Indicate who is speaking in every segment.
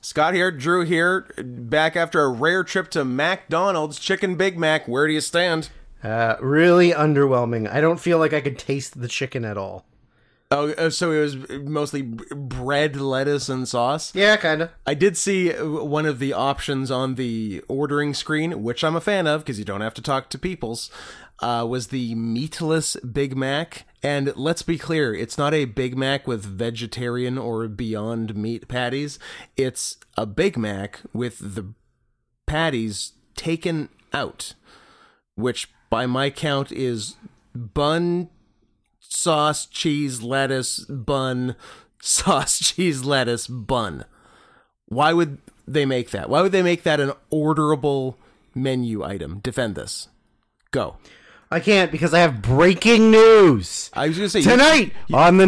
Speaker 1: Scott here, Drew here, back after a rare trip to McDonald's Chicken Big Mac. Where do you stand?
Speaker 2: Uh, really underwhelming. I don't feel like I could taste the chicken at all.
Speaker 1: Oh, uh, so it was mostly b- bread, lettuce, and sauce.
Speaker 2: Yeah, kind of.
Speaker 1: I did see uh, one of the options on the ordering screen, which I'm a fan of because you don't have to talk to peoples, uh, was the meatless Big Mac. And let's be clear, it's not a Big Mac with vegetarian or beyond meat patties. It's a Big Mac with the patties taken out, which by my count is bun, sauce, cheese, lettuce, bun, sauce, cheese, lettuce, bun. Why would they make that? Why would they make that an orderable menu item? Defend this. Go.
Speaker 2: I can't because I have breaking news
Speaker 1: I was going to say
Speaker 2: tonight on the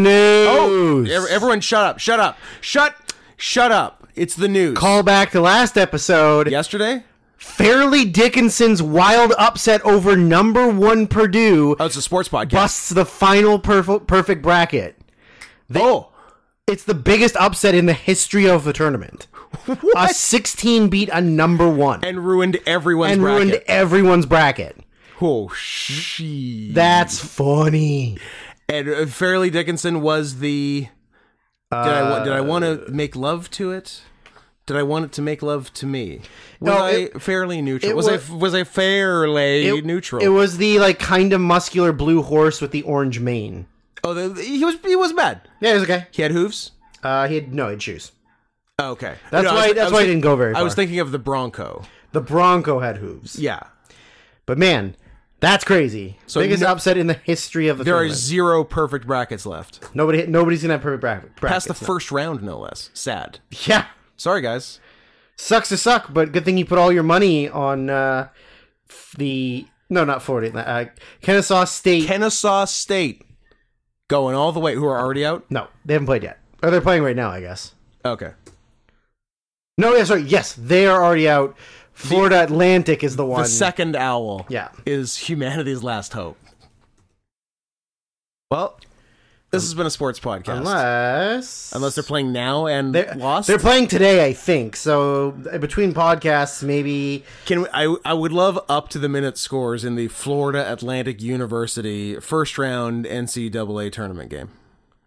Speaker 1: Oh,
Speaker 2: news.
Speaker 1: ev- everyone, shut up! Shut up! Shut! Shut up! It's the news.
Speaker 2: Call back to last episode.
Speaker 1: yesterday.
Speaker 2: Fairleigh Dickinson's wild upset over number one Purdue
Speaker 1: Oh, it's a sports podcast.
Speaker 2: busts the final perf- perfect bracket.
Speaker 1: oh,
Speaker 2: It's the biggest upset in the history of the tournament. A 16 beat a number one and,
Speaker 1: and ruined everyone's bracket.
Speaker 2: ruined everyone's bracket.
Speaker 1: oh, she.
Speaker 2: That's funny.
Speaker 1: and uh, Fairleigh Dickinson was the. Did I wa- did I want
Speaker 2: Uh,
Speaker 1: to make love to it? Did I want it to make love to me? Was
Speaker 2: No,
Speaker 1: I
Speaker 2: it-
Speaker 1: fairly neutral?
Speaker 2: it
Speaker 1: Was, I
Speaker 2: wa-
Speaker 1: f- was I fairly neutral?
Speaker 2: It was the like kind of muscular blue horse with the orange mane.
Speaker 1: oh, the, he was he was bad.
Speaker 2: Yeah, it was okay.
Speaker 1: He had hooves.
Speaker 2: Uh, he had no, he had shoes.
Speaker 1: Oh, okay,
Speaker 2: That's
Speaker 1: No, I
Speaker 2: why.
Speaker 1: was- I
Speaker 2: that's
Speaker 1: was
Speaker 2: why he
Speaker 1: thi-
Speaker 2: didn't go very far.
Speaker 1: I was thinking of the Bronco.
Speaker 2: the Bronco had hooves.
Speaker 1: Yeah,
Speaker 2: But man, that's crazy. Biggest
Speaker 1: no-
Speaker 2: upset in the history of the
Speaker 1: there are
Speaker 2: tournament.
Speaker 1: zero perfect brackets left.
Speaker 2: Nobody, nobody's gonna have perfect bracket.
Speaker 1: Past the
Speaker 2: brackets.
Speaker 1: first round, no less. Sad.
Speaker 2: yeah,
Speaker 1: Sorry, guys.
Speaker 2: sucks to suck. But good thing you put all your money on uh, f- the no, not Florida, uh, Kennesaw State.
Speaker 1: Kennesaw State going all the way. Who are already out?
Speaker 2: no, they haven't played yet. Or they're playing right now, I guess.
Speaker 1: Okay.
Speaker 2: No, yeah, sorry. Yes, they are already out. Florida Atlantic is the one.
Speaker 1: The second owl.
Speaker 2: Yeah.
Speaker 1: Is humanity's last hope. Well, this has been a sports podcast.
Speaker 2: Unless,
Speaker 1: Unless they're playing now and
Speaker 2: they're
Speaker 1: lost.
Speaker 2: They're playing today, I think. So uh, between podcasts, maybe
Speaker 1: Can we, I? I would love up to the minute scores in the Florida Atlantic University first round NCAA tournament game.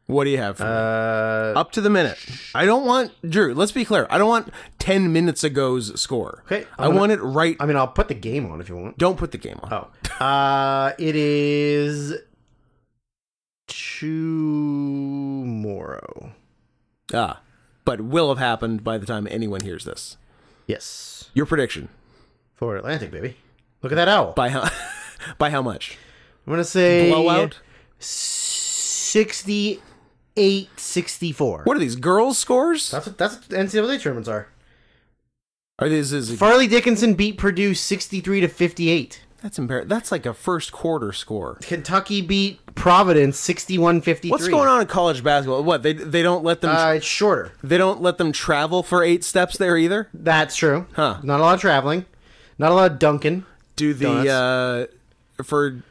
Speaker 1: What do you have? For me?
Speaker 2: uh,
Speaker 1: Up to the minute. I don't want Drew. Let's be clear. I don't want ten minutes ago's score.
Speaker 2: Okay, I'm
Speaker 1: I
Speaker 2: gonna-
Speaker 1: want it right.
Speaker 2: I mean, I'll put the game on if you want.
Speaker 1: don't put the game on.
Speaker 2: Oh, uh, it is tomorrow.
Speaker 1: Ah, but will have happened by the time anyone hears this.
Speaker 2: Yes,
Speaker 1: Your prediction
Speaker 2: Florida Atlantic, baby. Look at that owl.
Speaker 1: by how? by how much?
Speaker 2: I'm gonna say
Speaker 1: Blowout.
Speaker 2: 68 64.
Speaker 1: What are these girls' scores?
Speaker 2: That's what, that's what the NCAA tournaments are.
Speaker 1: Are these? Is,
Speaker 2: Farley Dickinson beat Purdue 63 to 58.
Speaker 1: that's embarrassing. That's like a first quarter score.
Speaker 2: Kentucky beat Providence 61 53.
Speaker 1: What's going on in college basketball? What they they don't let them
Speaker 2: Uh, it's shorter.
Speaker 1: they don't let them travel for eight steps there either.
Speaker 2: That's true.
Speaker 1: Huh.
Speaker 2: Not a lot of traveling. Not a lot of dunking.
Speaker 1: Do the uh, for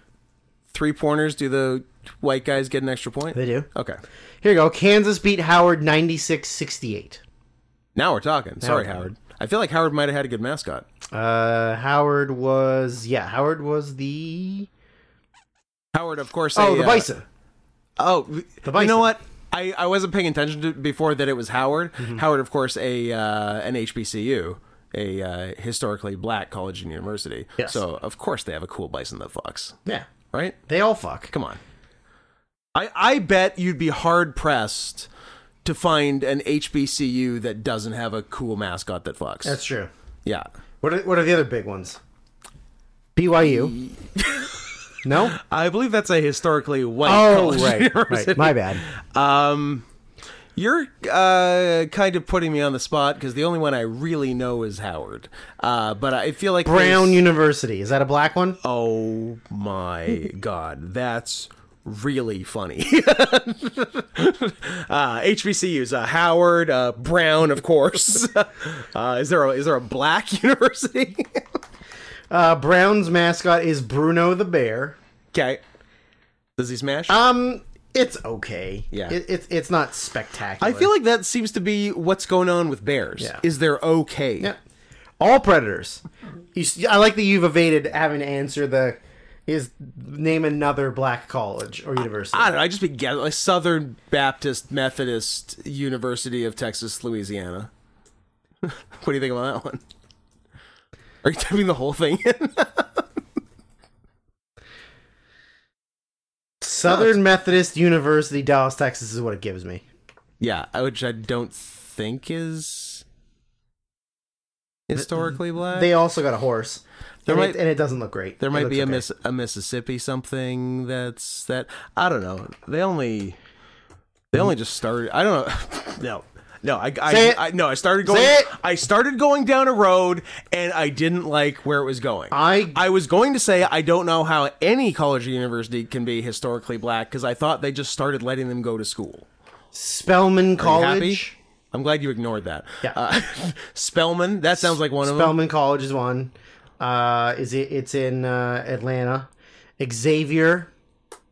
Speaker 1: three pointers? Do the white guys get an extra point?
Speaker 2: They do.
Speaker 1: Okay,
Speaker 2: Here you go. Kansas beat Howard 96 68.
Speaker 1: now we're talking. Sorry,
Speaker 2: we're
Speaker 1: Howard. I feel like Howard might have had a good mascot.
Speaker 2: Uh, Howard was, yeah, Howard was the.
Speaker 1: Howard, of course.
Speaker 2: Oh,
Speaker 1: a,
Speaker 2: the
Speaker 1: uh,
Speaker 2: Bison.
Speaker 1: Oh, You
Speaker 2: bison.
Speaker 1: know what? I, I wasn't paying attention to before that it was Howard.
Speaker 2: Mm-hmm.
Speaker 1: Howard, of course, a uh, an HBCU, a uh, historically black college and university.
Speaker 2: Yes.
Speaker 1: So of course they have a cool bison that fucks,
Speaker 2: Yeah.
Speaker 1: right?
Speaker 2: They all fuck.
Speaker 1: Come on. I I bet you'd be hard pressed to find an HBCU that doesn't have a cool mascot that fucks.
Speaker 2: That's true.
Speaker 1: yeah.
Speaker 2: What are, what are the other big ones? BYU. no?
Speaker 1: I believe that's a historically white
Speaker 2: Oh,
Speaker 1: college
Speaker 2: right.
Speaker 1: university.
Speaker 2: right. My bad.
Speaker 1: Um, you're uh, kind of putting me on the spot because the only one I really know is Howard. Uh, but I feel like
Speaker 2: Brown
Speaker 1: there's-
Speaker 2: University. Is that a black one?
Speaker 1: Oh my god, that's really funny. uh, HBCUs, uh, Howard, uh, Brown, of course. uh, is there a, is there a black university?
Speaker 2: Uh, Brown's mascot is Bruno the Bear.
Speaker 1: okay, does he smash?
Speaker 2: Um, It's okay.
Speaker 1: Yeah.
Speaker 2: It, it's it's not
Speaker 1: I
Speaker 2: spectacular.
Speaker 1: feel like that seems to be what's going on with bears.
Speaker 2: Yeah.
Speaker 1: Is they're okay?
Speaker 2: Yeah. All predators. You, s- I like that you've evaded having to answer the is name another black college or university.
Speaker 1: I don't know. I just be gather- like Southern Baptist Methodist University of Texas, Louisiana. what do you think about that one? Are you typing the whole thing in?
Speaker 2: Southern Methodist University, Dallas, Texas is what it gives me.
Speaker 1: yeah, I- which I don't think is historically black.
Speaker 2: They also got a horse.
Speaker 1: There
Speaker 2: and,
Speaker 1: might-
Speaker 2: it, and it doesn't look great.
Speaker 1: there
Speaker 2: It
Speaker 1: might
Speaker 2: looks
Speaker 1: be a
Speaker 2: okay.
Speaker 1: miss a Mississippi something that's that I don't know. They only they only just started. I don't know. no. No, I,
Speaker 2: Say
Speaker 1: I, I
Speaker 2: it.
Speaker 1: no, I started going.
Speaker 2: Say it.
Speaker 1: I started going down a road, and I didn't like where it was going.
Speaker 2: I
Speaker 1: I was going to say I don't know how any college or university can be historically black because I thought they just started letting them go to school.
Speaker 2: Spelman
Speaker 1: Are you
Speaker 2: College.
Speaker 1: happy? I'm glad you ignored that.
Speaker 2: Yeah.
Speaker 1: Uh, Spellman. That sounds like one of them.
Speaker 2: Spelman College is one. Uh, is it? It's in uh, Atlanta. Xavier,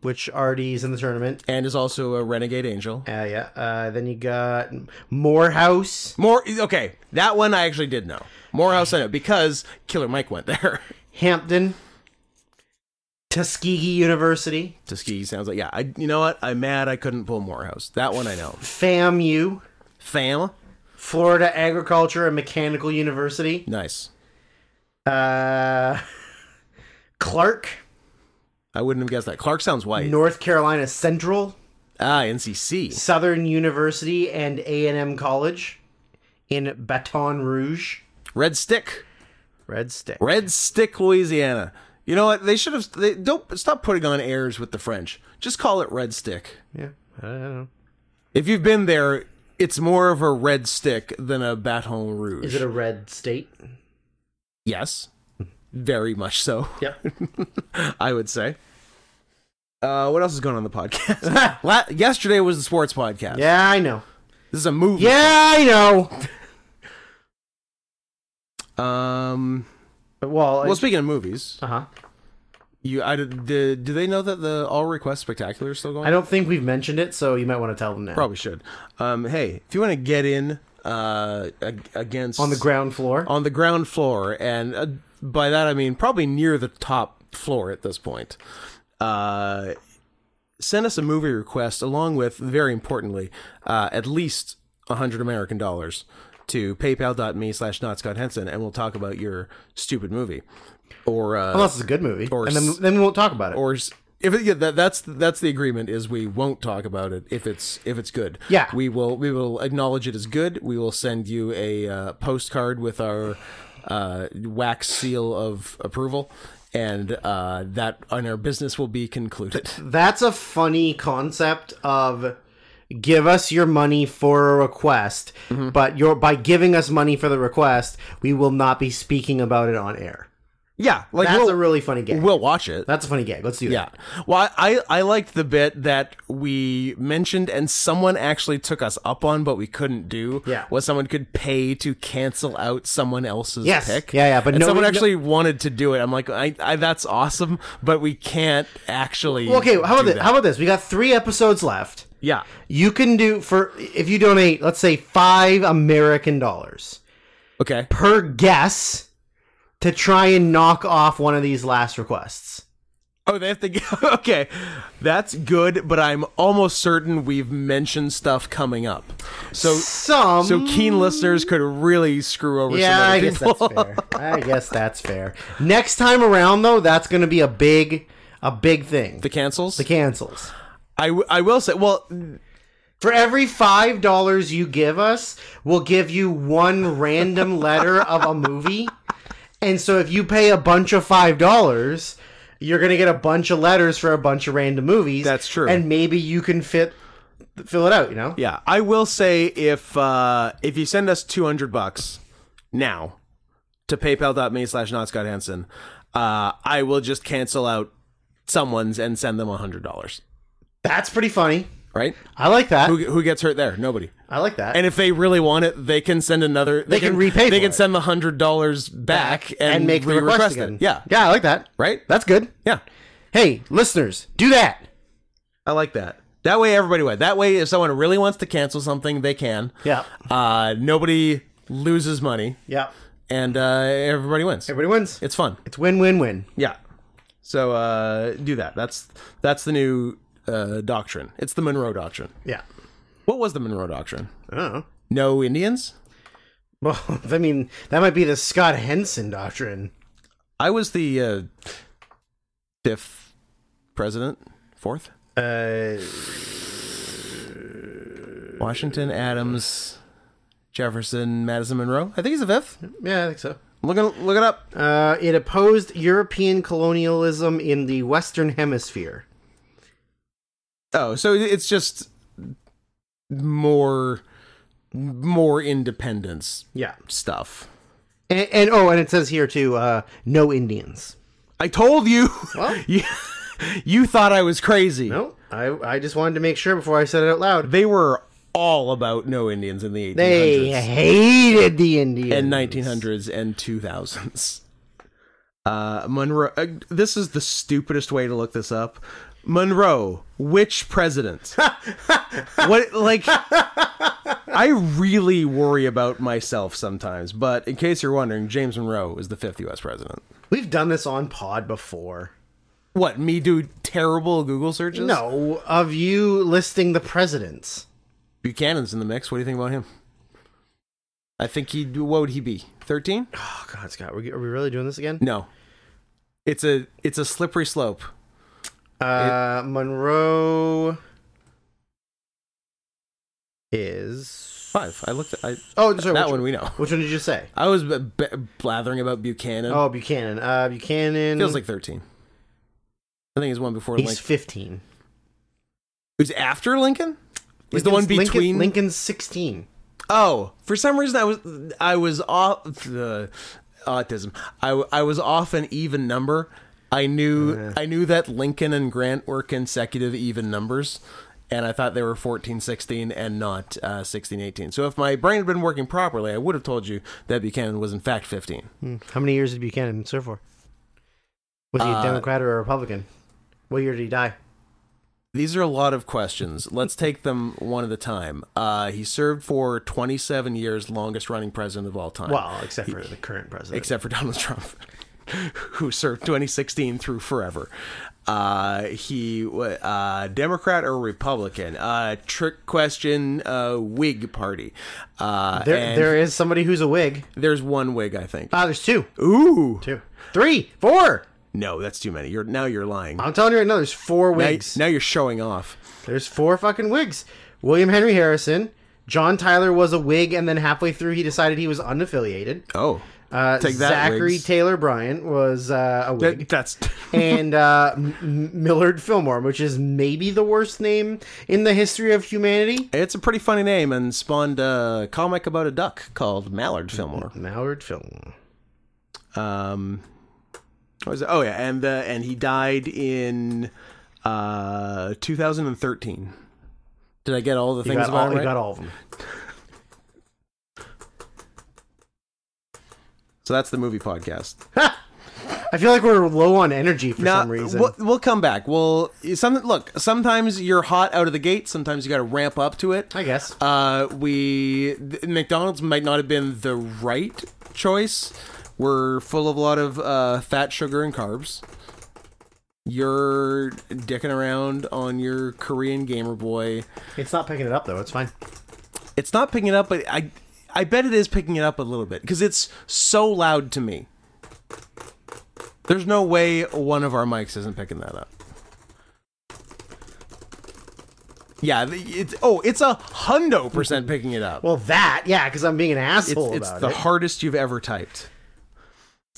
Speaker 2: which already is in the tournament.
Speaker 1: And is also a renegade angel.
Speaker 2: Uh, yeah. Uh, then you got Morehouse.
Speaker 1: More okay. That one I actually did know. Morehouse I know because Killer Mike went there.
Speaker 2: Hampton, Tuskegee University,
Speaker 1: Tuskegee sounds like yeah. I you know what? I'm mad I couldn't pull Morehouse. That one I know.
Speaker 2: FAMU,
Speaker 1: Fam,
Speaker 2: Florida Agriculture and Mechanical University,
Speaker 1: nice.
Speaker 2: uh, Clark,
Speaker 1: I wouldn't have guessed that. Clark sounds white.
Speaker 2: North Carolina Central,
Speaker 1: ah, NCC.
Speaker 2: Southern University, and A and M College in Baton Rouge.
Speaker 1: Red Stick.
Speaker 2: Red Stick.
Speaker 1: Red Stick, Louisiana. You know what? They should have. They don't stop putting on airs with the French. Just call it Red Stick.
Speaker 2: Yeah, I don't know.
Speaker 1: If you've been there, it's more of a red stick than a Baton Rouge.
Speaker 2: Is it a red state?
Speaker 1: yes, very much so.
Speaker 2: Yep.
Speaker 1: I would say. Uh, what else is going on in the podcast? La- yesterday was the sports podcast.
Speaker 2: yeah, I know.
Speaker 1: This is a movie.
Speaker 2: Yeah, I know.
Speaker 1: Um.
Speaker 2: But, well,
Speaker 1: Well, speaking of movies,
Speaker 2: uh huh.
Speaker 1: you I did, did. Do they know that the All Request Spectacular is still going?
Speaker 2: I don't think we've mentioned it, so you might want to tell them now.
Speaker 1: Probably should. Um. Hey, if you want to get in, uh, ag- against
Speaker 2: On the ground floor.
Speaker 1: on the ground floor, and uh, by that I mean probably near the top floor at this point. Uh, send us a movie request along with, very importantly, uh, at least hundred American dollars to paypal.me slash not Scott Henson, and we'll talk about your stupid movie or uh,
Speaker 2: Unless it's a good movie,
Speaker 1: Or
Speaker 2: and then
Speaker 1: s-
Speaker 2: then we won't talk about it.
Speaker 1: or s- if it, yeah, that, that's that's the agreement is we won't talk about it if it's if it's good.
Speaker 2: Yeah.
Speaker 1: we will we will acknowledge it as good. We will send you a uh, postcard with our uh, wax seal of approval, and uh, that and our business will be concluded.
Speaker 2: That's a funny concept of give us your money for a request,
Speaker 1: Mm-hmm.
Speaker 2: but you're by giving us money for the request, we will not be speaking about it on air.
Speaker 1: Yeah, like
Speaker 2: That's
Speaker 1: we'll,
Speaker 2: a really funny gag.
Speaker 1: we'll watch it.
Speaker 2: That's a funny gag. Let's do
Speaker 1: Yeah. Well, I I liked the bit that we mentioned and someone actually took us up on, but we couldn't do.
Speaker 2: Yeah.
Speaker 1: Was someone could pay to cancel out someone else's
Speaker 2: Yes.
Speaker 1: pick.
Speaker 2: Yeah, yeah, but
Speaker 1: and
Speaker 2: no-
Speaker 1: someone
Speaker 2: no-
Speaker 1: actually wanted to do it. I'm like, I, I that's awesome, but we can't actually.
Speaker 2: that. Okay,
Speaker 1: do
Speaker 2: how about this?
Speaker 1: that.
Speaker 2: How about this? We got three episodes left.
Speaker 1: Yeah.
Speaker 2: You can do for if you donate, let's say five American dollars
Speaker 1: Okay.
Speaker 2: per guess to try and knock off one of these last requests.
Speaker 1: Oh, they have to. Get, okay, that's good, but I'm almost certain we've mentioned stuff coming up. So.
Speaker 2: Some
Speaker 1: So keen listeners could really screw over
Speaker 2: Yeah,
Speaker 1: some
Speaker 2: I
Speaker 1: other
Speaker 2: guess
Speaker 1: people.
Speaker 2: that's fair. I guess that's fair. Next time around, though, that's going to be a big, a big thing.
Speaker 1: the cancels.
Speaker 2: The cancels.
Speaker 1: I, w- I will say. Well,
Speaker 2: For every five dollars you give us, we'll give you one random letter of a movie. And so, if you pay a bunch of five dollars, you're going to get a bunch of letters for a bunch of random movies.
Speaker 1: That's true.
Speaker 2: And maybe you can fit fill it out. You know.
Speaker 1: Yeah, I will say if uh, if you send us two hundred bucks now to paypal.me slash not Scott Hansen, uh, I will just cancel out someone's and send them hundred dollars.
Speaker 2: That's pretty funny.
Speaker 1: Right?
Speaker 2: I like that.
Speaker 1: Who, who gets hurt there? Nobody.
Speaker 2: I like that.
Speaker 1: And if they really want it, they can send another. They,
Speaker 2: can repay
Speaker 1: They
Speaker 2: for
Speaker 1: can
Speaker 2: it.
Speaker 1: send the hundred dollars back and,
Speaker 2: and make the
Speaker 1: re-request
Speaker 2: request,
Speaker 1: it.
Speaker 2: again.
Speaker 1: Yeah,
Speaker 2: Yeah, I like that.
Speaker 1: right.
Speaker 2: That's good.
Speaker 1: Yeah,
Speaker 2: Hey, listeners, do that.
Speaker 1: I like that. That way, everybody wins. That way, if someone really wants to cancel something, they can.
Speaker 2: Yeah.
Speaker 1: Uh, nobody loses money,
Speaker 2: Yeah.
Speaker 1: and uh, everybody wins.
Speaker 2: Everybody wins.
Speaker 1: It's fun.
Speaker 2: It's win win win.
Speaker 1: Yeah. So uh, do that. That's that's the new uh, doctrine. It's the Monroe Doctrine.
Speaker 2: Yeah.
Speaker 1: What was the Monroe Doctrine?
Speaker 2: Oh.
Speaker 1: No Indians.
Speaker 2: Well, I mean, that might be the Scott Henson doctrine.
Speaker 1: I was the uh, fifth president, fourth
Speaker 2: Uh,
Speaker 1: Washington, Adams, Jefferson, Madison, Monroe. I think he's the fifth.
Speaker 2: yeah, I think so.
Speaker 1: Look it, look it up.
Speaker 2: Uh, it opposed European colonialism in the Western Hemisphere.
Speaker 1: Oh, so it's just more more independence
Speaker 2: Yeah.
Speaker 1: stuff.
Speaker 2: And, and oh, and it says here too, uh, no Indians.
Speaker 1: I told you.
Speaker 2: Well.
Speaker 1: you, you thought I was crazy.
Speaker 2: No, Oh, I I just wanted to make sure before I said it out loud.
Speaker 1: They were all about no Indians in the 1800s
Speaker 2: They hated the Indians.
Speaker 1: and 1900s and 2000s. Uh, Monroe. Uh, this is the stupidest way to look this up. Monroe, which president? what like? I really worry about myself sometimes. But in case you're wondering, James Monroe is the fifth U.S. president.
Speaker 2: We've done this on pod before.
Speaker 1: What me do terrible Google searches?
Speaker 2: No, of you listing the presidents.
Speaker 1: Buchanan's in the mix. What do you think about him? I think he. What would he be? Thirteen?
Speaker 2: Oh God, Scott, are we, are we really doing this again?
Speaker 1: No. It's a it's a slippery slope.
Speaker 2: Uh, Monroe is
Speaker 1: Five. I looked. At, I
Speaker 2: oh sorry,
Speaker 1: that
Speaker 2: which
Speaker 1: one we know.
Speaker 2: Which one did you say?
Speaker 1: I was b- b- blathering about Buchanan.
Speaker 2: Oh, Buchanan. Uh, Buchanan.
Speaker 1: Feels like thirteen. I think he's one before
Speaker 2: he's
Speaker 1: Lincoln.
Speaker 2: fifteen.
Speaker 1: Who's after Lincoln? He's the one
Speaker 2: Lincoln's-
Speaker 1: between.
Speaker 2: Lincoln- Lincoln's sixteen.
Speaker 1: Oh, for some reason I was I was off the autism. I I was off an even number. I knew I knew that Lincoln and Grant were consecutive even numbers. And I thought they were 14, 16, and not uh, 16, 18. So if my brain had been working properly, I would have told you that Buchanan was in fact 15.
Speaker 2: Hmm, How many years did Buchanan serve for? Was he a
Speaker 1: Uh,
Speaker 2: Democrat or a Republican? What year did he die?
Speaker 1: These are a lot of questions. Let's take them one at a time. Uh, he served for 27 years, longest running president of all time.
Speaker 2: Well, except for the current president.
Speaker 1: except for Donald Trump, who served 2016 through forever. Uh, he uh, Democrat or Republican? Uh, trick question. Uh, Whig party. Uh,
Speaker 2: there,
Speaker 1: and
Speaker 2: there is somebody who's a Whig.
Speaker 1: there's one Whig, I think.
Speaker 2: Ah, there's two.
Speaker 1: Ooh,
Speaker 2: Two. Three. Four.
Speaker 1: no, that's too many. You're now you're lying.
Speaker 2: I'm telling you right now, there's four
Speaker 1: Now,
Speaker 2: Whigs.
Speaker 1: now you're showing off.
Speaker 2: There's four fucking Whigs. William Henry Harrison. John Tyler was a Whig, and then halfway through, he decided he was unaffiliated.
Speaker 1: Oh,
Speaker 2: Uh,
Speaker 1: Take that,
Speaker 2: Zachary
Speaker 1: Whigs.
Speaker 2: Taylor Bryant was uh, a Whig.
Speaker 1: That- that's
Speaker 2: and uh, M- M- Millard Fillmore, which is maybe the worst name in the history of humanity.
Speaker 1: it's a pretty funny name and spawned a comic about a duck called Mallard Fillmore.
Speaker 2: Millard Fillmore.
Speaker 1: um what was it? oh yeah and uh, and he died in uh 2013 did i get all the
Speaker 2: You
Speaker 1: things
Speaker 2: got,
Speaker 1: about
Speaker 2: all,
Speaker 1: it
Speaker 2: you
Speaker 1: right?
Speaker 2: got all of them.
Speaker 1: so that's the movie podcast
Speaker 2: I feel like we're low on energy for some reason.
Speaker 1: We'll, we'll come back we'll some look sometimes you're hot out of the gate sometimes you got to ramp up to it
Speaker 2: I guess.
Speaker 1: uh we th- mcdonald's might not have been the right choice we're full of a lot of uh fat sugar and carbs you're dicking around on your korean gamer boy
Speaker 2: It's not picking it up though. It's fine.
Speaker 1: It's not picking it up, but I I bet it is picking it up a little bit because it's so loud to me. There's no way one of our mics isn't picking that up. Yeah, the- it's oh, it's a hundo percent picking it up.
Speaker 2: Well, that yeah, because I'm being an
Speaker 1: it's,
Speaker 2: asshole
Speaker 1: it's
Speaker 2: about
Speaker 1: the
Speaker 2: it.
Speaker 1: hardest you've ever typed.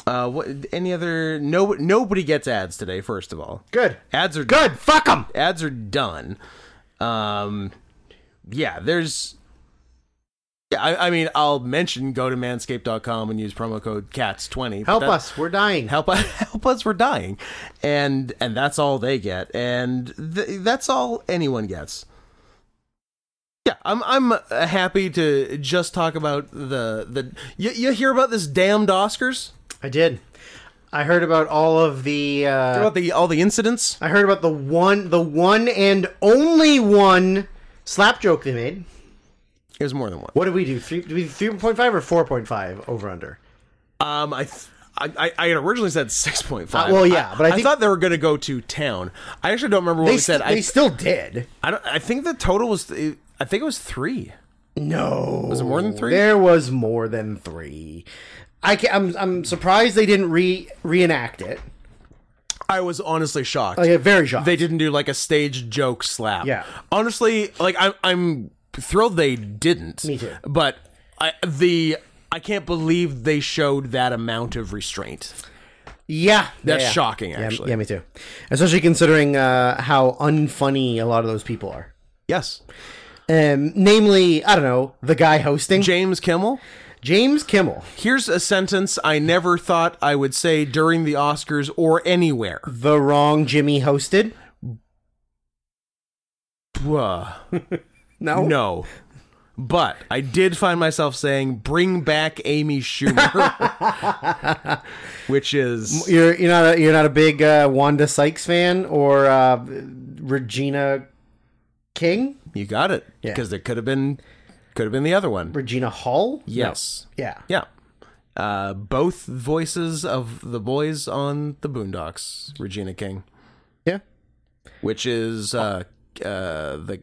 Speaker 1: Uh, what? Any other? No, nobody gets ads today. First of all,
Speaker 2: Good.
Speaker 1: ads are
Speaker 2: Good. Fuck them.
Speaker 1: ads are done. Um, yeah, there's. Yeah, I, I mean, I'll mention go to manscaped.com and use promo code CATS20. but
Speaker 2: Help
Speaker 1: that-
Speaker 2: us. We're dying.
Speaker 1: Help us! Help us! We're dying, and and that's all they get, and th- that's all anyone gets. Yeah, I'm I'm uh, happy to just talk about the the. You, you hear about this damned Oscars?
Speaker 2: I did. I heard about all of the.
Speaker 1: What
Speaker 2: Uh,
Speaker 1: about the all the incidents?
Speaker 2: I heard about the one, the one and only one slap joke they made.
Speaker 1: There's more than one.
Speaker 2: What did we do? Three, did we three point five or four point five over under?
Speaker 1: Um, I. Th- I, I- I had originally said six point five.
Speaker 2: Uh, well, yeah, but I think-
Speaker 1: thought they were going to go to town. I actually don't remember what
Speaker 2: They
Speaker 1: we said.
Speaker 2: st-
Speaker 1: I,
Speaker 2: they still did.
Speaker 1: I don't. I think the total was. th- I think it was three.
Speaker 2: No, was
Speaker 1: it more than three?
Speaker 2: There was more than three. I can, I'm I'm surprised they didn't re reenact it.
Speaker 1: I was honestly shocked.
Speaker 2: Like, very shocked.
Speaker 1: they didn't do like a stage joke slap.
Speaker 2: Yeah.
Speaker 1: Honestly, like I'm I'm thrilled they didn't.
Speaker 2: Me too.
Speaker 1: But I the I can't believe they showed that amount of restraint.
Speaker 2: yeah,
Speaker 1: That's
Speaker 2: yeah, yeah.
Speaker 1: shocking,
Speaker 2: Yeah,
Speaker 1: actually.
Speaker 2: yeah, me too. Especially considering uh, how unfunny a lot of those people are.
Speaker 1: Yes.
Speaker 2: Um, namely, I don't know the guy hosting
Speaker 1: James Kimmel.
Speaker 2: James Kimmel.
Speaker 1: Here's a sentence I never thought I would say during the Oscars or anywhere.
Speaker 2: The wrong Jimmy hosted.
Speaker 1: Bruh.
Speaker 2: No,
Speaker 1: No. But I did find myself saying, bring back Amy Schumer. Which is.
Speaker 2: You're you're not a, you're not a big uh, Wanda Sykes fan or uh, Regina King,
Speaker 1: You got it.
Speaker 2: Yeah.
Speaker 1: Because there could have been. Could have been the other one.
Speaker 2: Regina Hall.
Speaker 1: Yes.
Speaker 2: Yeah.
Speaker 1: Yeah. Uh, both voices of the boys on the Boondocks, Regina King,
Speaker 2: Yeah.
Speaker 1: which is uh, uh, the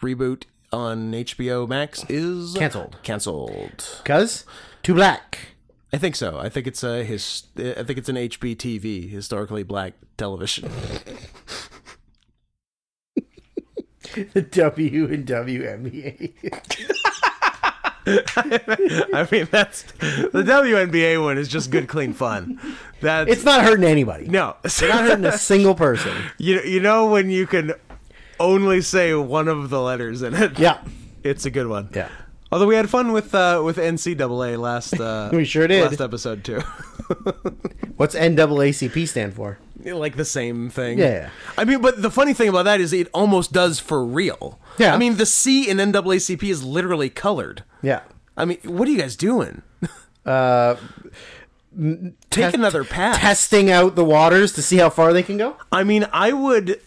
Speaker 1: reboot on HBO Max, is
Speaker 2: Cancelled.
Speaker 1: Cancelled.
Speaker 2: Cuz too black.
Speaker 1: I think so. I think it's a his. I think it's an HBTV, historically black television.
Speaker 2: The W and WNBA.
Speaker 1: I mean, that's the WNBA one is just good, clean fun. That's
Speaker 2: It's not hurting anybody.
Speaker 1: no.
Speaker 2: Not hurting a single person.
Speaker 1: you you know when you can only say one of the letters in it.
Speaker 2: Yeah.
Speaker 1: It's a good one.
Speaker 2: Yeah.
Speaker 1: Although we had fun with uh, with NCAA last uh,
Speaker 2: We sure did.
Speaker 1: last episode too,
Speaker 2: What's NAACP stand for?
Speaker 1: like the same thing.
Speaker 2: Yeah.
Speaker 1: I mean, but the funny thing about that is it almost does for real.
Speaker 2: Yeah.
Speaker 1: I mean, the C in NAACP is literally colored.
Speaker 2: Yeah.
Speaker 1: I mean, what are you guys doing?
Speaker 2: Uh,
Speaker 1: Take another pass.
Speaker 2: testing out the waters to see how far they can go.
Speaker 1: I mean, I would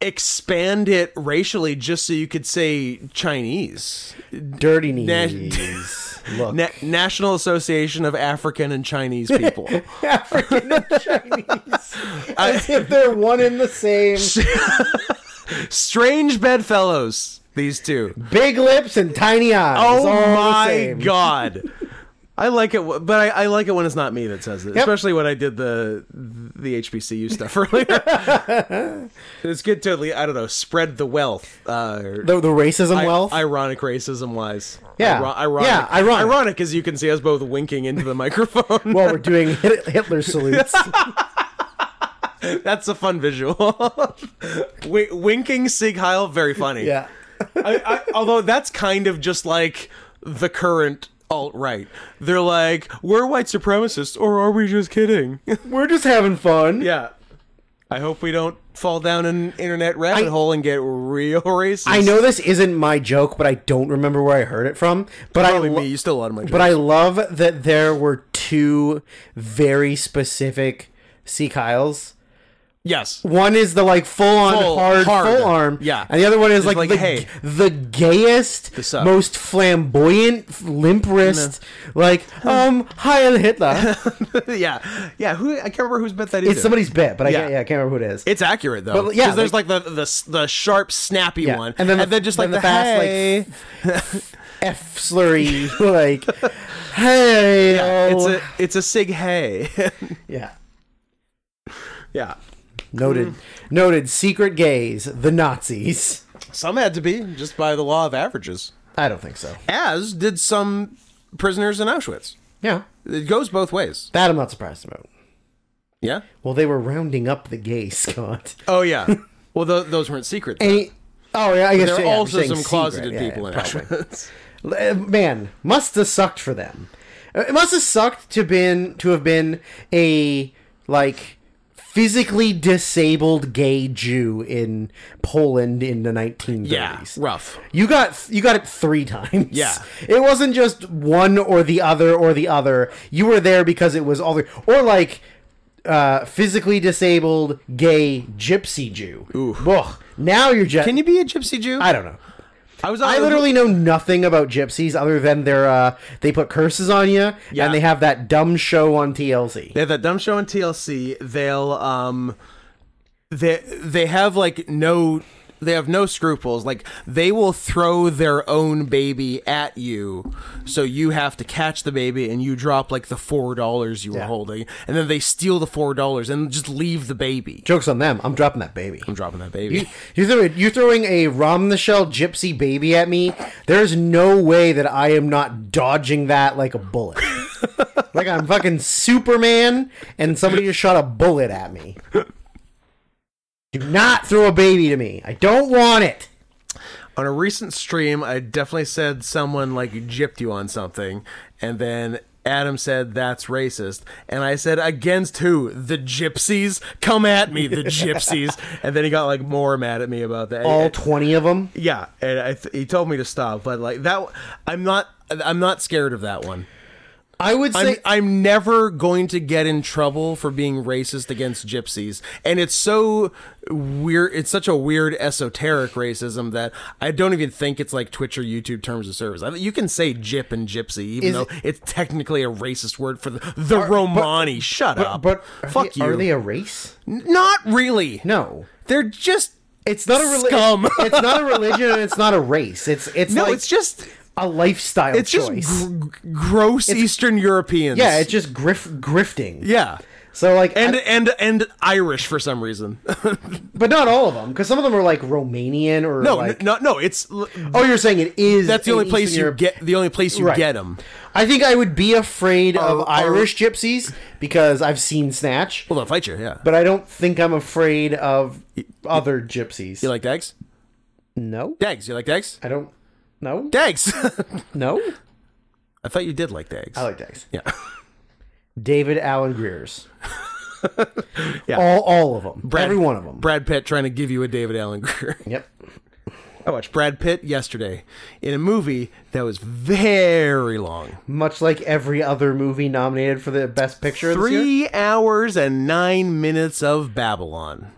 Speaker 1: expand it racially just so you could say Chinese.
Speaker 2: Dirty knees. Look.
Speaker 1: Na- National Association of African and Chinese People.
Speaker 2: African and Chinese. As if they're one and the same.
Speaker 1: Strange bedfellows, these two.
Speaker 2: Big lips and tiny eyes.
Speaker 1: Oh
Speaker 2: all the
Speaker 1: my
Speaker 2: same.
Speaker 1: god. I like it, w- but I, I like it when it's not me that says it, especially when I did the the HBCU stuff earlier. it's good to I don't know spread the wealth, uh,
Speaker 2: The, the racism
Speaker 1: i-
Speaker 2: wealth.
Speaker 1: ironic racism wise.
Speaker 2: Yeah.
Speaker 1: ironic.
Speaker 2: Yeah, ironic.
Speaker 1: ironic as you can see us both winking into the microphone.
Speaker 2: while we're doing Hit- Hitler salutes.
Speaker 1: That's a fun visual. w- winking Sig Heil, very funny.
Speaker 2: yeah.
Speaker 1: I, I, although that's kind of just like the current alt right. They're like, we're white supremacists, or are we just kidding?
Speaker 2: We're just having fun.
Speaker 1: yeah. I hope we don't fall down an internet rabbit hole and get real racist.
Speaker 2: I know this isn't my joke, but I don't remember where I heard it from. But I,
Speaker 1: Probably
Speaker 2: lo-
Speaker 1: me. You still a lot of my
Speaker 2: but I love that there were two very specific Sea Kyles.
Speaker 1: yes.
Speaker 2: One is the like full on
Speaker 1: Full,
Speaker 2: hard,
Speaker 1: hard.
Speaker 2: full arm,
Speaker 1: Yeah.
Speaker 2: and the other one is like,
Speaker 1: like,
Speaker 2: the,
Speaker 1: hey.
Speaker 2: the gayest,
Speaker 1: sub.
Speaker 2: most flamboyant limp wrist. Like, um, Heil Hitler.
Speaker 1: yeah. Yeah. Who? I can't remember whose bet that is.
Speaker 2: It's somebody's bit, but I
Speaker 1: Yeah.
Speaker 2: can't, yeah, I can't remember who it is.
Speaker 1: It's accurate though,
Speaker 2: But, yeah,
Speaker 1: 'Cause there's like, the, the the sharp, snappy
Speaker 2: Yeah.
Speaker 1: one,
Speaker 2: And then the-
Speaker 1: just
Speaker 2: then
Speaker 1: like
Speaker 2: the fast, like,
Speaker 1: "Hey."
Speaker 2: F slurry, like, hey,
Speaker 1: it's
Speaker 2: oh.
Speaker 1: a it's a sig hey,
Speaker 2: yeah.
Speaker 1: yeah. Mm.
Speaker 2: Noted. Noted. Secret gays. The Nazis.
Speaker 1: Some had to be just by the law of averages,
Speaker 2: I don't think so.
Speaker 1: as did some prisoners in Auschwitz.
Speaker 2: Yeah.
Speaker 1: It goes both ways.
Speaker 2: That I'm not surprised about.
Speaker 1: Yeah.
Speaker 2: Well, they were rounding up the gays, Scott.
Speaker 1: Oh yeah. well, tho- those weren't secret. though.
Speaker 2: Any- oh, yeah, I guess
Speaker 1: There are
Speaker 2: yeah, you're
Speaker 1: also
Speaker 2: saying
Speaker 1: some
Speaker 2: secret.
Speaker 1: closeted
Speaker 2: Yeah,
Speaker 1: people
Speaker 2: yeah,
Speaker 1: in Auschwitz.
Speaker 2: probably. Uh, Man, must have sucked for them. Uh, It must have sucked to been to have been a like physically disabled gay Jew in Poland in the 1930s.
Speaker 1: yeah. Rough.
Speaker 2: You got you got it three times.
Speaker 1: Yeah.
Speaker 2: it wasn't just one or the other or the other. You were there because it was all the or like uh, physically disabled gay gypsy Jew.
Speaker 1: Oof.
Speaker 2: Ugh. Now you're just.
Speaker 1: Can you be a gypsy Jew?
Speaker 2: I don't know.
Speaker 1: I was.
Speaker 2: I literally know nothing about gypsies other than they're uh, they put curses on you
Speaker 1: Yeah.
Speaker 2: and they have that dumb show on TLC.
Speaker 1: They have that dumb show on TLC. They'll um, they they have like no they have no scruples. Like they will throw their own baby at you, so you have to catch the baby and you drop like the four dollars you were
Speaker 2: Yeah.
Speaker 1: holding, and then they steal the four dollars and just leave the baby.
Speaker 2: Jokes on them. I'm dropping that baby.
Speaker 1: I'm dropping that
Speaker 2: You,
Speaker 1: baby.
Speaker 2: you throw you throwing a rom the shell gypsy baby at me. There's no way that I am not dodging that like a bullet. like I'm fucking Superman, and somebody just shot a bullet at me. Do not throw a baby to me. I don't want it.
Speaker 1: on a recent stream, I definitely said someone like gypped you on something, and then. Adam said that's racist, and I said against who? The gypsies? Come at me, the gypsies! and then he got like more mad at me about that.
Speaker 2: All twenty of them.
Speaker 1: yeah, and I th- he told me to stop, but like that, I'm not, I'm not scared of that one.
Speaker 2: I would say
Speaker 1: I'm, I'm never going to get in trouble for being racist against gypsies. And it's so weird. It's such a weird esoteric racism that I don't even think it's like Twitch or YouTube terms of service. I mean, you can say gyp and gypsy, even
Speaker 2: Is
Speaker 1: though it's technically a racist word for the, the Romani. Shut up.
Speaker 2: But are
Speaker 1: fuck
Speaker 2: they-
Speaker 1: you.
Speaker 2: Are they a race?
Speaker 1: N- Not really.
Speaker 2: No.
Speaker 1: They're just.
Speaker 2: It's not a religion.
Speaker 1: Scum.
Speaker 2: it's not a religion and it's not a race. It's it's
Speaker 1: No,
Speaker 2: like
Speaker 1: it's just.
Speaker 2: a lifestyle
Speaker 1: It's
Speaker 2: choice.
Speaker 1: just gr- gr- gross Eastern Europeans.
Speaker 2: yeah, it's just grif- grifting.
Speaker 1: yeah.
Speaker 2: So like
Speaker 1: And, and and Irish for some reason.
Speaker 2: But not all of them, because some of them are like Romanian or
Speaker 1: No,
Speaker 2: like.
Speaker 1: n- no, no. It's l-
Speaker 2: Oh, you're saying it is.
Speaker 1: that's the
Speaker 2: in
Speaker 1: only place
Speaker 2: Eastern
Speaker 1: you
Speaker 2: Europe.
Speaker 1: get the only place you
Speaker 2: Right.
Speaker 1: get 'em. get them.
Speaker 2: I think I would be afraid of
Speaker 1: Are- are-
Speaker 2: Irish gypsies because I've seen Snatch,
Speaker 1: Well, they'll fight you. Yeah.
Speaker 2: but I don't think I'm afraid of other gypsies.
Speaker 1: you like dags?
Speaker 2: no,
Speaker 1: Dags. You like dags?
Speaker 2: I don't. No,
Speaker 1: Dags.
Speaker 2: no.
Speaker 1: I thought you did like dags.
Speaker 2: I like Dax.
Speaker 1: yeah.
Speaker 2: David Allen Greer's. All, all of them. Every one of them.
Speaker 1: Brad Pitt trying to give you a David Allen Greer.
Speaker 2: Yep.
Speaker 1: I watched Brad Pitt yesterday in a movie that was very long.
Speaker 2: Much like every other movie nominated for the best picture. this year.
Speaker 1: Three hours and nine minutes of Babylon.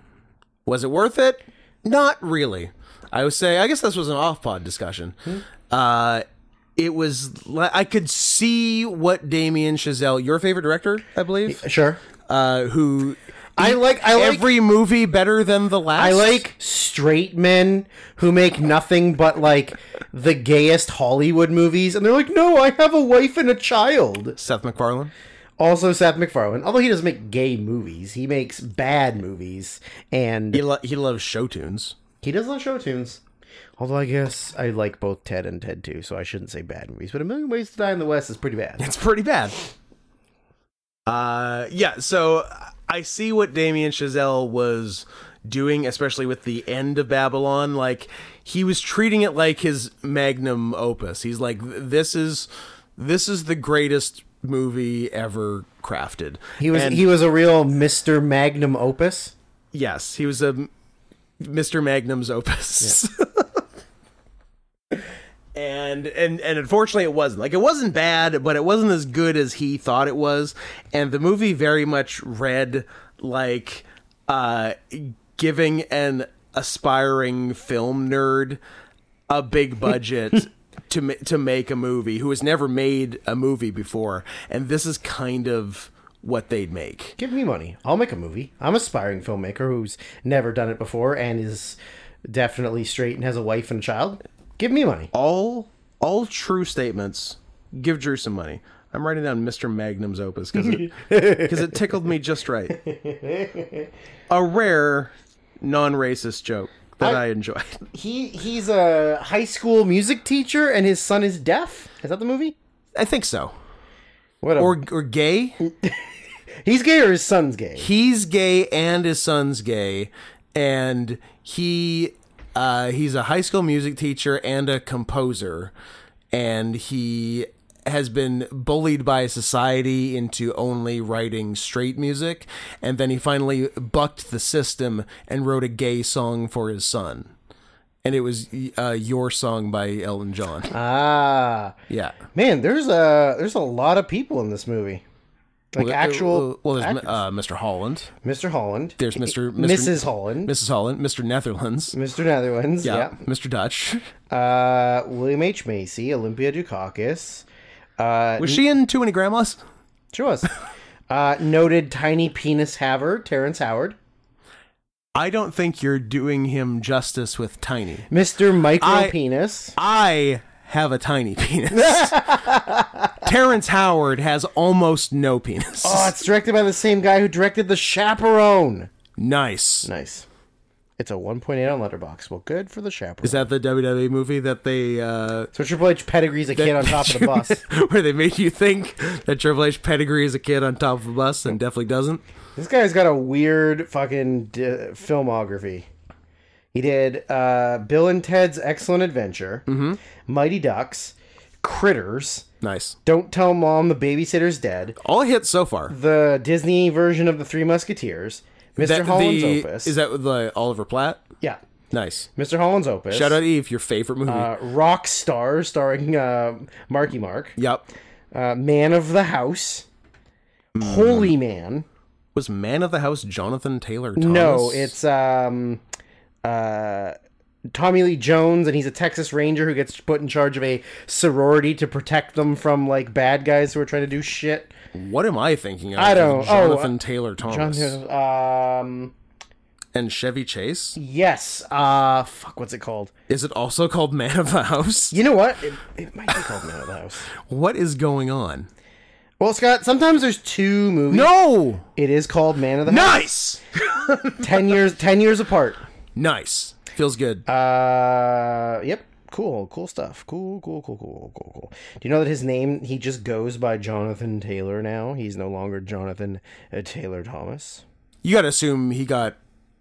Speaker 1: Was it worth it? Not really. I would say. I guess this was an off-pod discussion. Uh, it was. li- I could see what Damien Chazelle, your favorite director, I believe,
Speaker 2: Sure.
Speaker 1: uh, who
Speaker 2: I like. I like.
Speaker 1: every movie better than the last.
Speaker 2: I like straight men who make nothing but like the gayest Hollywood movies, and they're like, "No, I have a wife and a child."
Speaker 1: Seth MacFarlane.
Speaker 2: Also, Seth MacFarlane, although he doesn't make gay movies, he makes bad movies, and
Speaker 1: He lo- he loves show tunes.
Speaker 2: he does not show tunes. Although I guess I like both Ted and Ted too, so I shouldn't say bad movies. But A Million Ways to Die in the West is pretty bad.
Speaker 1: It's pretty bad. Uh, yeah. So I see what Damien Chazelle was doing, especially with the end of Babylon. Like he was treating it like his magnum opus. He's like, this is this is the greatest movie ever crafted.
Speaker 2: He was
Speaker 1: And-
Speaker 2: he was a real Mister Magnum Opus.
Speaker 1: yes, he was a Mr. Magnum's opus. and and and unfortunately it wasn't. Like it wasn't bad, but it wasn't as good as he thought it was. And the movie very much read like uh giving an aspiring film nerd a big budget to ma- to make a movie who has never made a movie before. And this is kind of what they'd make.
Speaker 2: Give me money. I'll make a movie. I'm an aspiring filmmaker who's never done it before and is definitely straight and has a wife and a child. Give me money.
Speaker 1: all all true statements. Give Drew some money. I'm writing down Mr. Magnum's opus because it, 'cause it tickled me just right. A rare non-racist joke that I, enjoyed.
Speaker 2: He he's a high school music teacher and his son is deaf. Is that the movie?
Speaker 1: I think so.
Speaker 2: What a,
Speaker 1: Or or gay.
Speaker 2: he's gay or his son's gay.
Speaker 1: He's gay and his son's gay, and he uh, he's a high school music teacher and a composer, and he has been bullied by society into only writing straight music, and then he finally bucked the system and wrote a gay song for his son, and it was uh, "Your Song" by Elton John.
Speaker 2: Ah.
Speaker 1: Yeah,
Speaker 2: Man, there's a there's a lot of people in this movie. Like
Speaker 1: Well,
Speaker 2: actual.
Speaker 1: Well, there's
Speaker 2: actors.
Speaker 1: uh, Mr. Holland.
Speaker 2: Mr. Holland.
Speaker 1: There's Mr.
Speaker 2: Mrs. Holland.
Speaker 1: Mrs. Holland. Mr. Netherlands.
Speaker 2: Mr. Netherlands.
Speaker 1: Yeah.
Speaker 2: Yeah.
Speaker 1: Mr. Dutch.
Speaker 2: Uh, William H. Macy, Olympia Dukakis. Uh,
Speaker 1: Was she in Too Many Grandmas?
Speaker 2: she was. uh, noted tiny penis haver, Terrence Howard.
Speaker 1: I don't think you're doing him justice with tiny.
Speaker 2: Mr. Micro
Speaker 1: I-
Speaker 2: Penis.
Speaker 1: I have a tiny penis. Terrence Howard has almost no penis.
Speaker 2: Oh, it's directed by the same guy who directed The Chaperone.
Speaker 1: nice.
Speaker 2: Nice. It's a 1.8 on Letterbox. Well, good for The Chaperone.
Speaker 1: Is that the WWE movie that they uh,
Speaker 2: so Triple H pedigrees a kid on top of the bus.
Speaker 1: where they made you think that Triple H pedigree is a kid on top of a bus and definitely doesn't?
Speaker 2: This guy's got a weird fucking d- filmography. He did uh, Bill and Ted's Excellent Adventure,
Speaker 1: Mm-hmm.
Speaker 2: Mighty Ducks, Critters,
Speaker 1: Nice.
Speaker 2: Don't Tell Mom the Babysitter's Dead,
Speaker 1: All hits so far.
Speaker 2: the Disney version of The Three Musketeers, Mr.
Speaker 1: That-
Speaker 2: Holland's
Speaker 1: the-
Speaker 2: Opus.
Speaker 1: Is that the Oliver Platt?
Speaker 2: yeah,
Speaker 1: Nice.
Speaker 2: Mr. Holland's Opus.
Speaker 1: Shout out Eve, your favorite movie.
Speaker 2: Uh, Rock Star, starring uh, Marky Mark,
Speaker 1: yep.
Speaker 2: uh, Man of the House,
Speaker 1: Mm.
Speaker 2: Holy Man.
Speaker 1: Was Man of the House Jonathan Taylor Thomas?
Speaker 2: No, it's um, uh, Tommy Lee Jones, and he's a Texas Ranger who gets put in charge of a sorority to protect them from like bad guys who are trying to do shit.
Speaker 1: What am I thinking of?
Speaker 2: I don't- oh,
Speaker 1: Jonathan Taylor Thomas.
Speaker 2: Um,
Speaker 1: and Chevy Chase?
Speaker 2: yes. Uh, fuck. What's it called?
Speaker 1: Is it also called Man of the House?
Speaker 2: You know what? It, it might be called Man of the House.
Speaker 1: What is going on?
Speaker 2: Well, Scott. Sometimes there's two movies.
Speaker 1: No!
Speaker 2: It is called Man of the House.
Speaker 1: Nice!
Speaker 2: Ten years. Ten years apart.
Speaker 1: nice. Feels good.
Speaker 2: Uh, yep. Cool, cool stuff. Cool, cool, cool, cool, cool, cool. Do you know that his name? He just goes by Jonathan Taylor now. He's no longer Jonathan uh, Taylor Thomas.
Speaker 1: you gotta assume he got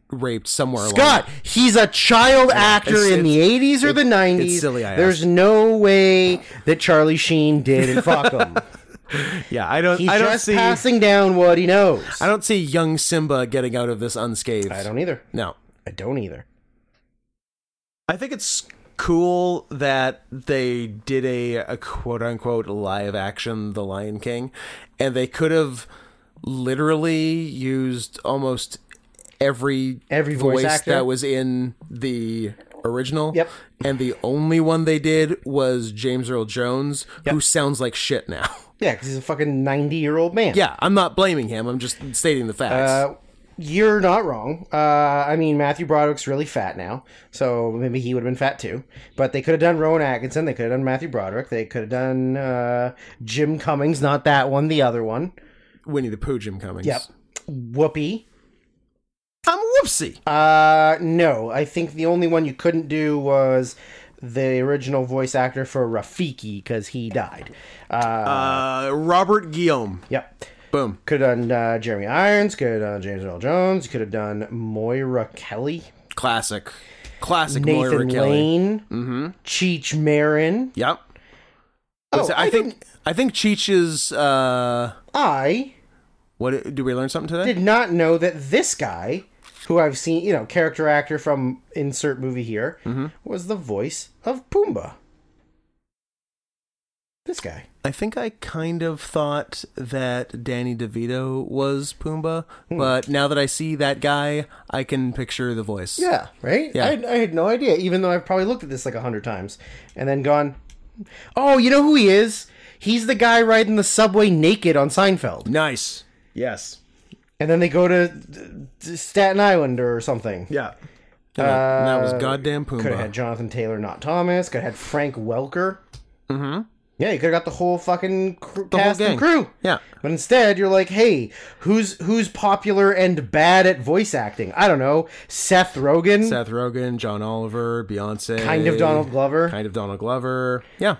Speaker 1: raped somewhere along
Speaker 2: God, he's a child actor
Speaker 1: it's-
Speaker 2: in the eighties or the nineties.
Speaker 1: silly I
Speaker 2: There's no way that Charlie Sheen did and fuck him.
Speaker 1: Yeah, I don't
Speaker 2: He's
Speaker 1: I don't
Speaker 2: just
Speaker 1: see
Speaker 2: passing down what he knows.
Speaker 1: I don't see young Simba getting out of this unscathed.
Speaker 2: I don't either.
Speaker 1: No.
Speaker 2: I don't either.
Speaker 1: I think it's cool that they did a, a quote unquote live action The Lion King, and they could have literally used almost every
Speaker 2: Every voice actor.
Speaker 1: that was in the original.
Speaker 2: Yep.
Speaker 1: And the only one they did was James Earl Jones, who sounds like shit now.
Speaker 2: Yeah, because he's a fucking ninety-year-old man.
Speaker 1: Yeah, I'm not blaming him. I'm just stating the facts.
Speaker 2: Uh, you're not wrong. Uh, I mean, Matthew Broderick's really fat now, so maybe he would have been fat too. But they could have done Rowan Atkinson. They could have done Matthew Broderick. They could have done uh, Jim Cummings, not that one, the other one.
Speaker 1: Winnie the Pooh, Jim Cummings.
Speaker 2: Yep. Whoopi.
Speaker 1: I'm whoopsie.
Speaker 2: Uh, no, I think the only one you couldn't do was the original voice actor for Rafiki because he died. Uh,
Speaker 1: Uh, Robert Guillaume.
Speaker 2: yep.
Speaker 1: Boom.
Speaker 2: Could have done uh, Jeremy Irons. Could have done James Earl Jones. Could have done Moira Kelly.
Speaker 1: Classic. Classic Moira
Speaker 2: Nathan
Speaker 1: Kelly.
Speaker 2: Lane, Cheech Marin.
Speaker 1: Yep.
Speaker 2: Oh,
Speaker 1: So I,
Speaker 2: I
Speaker 1: think I think Cheech is uh
Speaker 2: I
Speaker 1: what do we learn something today?
Speaker 2: did not know that this guy, who I've seen, you know, character actor from insert movie here,
Speaker 1: Mm-hmm.
Speaker 2: was the voice of Pumbaa. This guy.
Speaker 1: I think I kind of thought that Danny DeVito was Pumbaa,
Speaker 2: Hmm.
Speaker 1: but now that I see that guy, I can picture the voice.
Speaker 2: Yeah, right?
Speaker 1: Yeah.
Speaker 2: I, I had no idea, even though I've probably looked at this like a hundred times and then gone, oh, you know who he is? He's the guy riding the subway naked on Seinfeld.
Speaker 1: Nice. Yes.
Speaker 2: And then they go to uh, Staten Island or something.
Speaker 1: Yeah. And that- and that was goddamn
Speaker 2: Could have
Speaker 1: Pumbaa.
Speaker 2: Uh, had Jonathan Taylor, not Thomas. Could have had Frank Welker. Mm-hmm. Yeah, you could have got the whole fucking cr- cast
Speaker 1: gang.
Speaker 2: and crew.
Speaker 1: Yeah.
Speaker 2: But instead, you're like, hey, who's who's popular and bad at voice acting? I don't know. Seth Rogen,
Speaker 1: Seth Rogen, John Oliver, Beyonce.
Speaker 2: kind of Donald Glover.
Speaker 1: Kind of Donald Glover. Yeah.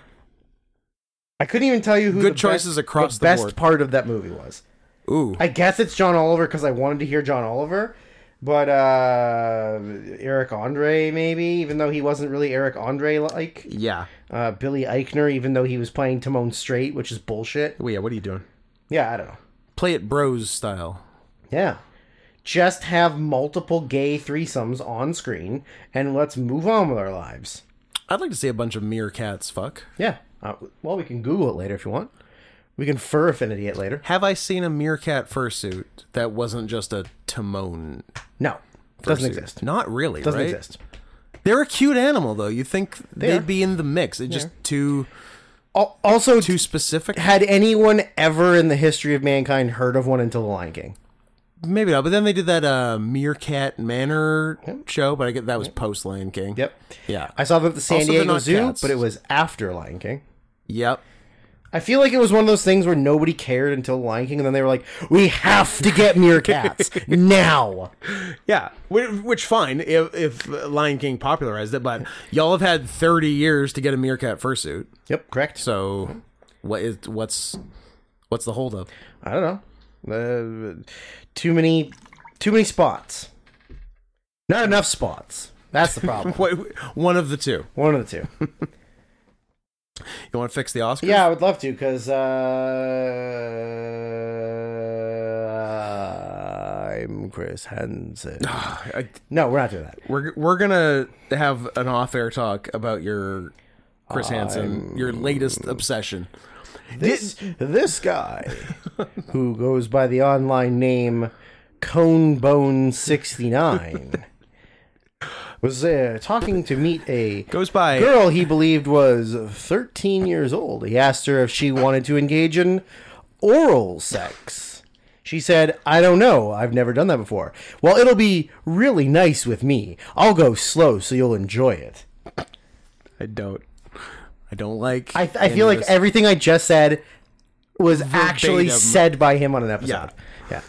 Speaker 2: I couldn't even tell you who
Speaker 1: Good
Speaker 2: the
Speaker 1: choices
Speaker 2: best,
Speaker 1: across
Speaker 2: the
Speaker 1: the
Speaker 2: best
Speaker 1: board.
Speaker 2: part of that movie was.
Speaker 1: Ooh.
Speaker 2: I guess it's John Oliver because I wanted to hear John Oliver. But uh, Eric Andre, maybe, even though he wasn't really Eric Andre like.
Speaker 1: yeah.
Speaker 2: uh, Billy Eichner, even though he was playing Timon straight, which is bullshit.
Speaker 1: Well, yeah, what are you doing?
Speaker 2: Yeah, I don't know.
Speaker 1: Play it bros style.
Speaker 2: Yeah. Just have multiple gay threesomes on screen and let's move on with our lives.
Speaker 1: I'd like to see a bunch of meerkats fuck.
Speaker 2: Yeah. Uh, well, we can Google it later if you want. We can fur affinity it later.
Speaker 1: Have I seen a meerkat fursuit that wasn't just a Timon?
Speaker 2: No, doesn't
Speaker 1: fursuit?
Speaker 2: exist.
Speaker 1: Not really.
Speaker 2: Doesn't
Speaker 1: right?
Speaker 2: exist.
Speaker 1: They're a cute animal, though. You think they
Speaker 2: are.
Speaker 1: would be in the mix? It's just too
Speaker 2: Al- Also,
Speaker 1: too specific.
Speaker 2: had anyone ever in the history of mankind heard of one until The Lion King?
Speaker 1: Maybe not. But then they did that uh, meerkat manor show, but I get that was post Lion King.
Speaker 2: Yep.
Speaker 1: Yeah.
Speaker 2: I saw them at the San
Speaker 1: Also, they're
Speaker 2: Diego
Speaker 1: not
Speaker 2: Zoo,
Speaker 1: cats.
Speaker 2: but it was after Lion King.
Speaker 1: Yep.
Speaker 2: I feel like it was one of those things where nobody cared until Lion King, and then they were like, "We have to get meerkats now."
Speaker 1: Yeah, which, which fine if, if Lion King popularized it, but y'all have had 30 years to get a meerkat fursuit.
Speaker 2: Yep, correct.
Speaker 1: So what is what's what's the holdup?
Speaker 2: I don't know. Uh, too many, too many spots. Not enough spots. That's the problem.
Speaker 1: Wait, one of the two.
Speaker 2: one of the two.
Speaker 1: You want to fix the Oscars?
Speaker 2: Yeah, I would love to because uh, I'm Chris Hansen.
Speaker 1: I-
Speaker 2: No, we're not doing that.
Speaker 1: we're we're gonna have an off-air talk about your Chris Hansen, your latest obsession.
Speaker 2: This this guy who goes by the online name Conebone69 was uh, talking to meet a
Speaker 1: Goes by
Speaker 2: girl he believed was 13 years old. He asked her if she wanted to engage in oral sex. She said, I don't know. I've never done that before. Well, it'll be really nice with me. I'll go slow so you'll enjoy it.
Speaker 1: I don't I don't like.
Speaker 2: I, I
Speaker 1: any
Speaker 2: feel
Speaker 1: of
Speaker 2: like
Speaker 1: this.
Speaker 2: everything I just said was actually
Speaker 1: Verbatim.
Speaker 2: said by him on an episode. Yeah.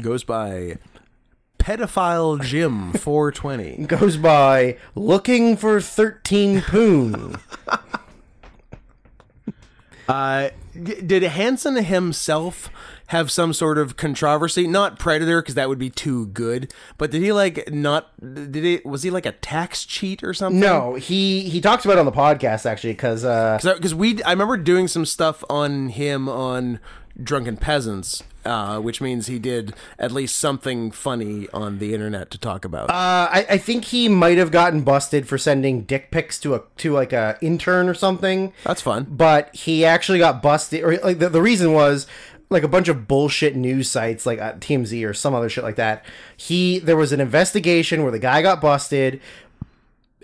Speaker 1: goes by pedophile Jim 420.
Speaker 2: Goes by looking for 13 poon.
Speaker 1: Uh, d- did Hansen himself have some sort of controversy? Not Predator, because that would be too good. But did he like not? Did it? Was he like a tax cheat or something?
Speaker 2: no, he he talked about it on the podcast actually because uh,
Speaker 1: because we I remember doing some stuff on him on Drunken Peasants, uh, which means he did at least something funny on the internet to talk about.
Speaker 2: Uh, I, I think he might have gotten busted for sending dick pics to a to like a intern or something.
Speaker 1: That's fun.
Speaker 2: But he actually got busted, or like the, the reason was like a bunch of bullshit news sites like uh, TMZ or some other shit like that. He there was an investigation where the guy got busted,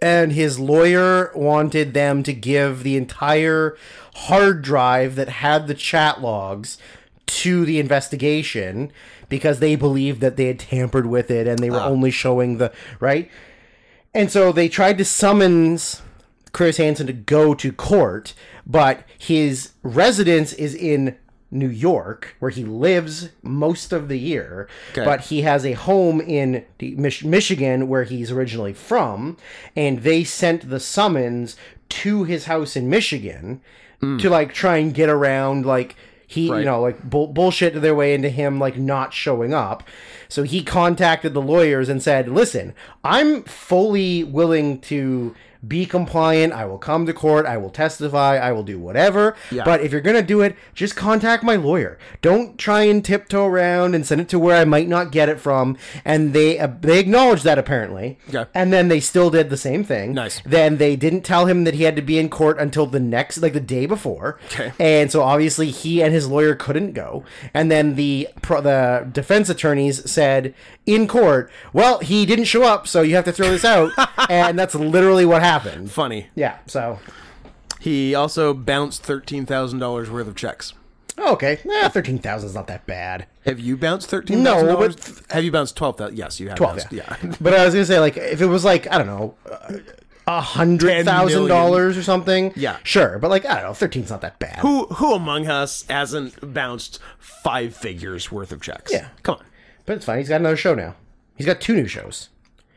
Speaker 2: and his lawyer wanted them to give the entire hard drive that had the chat logs to the investigation because they believed that they had tampered with it and they were only showing the right and so they tried to summons Chris Hansen to go to court, but his residence is in New York, where he lives most of the year. But he has a home in the Mich- Michigan, where he's originally from, and they sent the summons to his house in Michigan to like try and get around like he you know like bull- bullshit their way into him like not showing up so he contacted the lawyers and said listen i'm fully willing to be compliant i will come to court i will testify i will do whatever but if you're gonna do it just contact my lawyer don't try and tiptoe around and send it to where i might not get it from and they uh, they acknowledged that apparently
Speaker 1: Okay.
Speaker 2: and then they still did the same thing
Speaker 1: Nice.
Speaker 2: then they didn't tell him that he had to be in court until the next like the day before
Speaker 1: Okay.
Speaker 2: and so obviously he and his lawyer couldn't go and then the pro- the defense attorneys said in court well he didn't show up so you have to throw this out and that's literally what happened
Speaker 1: Funny.
Speaker 2: yeah so
Speaker 1: He also bounced thirteen thousand dollars worth of checks.
Speaker 2: okay eh, 13000 is not that bad
Speaker 1: Have you bounced thirteen?
Speaker 2: No, but-
Speaker 1: dollars? have you bounced twelve thousand? Yes, you have.
Speaker 2: 12
Speaker 1: bounced,
Speaker 2: yeah.
Speaker 1: yeah.
Speaker 2: but i was gonna say like if it was like i don't know uh, a hundred thousand dollars or something
Speaker 1: Yeah.
Speaker 2: sure but like i don't know 13's not that bad
Speaker 1: Who who among us hasn't bounced five figures worth of checks?
Speaker 2: Yeah.
Speaker 1: come on.
Speaker 2: but it's fine he's got another show now he's got two new shows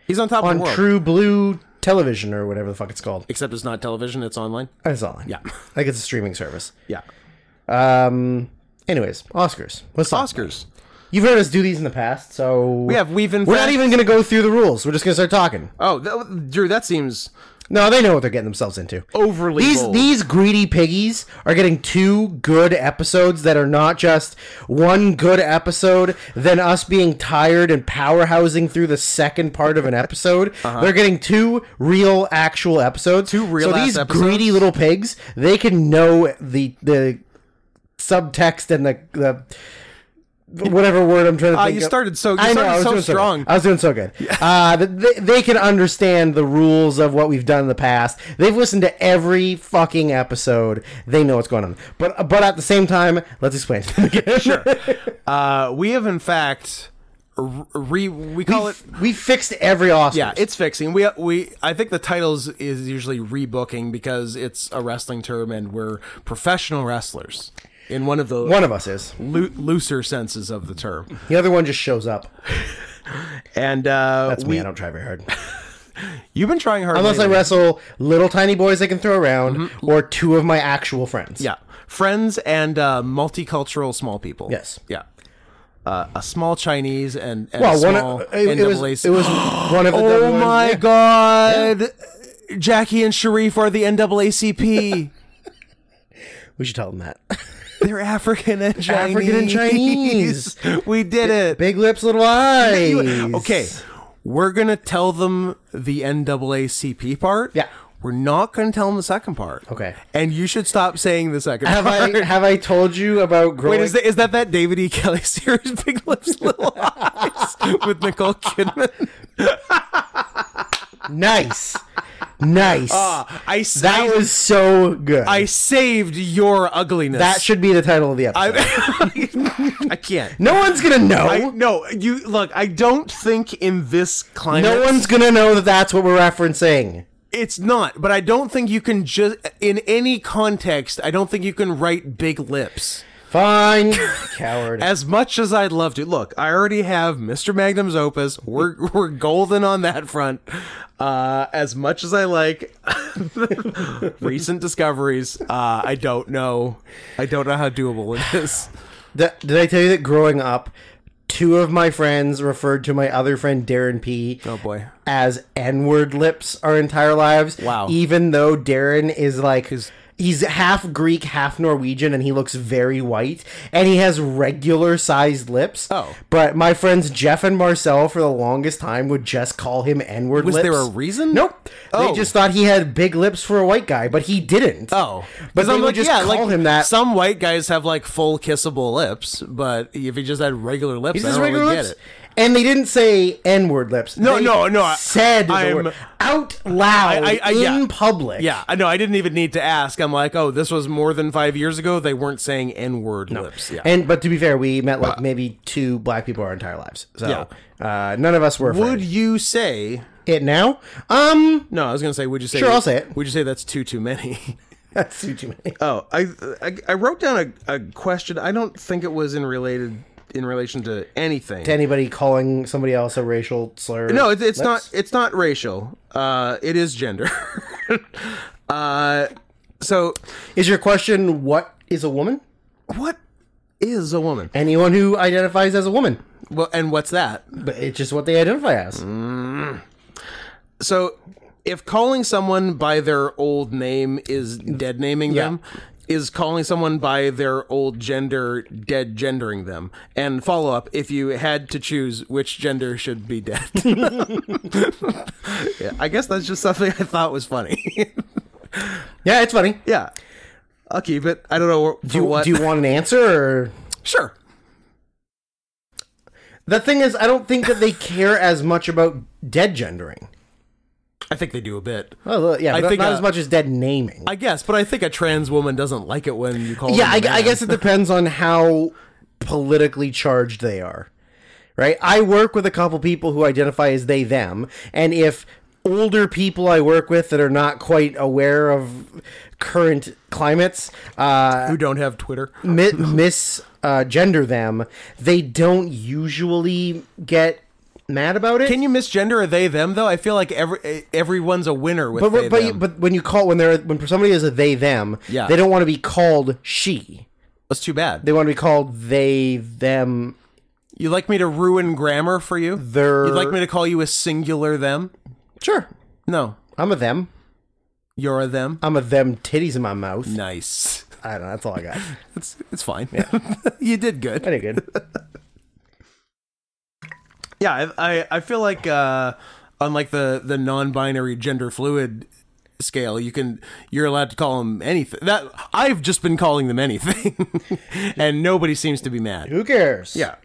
Speaker 1: He's on top of
Speaker 2: on
Speaker 1: the world.
Speaker 2: True Blue Television or whatever the fuck it's called.
Speaker 1: Except it's not television; it's online.
Speaker 2: It's online.
Speaker 1: Yeah.
Speaker 2: like it's a streaming service.
Speaker 1: Yeah,
Speaker 2: Um. Anyways, Oscars. Let's talk.
Speaker 1: Oscars.
Speaker 2: You've heard us do these in the past, so we
Speaker 1: have- we've in
Speaker 2: We're not
Speaker 1: fact-
Speaker 2: even going to go through the rules. We're just going to start talking.
Speaker 1: Oh, that, Drew, that seems
Speaker 2: No, they know what they're getting themselves into.
Speaker 1: overly
Speaker 2: These
Speaker 1: bold.
Speaker 2: these greedy piggies are getting two good episodes that are not just one good episode, then us being tired and powerhousing through the second part of an episode. They're getting two real actual episodes. Two
Speaker 1: Uh-huh. real
Speaker 2: So
Speaker 1: ass
Speaker 2: these
Speaker 1: episodes?
Speaker 2: greedy little pigs, they can know the the subtext and the the whatever word I'm trying to
Speaker 1: Uh,
Speaker 2: think.
Speaker 1: you
Speaker 2: of.
Speaker 1: started so you
Speaker 2: I know,
Speaker 1: started
Speaker 2: I was
Speaker 1: so
Speaker 2: doing so
Speaker 1: strong.
Speaker 2: good. I was doing so good. Uh, th- they, they can understand the rules of what we've done in the past. They've listened to every fucking episode. They know what's going on. But but at the same time, let's explain. sure.
Speaker 1: Uh, we have in fact re we call it
Speaker 2: We fixed every awesome.
Speaker 1: yeah it's fixing we uh, we I think the titles is usually rebooking because it's a wrestling term and we're professional wrestlers in one of the
Speaker 2: One of us is.
Speaker 1: loo- looser senses of the term
Speaker 2: The other one just shows up.
Speaker 1: and uh,
Speaker 2: That's
Speaker 1: we
Speaker 2: me. I don't try very hard.
Speaker 1: you've been trying hard
Speaker 2: Unless I
Speaker 1: lately.
Speaker 2: wrestle little tiny boys I can throw around or two of my actual friends.
Speaker 1: Mm-hmm. yeah friends and uh, multicultural small people
Speaker 2: Yes.
Speaker 1: yeah. Uh, a small Chinese and, and a
Speaker 2: Well, one
Speaker 1: small
Speaker 2: of, it, it was,
Speaker 1: NAACP.
Speaker 2: it was one of the
Speaker 1: Oh
Speaker 2: one-
Speaker 1: my
Speaker 2: yeah.
Speaker 1: god. Jackie and Sharif are the NAACP.
Speaker 2: We should tell them that.
Speaker 1: They're African and Chinese.
Speaker 2: African and Chinese.
Speaker 1: we did it.
Speaker 2: Big lips, little eyes.
Speaker 1: Okay. We're going to tell them the NAACP part.
Speaker 2: Yeah.
Speaker 1: We're not going to tell them the second part.
Speaker 2: Okay.
Speaker 1: And you should stop saying the second
Speaker 2: Have
Speaker 1: part.
Speaker 2: I have I told you about growing?
Speaker 1: Wait, is that, is that that David E. Kelly series, Big Lips, Little Eyes, with Nicole Kidman?
Speaker 2: nice, nice.
Speaker 1: Ah, I, s-
Speaker 2: that
Speaker 1: I,
Speaker 2: was so good.
Speaker 1: I saved your ugliness.
Speaker 2: that should be the title of the episode.
Speaker 1: I, I can't.
Speaker 2: no one's gonna know.
Speaker 1: I, no, you look. I don't think in this climate,
Speaker 2: no one's gonna know that that's what we're referencing.
Speaker 1: It's not, but I don't think you can just in any context. I don't think you can write big lips.
Speaker 2: Fine, coward.
Speaker 1: As much as I'd love to look, I already have Mr. Magnum's opus. We're we're golden on that front. Uh, as much as I like recent discoveries, uh, I don't know. I don't know how doable it is.
Speaker 2: Th- did I tell you that growing up, two of my friends referred to my other friend Darren P.
Speaker 1: Oh boy.
Speaker 2: as N-word lips our entire lives.
Speaker 1: Wow.
Speaker 2: Even though Darren is like he's half Greek, half Norwegian, and he looks very white, and he has regular sized lips.
Speaker 1: Oh.
Speaker 2: But my friends Jeff and Marcel for the longest time would just call him N-word
Speaker 1: Was
Speaker 2: lips.
Speaker 1: there a reason?
Speaker 2: Nope.
Speaker 1: Oh.
Speaker 2: They just thought he had big lips for a white guy, but he didn't.
Speaker 1: Oh,
Speaker 2: But they
Speaker 1: I'm
Speaker 2: would just call him that.
Speaker 1: Some white guys have like full kissable lips, but if he just had regular lips, I
Speaker 2: Is
Speaker 1: don't
Speaker 2: this regular
Speaker 1: really
Speaker 2: lips?
Speaker 1: get it.
Speaker 2: And they didn't say N-word lips.
Speaker 1: No,
Speaker 2: They
Speaker 1: no, no, I-
Speaker 2: Said the
Speaker 1: I'm-
Speaker 2: word out loud
Speaker 1: I- I-
Speaker 2: in
Speaker 1: yeah.
Speaker 2: public.
Speaker 1: Yeah, I know. I didn't even need to ask. I'm like, oh, this was more than five years ago. They weren't saying N word lips. Yeah.
Speaker 2: And but to be fair, we met like maybe two black people our entire lives. So uh, none of us were
Speaker 1: would
Speaker 2: would
Speaker 1: you say?
Speaker 2: it now. Um,
Speaker 1: No, I was gonna say. Would you say?
Speaker 2: Sure, I'll say it.
Speaker 1: Would you say that's too too many?
Speaker 2: that's too, too many.
Speaker 1: Oh, I I, I wrote down a, a question. I don't think it was in related in relation to anything.
Speaker 2: To anybody calling somebody else a racial slur?
Speaker 1: No, it's, it's not.
Speaker 2: Lips?
Speaker 1: It's not racial. Uh, it is gender. uh, so
Speaker 2: Is your question what is a woman?
Speaker 1: what is a woman?
Speaker 2: Anyone who identifies as a woman,
Speaker 1: Well, and what's that?
Speaker 2: but it's just what they identify as.
Speaker 1: Mm-hmm. So, if calling someone by their old name is dead naming them, is calling someone by their old gender dead gendering them? And follow up, if you had to choose which gender should be dead. yeah, I guess that's just something I thought was funny.
Speaker 2: Yeah, it's funny.
Speaker 1: yeah, I'll keep it. I don't know for
Speaker 2: Do you,
Speaker 1: what.
Speaker 2: do you want an answer? Or...
Speaker 1: sure.
Speaker 2: The thing is, I don't think that they care as much about dead gendering. Oh,
Speaker 1: I think they do a bit.
Speaker 2: Well, yeah,
Speaker 1: I
Speaker 2: but
Speaker 1: think,
Speaker 2: not
Speaker 1: uh,
Speaker 2: as much as dead naming.
Speaker 1: I guess, but I think a trans woman doesn't like it when you call.
Speaker 2: yeah I,
Speaker 1: them a
Speaker 2: I
Speaker 1: man.
Speaker 2: guess it depends on how politically charged they are right i work with a couple people who identify as they them and if older people i work with that are not quite aware of current climates uh
Speaker 1: who don't have Twitter.
Speaker 2: mi- mis uh, gender them they don't usually get mad about it
Speaker 1: Can you misgender a they them though? I feel like every eh, everyone's a winner with
Speaker 2: but,
Speaker 1: they
Speaker 2: but,
Speaker 1: them.
Speaker 2: but when you call when they're when somebody is a they them
Speaker 1: Yeah.
Speaker 2: they don't want to be called she
Speaker 1: That's too bad.
Speaker 2: they want to be called they them
Speaker 1: You'd like me to ruin grammar for you?
Speaker 2: their
Speaker 1: You'd like me to call you a singular them?
Speaker 2: sure
Speaker 1: No,
Speaker 2: I'm a them.
Speaker 1: you're a them.
Speaker 2: I'm a them titties in my mouth.
Speaker 1: Nice.
Speaker 2: I don't know. That's all I got.
Speaker 1: It's it's fine. you did good.
Speaker 2: Pretty good.
Speaker 1: Yeah, I I, I feel like uh, unlike the the non-binary gender fluid scale. You can you're allowed to call them anything. That I've just been calling them anything, and nobody seems to be mad.
Speaker 2: Who cares?
Speaker 1: Yeah.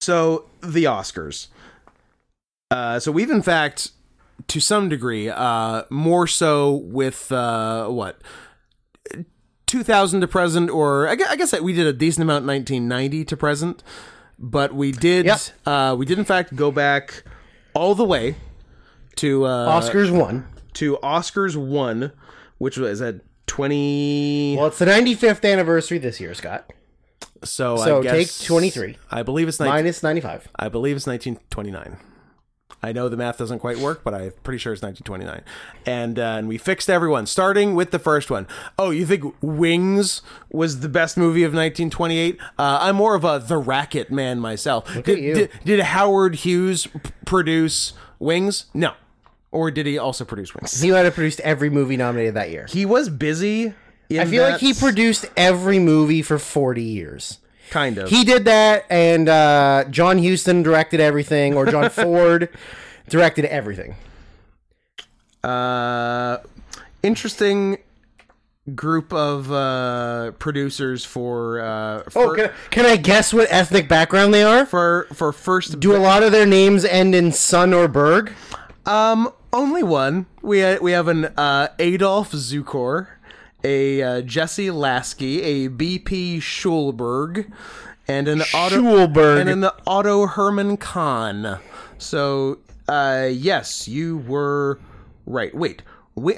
Speaker 1: So the Oscars. Uh, so we've in fact, to some degree, uh, more so with uh, what. 2000 to present, or I gue- I guess that we did a decent amount 1990 to present, but we did,
Speaker 2: Yep.
Speaker 1: uh, we did in fact go back all the way to uh,
Speaker 2: Oscars won.
Speaker 1: to Oscars one, which was at twenty.
Speaker 2: Well, it's the 95th anniversary this year, Scott.
Speaker 1: so I
Speaker 2: so
Speaker 1: guess
Speaker 2: take 23.
Speaker 1: I believe it's nineteen.
Speaker 2: Minus 95.
Speaker 1: I believe it's nineteen twenty nine. I know the math doesn't quite work, but I'm pretty sure it's 1929, and uh, and we fixed everyone, starting with the first one. Oh, you think Wings was the best movie of 1928? Uh, I'm more of a The Racket man myself. did,
Speaker 2: you.
Speaker 1: Did, did Howard Hughes p- produce Wings? No, or did he also produce Wings?
Speaker 2: He might have produced every movie nominated that year.
Speaker 1: He was busy.
Speaker 2: I feel like he produced every movie for 40 years.
Speaker 1: kind of
Speaker 2: He did that, and uh, John Huston directed everything, or John Ford directed everything.
Speaker 1: uh, interesting group of uh, producers for uh,
Speaker 2: Oh,
Speaker 1: for,
Speaker 2: can, can I guess what ethnic background they are?
Speaker 1: for for first
Speaker 2: Do a lot of their names end in son or berg?
Speaker 1: um only one we ha- we have an uh, Adolf Zukor, a uh, Jesse Lasky, a BP Schulberg, and an Otto
Speaker 2: Schulberg.
Speaker 1: and an Otto Herman Kahn. So uh, yes, you were right. Wait, wait.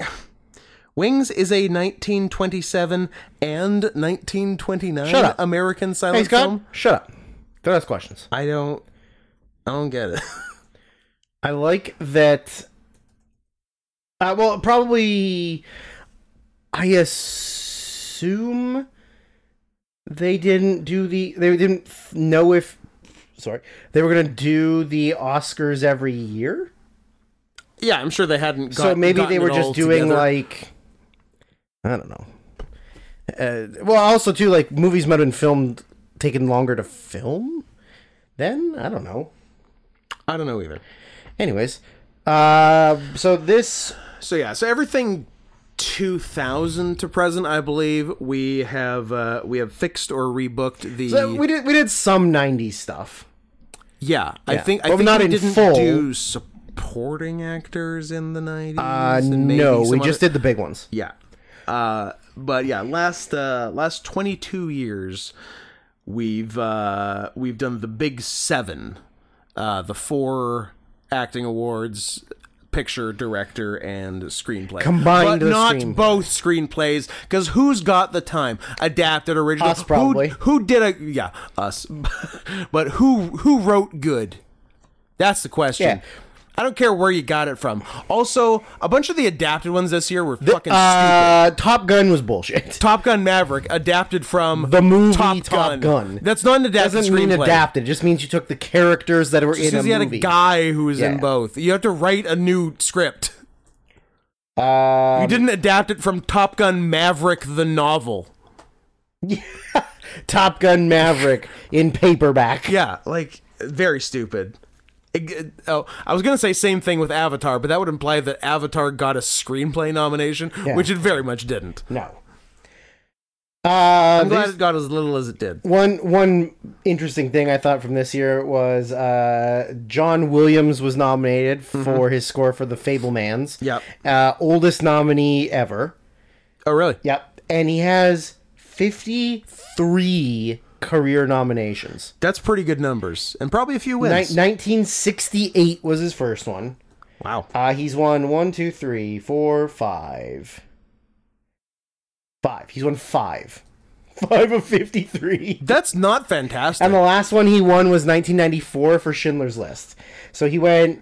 Speaker 1: Wings is a 1927 and 1929
Speaker 2: Shut up.
Speaker 1: American silent
Speaker 2: Hey, Scott,
Speaker 1: film.
Speaker 2: shut up. Don't ask questions.
Speaker 1: I don't, I don't get it.
Speaker 2: I like that. Uh, well, probably. I assume they didn't do the. They didn't f- know if. Sorry, they were gonna do the Oscars every year,
Speaker 1: yeah, I'm sure they hadn't. Got,
Speaker 2: so maybe
Speaker 1: gotten
Speaker 2: they were
Speaker 1: it all
Speaker 2: just doing
Speaker 1: together.
Speaker 2: like. I don't know. Uh, well, also too, like movies might have been filmed, taken longer to film. Then I don't know.
Speaker 1: I don't know either.
Speaker 2: Anyways, uh, so this
Speaker 1: So yeah, so everything 2000 to present, I believe we have uh, we have fixed or rebooked the.
Speaker 2: So we did we did some '90s stuff.
Speaker 1: yeah, I think I
Speaker 2: Well,
Speaker 1: think
Speaker 2: not
Speaker 1: we
Speaker 2: in
Speaker 1: didn't
Speaker 2: full.
Speaker 1: do supporting actors in the 90s.
Speaker 2: Uh,
Speaker 1: and maybe
Speaker 2: no, we
Speaker 1: some
Speaker 2: just
Speaker 1: other-
Speaker 2: did the big ones.
Speaker 1: yeah. Uh, but yeah, last uh, last 22 years, we've uh, we've done the big seven, uh, the four acting awards. Picture, director, and screenplay
Speaker 2: Combined
Speaker 1: but
Speaker 2: the
Speaker 1: not
Speaker 2: screenplay.
Speaker 1: both screenplays. Because who's got the time? Adapted original.
Speaker 2: Us, probably.
Speaker 1: Who, who did a yeah us, but who who wrote good? That's the question.
Speaker 2: Yeah.
Speaker 1: I don't care where you got it from. Also, a bunch of the adapted ones this year were fucking stupid.
Speaker 2: Uh, Top Gun was bullshit.
Speaker 1: Top Gun Maverick adapted from
Speaker 2: The movie
Speaker 1: Top,
Speaker 2: Top
Speaker 1: Gun.
Speaker 2: Gun.
Speaker 1: That's not an adapted
Speaker 2: Doesn't
Speaker 1: screenplay.
Speaker 2: mean adapted. It just means you took the characters that were in a
Speaker 1: Because you had a
Speaker 2: movie.
Speaker 1: guy who was in
Speaker 2: Yeah.
Speaker 1: both. You have to write a new script.
Speaker 2: Uh,
Speaker 1: You didn't adapt it from Top Gun Maverick the novel.
Speaker 2: Top Gun Maverick in paperback.
Speaker 1: Yeah, like very stupid. Ig- Oh, I was gonna say same thing with Avatar, but that would imply that Avatar got a screenplay nomination,
Speaker 2: Yeah.
Speaker 1: which it very much didn't.
Speaker 2: No. Uh,
Speaker 1: I'm glad
Speaker 2: these-
Speaker 1: it got as little as it did.
Speaker 2: one one interesting thing I thought from this year was uh, John Williams was nominated for his score for The Fablemans.
Speaker 1: Yep.
Speaker 2: Uh, oldest nominee ever.
Speaker 1: Oh, really?
Speaker 2: Yep. And he has 53 career nominations.
Speaker 1: That's pretty good numbers, and probably a few
Speaker 2: Ni-
Speaker 1: wins.
Speaker 2: 1968 was his first one.
Speaker 1: wow.
Speaker 2: Uh, he's won one, two, three, four, five. Five. He's won five. Five of 53.
Speaker 1: That's not fantastic.
Speaker 2: And the last one he won was 1994 for Schindler's List. So he went.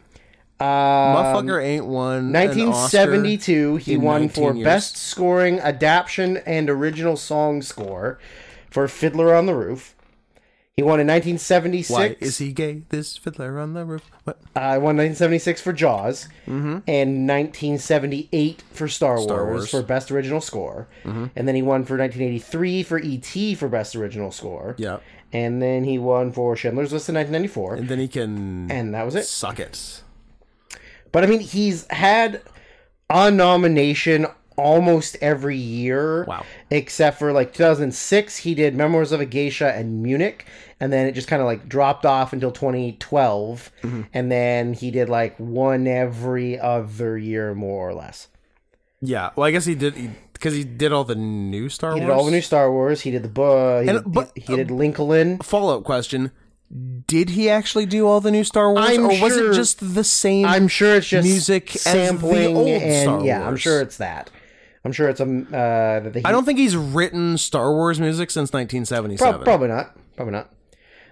Speaker 1: Um,
Speaker 2: Uh,
Speaker 1: Motherfucker ain't won. an
Speaker 2: 1972, he
Speaker 1: in
Speaker 2: won for
Speaker 1: 19 years.
Speaker 2: Best Scoring, Adaption, and Original Song Score for Fiddler on the Roof. He won in 1976.
Speaker 1: Oscar. Why is he gay? This fiddler on the roof. What?
Speaker 2: I uh, won 1976 for Jaws, and 1978 for Star Wars,
Speaker 1: Mm-hmm. Wars. Mm-hmm.
Speaker 2: for Best Original Score, and then he won for 1983 for E.T. for Best Original Score.
Speaker 1: Yeah.
Speaker 2: and then he won for Schindler's List in 1994,
Speaker 1: And then he can
Speaker 2: and that was it.
Speaker 1: suck it.
Speaker 2: But I mean, he's had on nomination almost every year.
Speaker 1: Wow.
Speaker 2: Except for like 2006, he did Memoirs of a Geisha and Munich, and then it just kind of like dropped off until 2012,
Speaker 1: Mm-hmm.
Speaker 2: and then he did like one every other year, more or less.
Speaker 1: Yeah. Well, I guess he did because he, did all the new Star
Speaker 2: He
Speaker 1: Wars.
Speaker 2: did all the new Star Wars. He did the book. He,
Speaker 1: And-
Speaker 2: did-
Speaker 1: but- uh,
Speaker 2: he did Lincoln.
Speaker 1: Follow up question: Did he actually do all the new Star Wars,
Speaker 2: I'm
Speaker 1: or was
Speaker 2: sure-
Speaker 1: it just the same?
Speaker 2: I'm sure it's just
Speaker 1: music as the
Speaker 2: sampling,
Speaker 1: old
Speaker 2: and
Speaker 1: Star
Speaker 2: yeah, I'm
Speaker 1: Wars.
Speaker 2: sure it's that. I'm sure it's a um, uh, that he
Speaker 1: I don't think he's written Star Wars music since 1977.
Speaker 2: Prob- probably not. Probably not.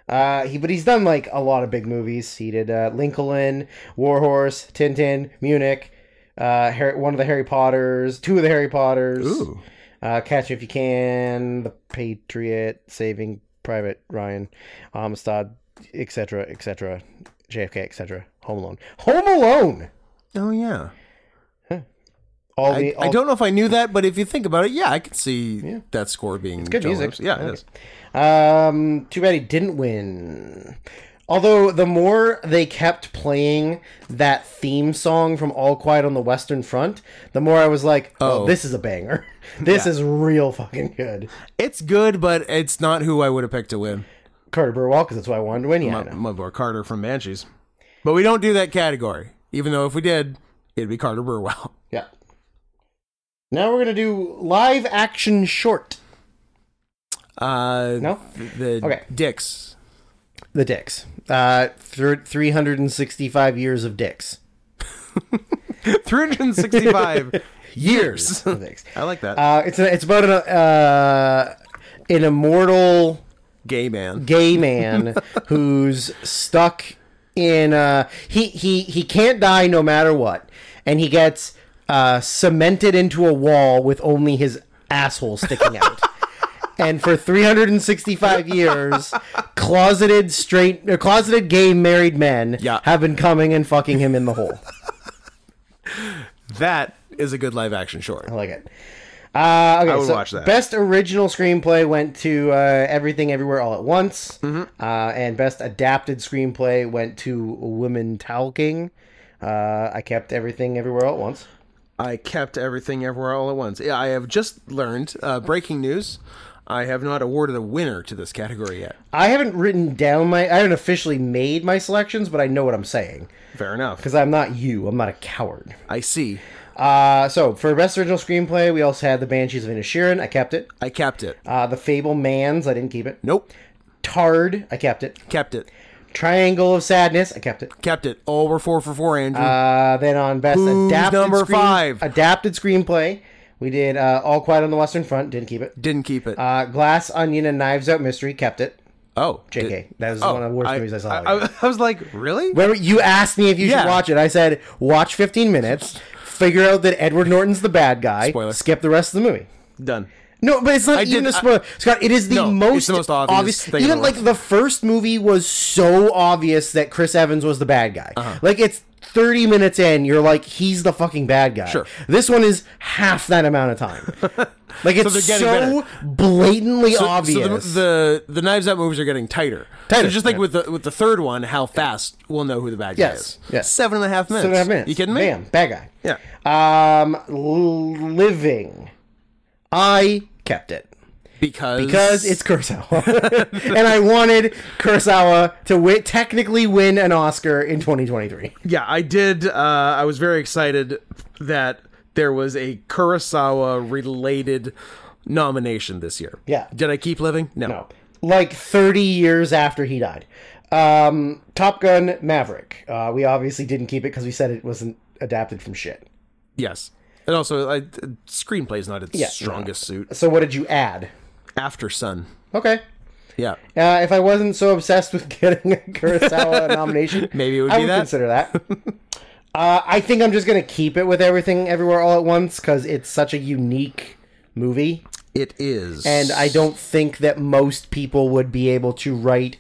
Speaker 2: Uh, he, but he's done like a lot of big movies. He did uh, Lincoln, Warhorse, Tintin, Munich, uh, Harry, one of the Harry Potters, two of the Harry Potters,
Speaker 1: Ooh.
Speaker 2: Uh, Catch Me If You Can, The Patriot, Saving Private Ryan, Amistad, etc., etc., JFK, etc., Home Alone, Home Alone.
Speaker 1: Oh yeah.
Speaker 2: All
Speaker 1: I,
Speaker 2: the
Speaker 1: I
Speaker 2: all-
Speaker 1: don't know if I knew that, but if you think about it, yeah, I can see that score being
Speaker 2: good
Speaker 1: John Williams.
Speaker 2: music.
Speaker 1: Yeah, it is.
Speaker 2: Um, too bad he didn't win. Although the more they kept playing that theme song from All Quiet on the Western Front, the more I was like, "Oh,
Speaker 1: Oh.
Speaker 2: this is a banger. This is real fucking good."
Speaker 1: It's good, but it's not who I would have picked to win.
Speaker 2: Carter Burwell, because that's why I wanted to win. Yeah, I know.
Speaker 1: My boy Carter from Banshees, but we don't do that category. Even though if we did, it'd be Carter Burwell.
Speaker 2: yeah. Now we're gonna do live action short.
Speaker 1: Uh,
Speaker 2: No?
Speaker 1: th- the
Speaker 2: Okay.
Speaker 1: dicks.
Speaker 2: The dicks. Uh, th- three hundred and sixty-five years of dicks.
Speaker 1: 365 years.
Speaker 2: Of dicks.
Speaker 1: I like that.
Speaker 2: Uh, it's a, it's about an uh, an immortal
Speaker 1: Gay man.
Speaker 2: gay man who's stuck in uh he he he can't die no matter what and he gets uh cemented into a wall with only his asshole sticking out and for 365 years closeted straight or closeted gay married men
Speaker 1: Yeah.
Speaker 2: have been coming and fucking him in the hole
Speaker 1: That is a good live action short.
Speaker 2: I like it. Uh, okay,
Speaker 1: would
Speaker 2: so
Speaker 1: watch that.
Speaker 2: Best original screenplay went to uh, Everything Everywhere All at Once,
Speaker 1: Mm-hmm.
Speaker 2: uh, and best adapted screenplay went to Women Talking. Uh, I kept Everything Everywhere All at Once.
Speaker 1: I kept everything everywhere all at once. Yeah, I have just learned uh, breaking news. I have not awarded a winner to this category yet.
Speaker 2: I haven't written down my. I haven't officially made my selections, but I know what I'm saying
Speaker 1: Fair enough.
Speaker 2: because I'm not you. I'm not a coward.
Speaker 1: I see.
Speaker 2: Uh, so for best original screenplay, we also had The Banshees of Inisherin. I kept it.
Speaker 1: I kept it.
Speaker 2: Uh, the Fable Mans. I didn't keep it.
Speaker 1: Nope.
Speaker 2: Tard. I kept it.
Speaker 1: Kept it.
Speaker 2: Triangle of Sadness. I kept it.
Speaker 1: Kept it. Oh, we're four for four, Andrew.
Speaker 2: Uh, then on best
Speaker 1: Who's
Speaker 2: adapted
Speaker 1: number
Speaker 2: screen-
Speaker 1: five?
Speaker 2: adapted screenplay, we did uh, All Quiet on the Western Front. Didn't keep it.
Speaker 1: Didn't keep it.
Speaker 2: Uh, Glass Onion and Knives Out Mystery kept it.
Speaker 1: oh,
Speaker 2: JK,
Speaker 1: did-
Speaker 2: that was
Speaker 1: oh,
Speaker 2: one of the worst movies I saw.
Speaker 1: I, I was like, really?
Speaker 2: Remember, you asked me if you
Speaker 1: Yeah.
Speaker 2: should watch it. I said watch 15 minutes, figure out that Edward Norton's the bad guy,
Speaker 1: Spoiler.
Speaker 2: skip the rest of the movie.
Speaker 1: Done.
Speaker 2: No, but it's not
Speaker 1: did-
Speaker 2: even a
Speaker 1: I-
Speaker 2: spoiler, Scott. It is the
Speaker 1: No, it's
Speaker 2: most
Speaker 1: the most obvious thing in
Speaker 2: even
Speaker 1: the
Speaker 2: like
Speaker 1: world.
Speaker 2: the first movie was so obvious that Chris Evans was the bad guy.
Speaker 1: Uh-huh.
Speaker 2: Like it's thirty minutes in, you're like, he's the fucking bad guy.
Speaker 1: Sure.
Speaker 2: This one is half that amount of time. like it's so,
Speaker 1: they're getting better.
Speaker 2: blatantly obvious.
Speaker 1: So the, the the Knives Out movies are getting tighter.
Speaker 2: Tighter,
Speaker 1: So just like
Speaker 2: yeah.
Speaker 1: with the with the third one, how fast we'll know who the bad guy
Speaker 2: Yes,
Speaker 1: is.
Speaker 2: yes.
Speaker 1: Seven and a half minutes.
Speaker 2: Seven and a half minutes.
Speaker 1: You kidding me?
Speaker 2: Bam, bad guy.
Speaker 1: Yeah.
Speaker 2: Um, l- living. I kept it.
Speaker 1: Because
Speaker 2: because it's Kurosawa, and I wanted Kurosawa to wi- technically win an Oscar in 2023.
Speaker 1: Yeah, I did. Uh, I was very excited that there was a Kurosawa related nomination this year.
Speaker 2: Yeah.
Speaker 1: Did I keep living? No.
Speaker 2: Like 30 years after he died. Um, Top Gun Maverick. Uh, we obviously didn't keep it because we said it wasn't adapted from shit.
Speaker 1: Yes. And also, I, uh, screenplay is not its
Speaker 2: Yeah,
Speaker 1: strongest suit.
Speaker 2: So what did you add?
Speaker 1: After Sun.
Speaker 2: Okay.
Speaker 1: Yeah.
Speaker 2: Uh, if I wasn't so obsessed with getting a Kurosawa nomination,
Speaker 1: Maybe it would
Speaker 2: I
Speaker 1: be
Speaker 2: would
Speaker 1: that.
Speaker 2: consider that. uh, I think I'm just gonna keep it with everything, everywhere, all at once because it's such a unique movie.
Speaker 1: It is.
Speaker 2: and I don't think that most people would be able to write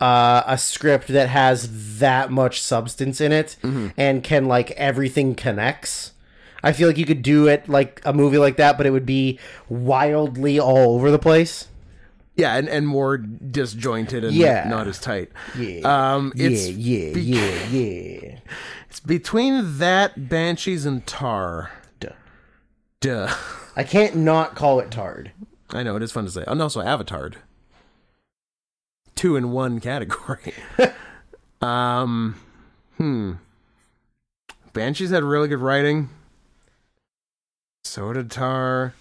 Speaker 2: uh, a script that has that much substance in it and can like everything connects. I feel like you could do it like a movie like that, but it would be wildly all over the place.
Speaker 1: Yeah, and, and more disjointed and
Speaker 2: Yeah.
Speaker 1: not as tight.
Speaker 2: Yeah.
Speaker 1: Um, it's,
Speaker 2: yeah, yeah,
Speaker 1: be-
Speaker 2: yeah, yeah.
Speaker 1: it's between that, Banshees, and Tar.
Speaker 2: Duh.
Speaker 1: Duh.
Speaker 2: I can't not call it Tard.
Speaker 1: I know, it is fun to say. And also Avatard. Two in one category. um, hmm. Banshees had really good writing. So did Tar.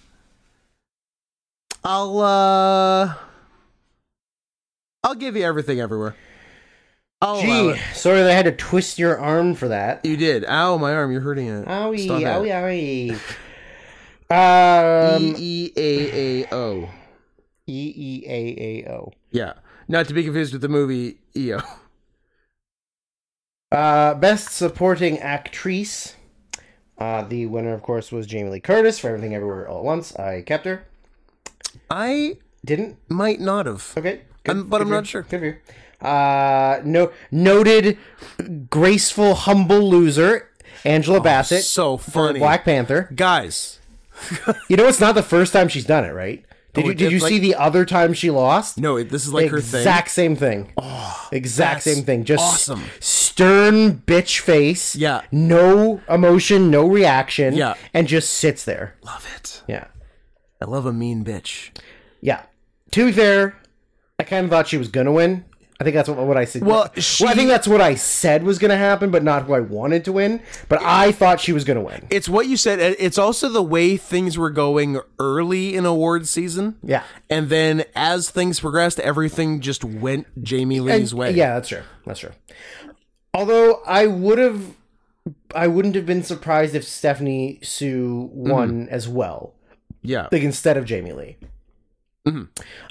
Speaker 1: I'll, uh... I'll give you everything everywhere. I'll allow
Speaker 2: Gee,
Speaker 1: it.
Speaker 2: sorry that I had to twist your arm for that.
Speaker 1: You did. Ow, my arm, you're hurting it.
Speaker 2: Owie,
Speaker 1: Stop it.
Speaker 2: owie, owie. Um,
Speaker 1: E E A A O.
Speaker 2: E E A A O.
Speaker 1: Yeah. Not to be confused with the movie E EO.
Speaker 2: Uh, best supporting actress. Uh, the winner, of course, was Jamie Lee Curtis for Everything Everywhere All at Once. I kept her.
Speaker 1: I
Speaker 2: Didn't.
Speaker 1: might not have.
Speaker 2: Okay.
Speaker 1: I'm- but
Speaker 2: good
Speaker 1: I'm
Speaker 2: for
Speaker 1: not
Speaker 2: you.
Speaker 1: sure.
Speaker 2: Good for you. Uh, no, noted, graceful, humble loser, Angela Bassett.
Speaker 1: Oh, So funny.
Speaker 2: Black Panther.
Speaker 1: Guys,
Speaker 2: You know, it's not the first time she's done it, right? Did
Speaker 1: Oh,
Speaker 2: you, did
Speaker 1: it's
Speaker 2: you
Speaker 1: like-
Speaker 2: see the other time she lost?
Speaker 1: no, it- this is like her thing. Oh,
Speaker 2: exact same thing. exact
Speaker 1: that's
Speaker 2: same thing. Just
Speaker 1: awesome.
Speaker 2: stern bitch face.
Speaker 1: Yeah.
Speaker 2: No emotion, no reaction.
Speaker 1: Yeah.
Speaker 2: And just sits there.
Speaker 1: Love it.
Speaker 2: Yeah.
Speaker 1: I love a mean bitch.
Speaker 2: Yeah. To be fair, I kind of thought she was gonna win. I think that's what, what I said.
Speaker 1: Well,
Speaker 2: I
Speaker 1: she-
Speaker 2: think that's what I said was gonna happen, but not who I wanted to win. But I thought she was gonna win.
Speaker 1: It's what you said. and It's also the way things were going early in awards season.
Speaker 2: Yeah.
Speaker 1: And then as things progressed, everything just went Jamie Lee's way.
Speaker 2: Yeah, that's true. That's true. Although I would have, I wouldn't have been surprised if Stephanie Sue won
Speaker 1: Mm.
Speaker 2: as well,
Speaker 1: Yeah.
Speaker 2: like instead of Jamie Lee.
Speaker 1: Mm-hmm.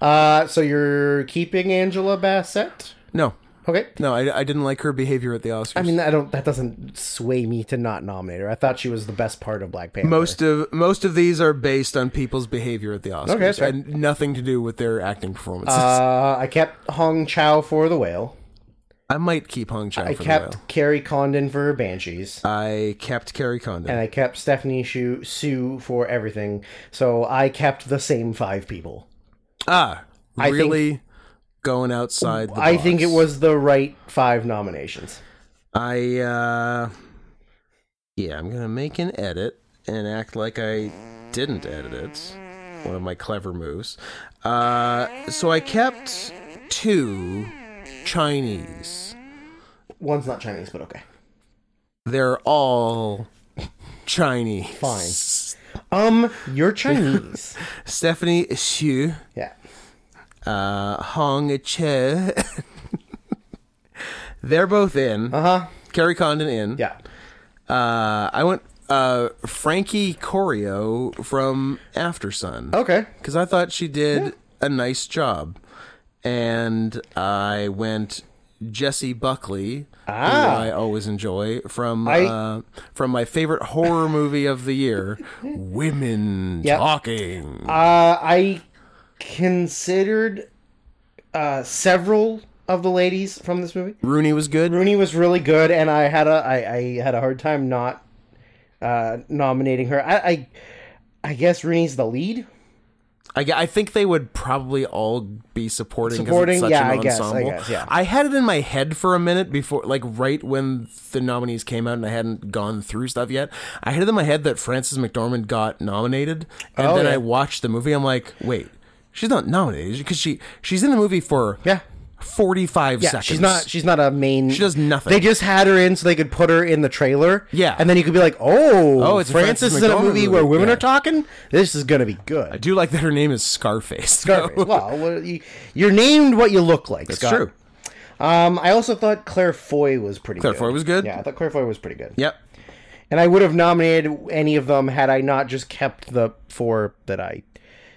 Speaker 2: Uh, so you're keeping Angela Bassett?
Speaker 1: No.
Speaker 2: Okay.
Speaker 1: No, I, I didn't like her behavior at the Oscars.
Speaker 2: I mean, I don't. That doesn't sway me to not nominate her. I thought she was the best part of Black Panther.
Speaker 1: most of most of these are based on people's behavior at the Oscars
Speaker 2: that's fair.
Speaker 1: and nothing to do with their acting performances.
Speaker 2: Uh, I kept Hong Chow for the whale.
Speaker 1: I might keep Hong Chang
Speaker 2: I
Speaker 1: for
Speaker 2: kept
Speaker 1: the whale.
Speaker 2: Carrie Condon for her Banshees.
Speaker 1: I kept Carrie Condon.
Speaker 2: and I kept Stephanie Shu- Sue for everything. So I kept the same five people.
Speaker 1: Ah,
Speaker 2: I think-
Speaker 1: really going outside. The
Speaker 2: I think it
Speaker 1: box.
Speaker 2: was the right five nominations.
Speaker 1: I uh, yeah, I'm gonna make an edit and act like I didn't edit it. One of my clever moves. Uh, so I kept two Chinese.
Speaker 2: One's not Chinese, but okay.
Speaker 1: They're all Chinese.
Speaker 2: Fine. Um, you're Chinese.
Speaker 1: Stephanie Xu,
Speaker 2: yeah.
Speaker 1: uh, Hong Che. They're both in.
Speaker 2: Uh huh.
Speaker 1: Carrie Condon in.
Speaker 2: Yeah.
Speaker 1: Uh, I went uh, Frankie Corio from After Sun
Speaker 2: Okay.
Speaker 1: because I thought she did a nice job, and I went Jesse Buckley,
Speaker 2: Ah.
Speaker 1: who I always enjoy from
Speaker 2: I-
Speaker 1: uh, from my favorite horror movie of the year, Women
Speaker 2: Yep.
Speaker 1: Talking.
Speaker 2: Uh, I considered uh, several of the ladies from this movie.
Speaker 1: Rooney was good.
Speaker 2: Rooney was really good, and I had a I, I had a hard time not uh, nominating her. I, I I guess Rooney's the lead.
Speaker 1: I, gu- I think they would probably all be supporting. 'cause
Speaker 2: Supporting,
Speaker 1: it's such
Speaker 2: yeah,
Speaker 1: an
Speaker 2: I guess, I
Speaker 1: ensemble.
Speaker 2: guess, yeah.
Speaker 1: I had it in my head for a minute before, like right when the nominees came out, and I hadn't gone through stuff yet. I had it in my head that Frances McDormand got nominated, and
Speaker 2: Oh,
Speaker 1: then
Speaker 2: yeah.
Speaker 1: I watched the movie. I'm like, wait, she's not nominated because she she's in the movie for
Speaker 2: Yeah.
Speaker 1: 45
Speaker 2: Yeah,
Speaker 1: seconds.
Speaker 2: she's not. She's not a main. She
Speaker 1: does nothing.
Speaker 2: They just had her in so they could put her in the trailer.
Speaker 1: Yeah.
Speaker 2: and then you could be like, "Oh,
Speaker 1: Oh,
Speaker 2: oh,
Speaker 1: it's
Speaker 2: it's
Speaker 1: a
Speaker 2: Francis
Speaker 1: Frances
Speaker 2: is in a
Speaker 1: McDormand
Speaker 2: movie
Speaker 1: movie,
Speaker 2: where women
Speaker 1: yeah.
Speaker 2: are talking. This is gonna be good."
Speaker 1: I do like that her name is Scarface.
Speaker 2: Perfect. well, what, you, you're named what you look like.
Speaker 1: It's
Speaker 2: Scott.
Speaker 1: true.
Speaker 2: Um, I also thought Claire Foy was pretty.
Speaker 1: Claire
Speaker 2: good.
Speaker 1: Foy was good?
Speaker 2: Yeah, I thought Claire Foy was pretty good.
Speaker 1: Yep.
Speaker 2: And I would have nominated any of them had I not just kept the four that I,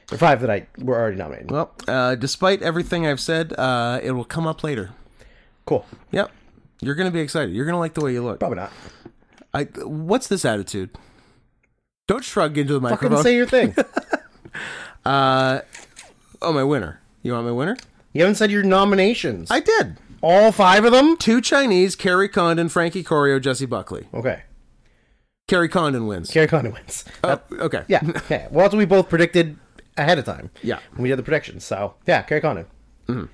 Speaker 2: the five that I were already nominated.
Speaker 1: Well, uh, despite everything I've said, uh, it will come up later.
Speaker 2: cool.
Speaker 1: Yep. You're gonna be excited. You're gonna like the way you look.
Speaker 2: Probably not.
Speaker 1: I what's this attitude? Don't shrug into the
Speaker 2: Fucking
Speaker 1: microphone.
Speaker 2: say your thing.
Speaker 1: oh, my winner. You want my winner?
Speaker 2: you haven't said your nominations.
Speaker 1: I did.
Speaker 2: All five of them.
Speaker 1: Two Chinese, Carrie Condon, Frankie Corio, Jesse Buckley.
Speaker 2: Okay.
Speaker 1: Carrie Condon wins.
Speaker 2: Carrie Condon wins.
Speaker 1: Oh, okay.
Speaker 2: Yeah. yeah. Well, that's what we both predicted ahead of time.
Speaker 1: Yeah.
Speaker 2: When we did the predictions. So yeah, Kerry Condon.
Speaker 1: Mm-hmm.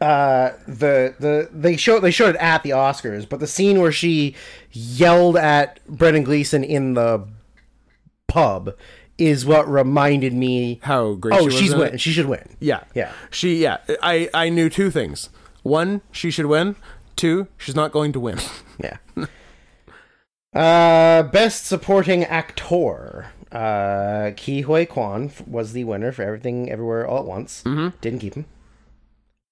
Speaker 2: Uh, the the they showed they showed it at the Oscars, but the scene where she yelled at Brendan Gleeson in the pub is what reminded me.
Speaker 1: How great she
Speaker 2: oh,
Speaker 1: was
Speaker 2: she's
Speaker 1: in
Speaker 2: win.
Speaker 1: it.
Speaker 2: She should win.
Speaker 1: Yeah.
Speaker 2: Yeah.
Speaker 1: She yeah. I I knew two things. One, she should win. Two, she's not going to win.
Speaker 2: Yeah. uh, best supporting actor. Uh, Ki Hui Kwan f- was the winner for Everything Everywhere All at Once. Mm-hmm. Didn't keep him.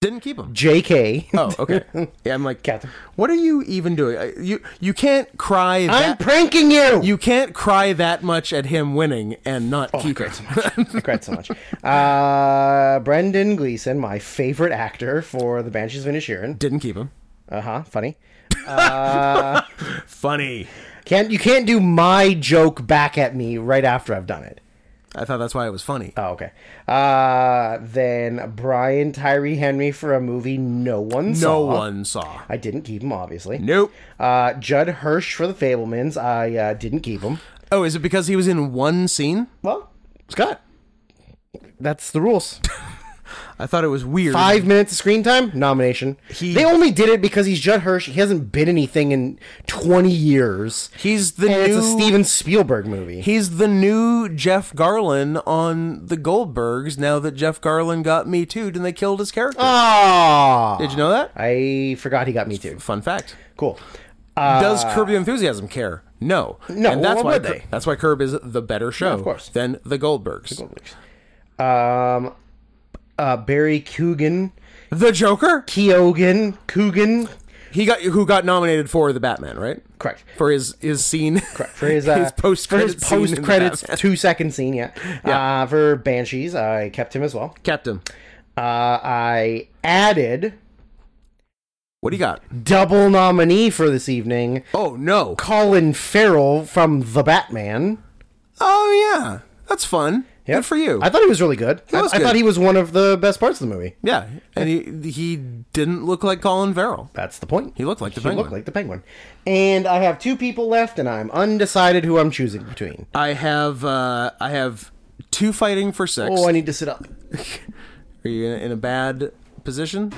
Speaker 1: Didn't keep him.
Speaker 2: J.K.
Speaker 1: Oh, okay. Yeah, I'm like,
Speaker 2: Catherine.
Speaker 1: what are you even doing? I- You you can't cry
Speaker 2: I'm
Speaker 1: that
Speaker 2: pranking you.
Speaker 1: you can't cry that much at him winning and not keep it.
Speaker 2: Oh, I cried so much. Uh, Brendan Gleeson, my favorite actor for The Banshees of Inisherin.
Speaker 1: Didn't keep him.
Speaker 2: Uh huh. Funny.
Speaker 1: Funny.
Speaker 2: Can't you can't do my joke back at me right after I've done it.
Speaker 1: I thought that's why it was funny.
Speaker 2: Oh, okay. Uh, then Brian Tyree Henry for a movie no one saw.
Speaker 1: no one saw.
Speaker 2: I didn't keep him, obviously.
Speaker 1: Nope.
Speaker 2: Uh, Judd Hirsch for The Fablemans. I uh, didn't keep him.
Speaker 1: Oh, is it because he was in one scene?
Speaker 2: Well, Scott, that's the rules.
Speaker 1: I thought it was weird.
Speaker 2: Five minutes of screen time nomination.
Speaker 1: He-
Speaker 2: they only did it because he's Judd Hirsch. He hasn't been anything in twenty years.
Speaker 1: He's the
Speaker 2: And
Speaker 1: new
Speaker 2: it's a Steven Spielberg movie.
Speaker 1: He's the new Jeff Garland on the Goldbergs now that Jeff Garland got Me Too'd and they killed his character.
Speaker 2: Ah,
Speaker 1: Did you know that?
Speaker 2: I forgot he got me too.
Speaker 1: Fun fact.
Speaker 2: Cool.
Speaker 1: Does Curb Your Enthusiasm care? No.
Speaker 2: Uh. No,
Speaker 1: And that's
Speaker 2: why
Speaker 1: why
Speaker 2: would
Speaker 1: Cur-
Speaker 2: they?
Speaker 1: that's why Curb is the better show
Speaker 2: of course.
Speaker 1: than the Goldbergs. The,
Speaker 2: Um, uh, Barry Coogan,
Speaker 1: Joker?
Speaker 2: Keoghan, Coogan.
Speaker 1: He got who got nominated for the Batman, right?
Speaker 2: Correct.
Speaker 1: For his his scene. Correct.
Speaker 2: for his, uh,
Speaker 1: post
Speaker 2: for his
Speaker 1: credits.
Speaker 2: post credits two second scene. Yeah, Uh, for Banshees, I kept him as well.
Speaker 1: kept him.
Speaker 2: Uh, I added
Speaker 1: What do you got?
Speaker 2: double nominee for this evening:
Speaker 1: Oh no.
Speaker 2: Colin Farrell from The Batman.
Speaker 1: Oh yeah. That's fun. Good for you.
Speaker 2: I thought he was really good. I,
Speaker 1: was
Speaker 2: I
Speaker 1: good.
Speaker 2: thought he was one of the best parts of the movie.
Speaker 1: yeah. And he he didn't look like Colin Farrell.
Speaker 2: That's the point.
Speaker 1: He looked like the
Speaker 2: He
Speaker 1: penguin.
Speaker 2: looked like the penguin. And I have two people left, and I'm undecided who I'm choosing between.
Speaker 1: I have uh I have two fighting for six.
Speaker 2: Oh, I need to sit up.
Speaker 1: Are you in a, in a bad position?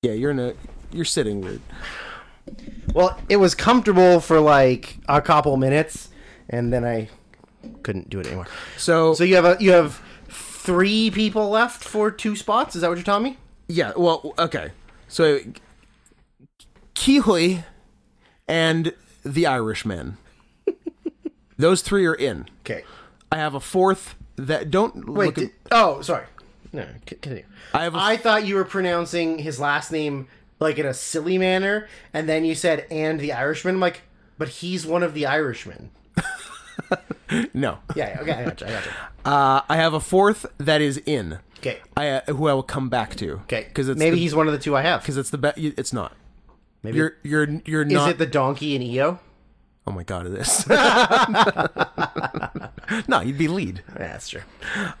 Speaker 1: Yeah, you're in a you're sitting weird.
Speaker 2: Well, it was comfortable for like a couple minutes, and then I couldn't do it anymore.
Speaker 1: So,
Speaker 2: So you have a you have three people left for two spots. Is that what you're telling me?
Speaker 1: yeah, well okay. So Kihui and the Irishman. Those three are in.
Speaker 2: Okay.
Speaker 1: I have a fourth that don't
Speaker 2: Wait.
Speaker 1: look at-
Speaker 2: did- oh, sorry. No, c- continue.
Speaker 1: I have a-
Speaker 2: I thought you were pronouncing his last name like in a silly manner, and then you said "and the Irishman." I'm like, but he's one of the Irishmen.
Speaker 1: no.
Speaker 2: Yeah. yeah, Okay. I gotcha. I gotcha.
Speaker 1: Uh, I have a fourth that is in.
Speaker 2: Okay.
Speaker 1: I uh, who I will come back to.
Speaker 2: Okay.
Speaker 1: because it's
Speaker 2: maybe
Speaker 1: the,
Speaker 2: he's one of the two I have.
Speaker 1: because it's the best. It's not.
Speaker 2: Maybe
Speaker 1: You're you're you're
Speaker 2: is
Speaker 1: not.
Speaker 2: it the donkey and Eo?
Speaker 1: oh my god, it is. no, you'd be lead.
Speaker 2: Yeah, that's true.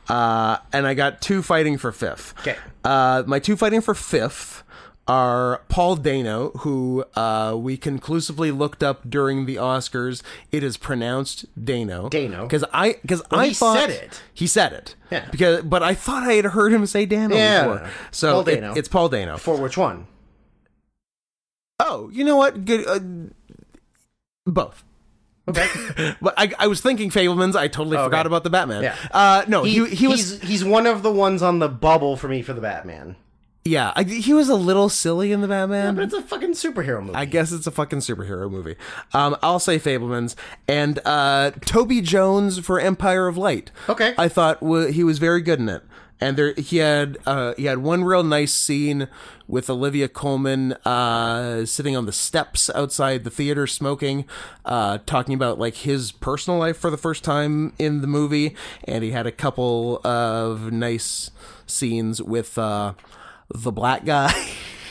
Speaker 1: Uh, and I got two fighting for fifth.
Speaker 2: Okay.
Speaker 1: Uh, my two fighting for fifth are Paul Dano, who uh, we conclusively looked up during the Oscars. It is pronounced Dano.
Speaker 2: Dano.
Speaker 1: Because I because I
Speaker 2: he
Speaker 1: thought
Speaker 2: said it.
Speaker 1: He said it.
Speaker 2: Yeah.
Speaker 1: Because but I thought I had heard him say Dano
Speaker 2: Yeah.
Speaker 1: before. So
Speaker 2: Paul
Speaker 1: it-
Speaker 2: Dano.
Speaker 1: it's Paul Dano.
Speaker 2: For which one?
Speaker 1: Oh, you know what? Good. Uh, both.
Speaker 2: Okay.
Speaker 1: But I, I was thinking Fablemans. I totally
Speaker 2: Oh, okay.
Speaker 1: forgot about the Batman.
Speaker 2: Yeah.
Speaker 1: Uh, no, he, he, was.
Speaker 2: he's, he's one of the ones on the bubble for me for the Batman.
Speaker 1: Yeah, I, he was a little silly in the Batman.
Speaker 2: But it's a fucking superhero movie.
Speaker 1: I guess it's a fucking superhero movie. Um, I'll say Fablemans and uh, Toby Jones for Empire of Light.
Speaker 2: Okay.
Speaker 1: I thought wa he was very good in it, and there he had uh, he had one real nice scene with Olivia Coleman uh, sitting on the steps outside the theater smoking, uh, talking about like his personal life for the first time in the movie, and he had a couple of nice scenes with uh, the black guy.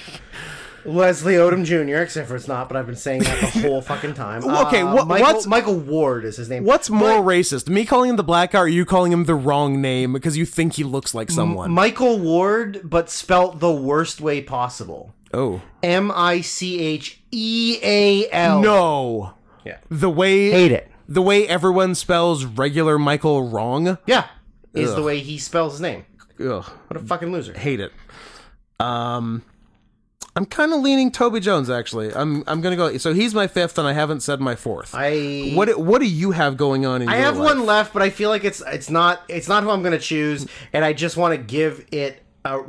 Speaker 2: Leslie Odom Jr. Except for it's not, but I've been saying that the whole fucking time.
Speaker 1: Okay,
Speaker 2: Uh,
Speaker 1: what-
Speaker 2: Michael,
Speaker 1: what's-
Speaker 2: Michael Ward is his name.
Speaker 1: What's more racist, me calling him the black guy or you calling him the wrong name because you think he looks like someone?
Speaker 2: Michael Ward, but spelt the worst way possible.
Speaker 1: oh.
Speaker 2: M I C H E A L.
Speaker 1: No.
Speaker 2: Yeah.
Speaker 1: The way
Speaker 2: Hate it.
Speaker 1: the way everyone spells regular Michael wrong.
Speaker 2: Yeah, is
Speaker 1: Ugh.
Speaker 2: the way he spells his name.
Speaker 1: Ugh,
Speaker 2: What a fucking loser.
Speaker 1: hate it. Um, I'm kind of leaning Toby Jones actually. I'm I'm gonna go. So he's my fifth, and I haven't said my fourth.
Speaker 2: I
Speaker 1: what what do you have going on in
Speaker 2: I
Speaker 1: your
Speaker 2: have
Speaker 1: life?
Speaker 2: one left, but I feel like it's it's not it's not who I'm going to choose, and I just want to give it. A,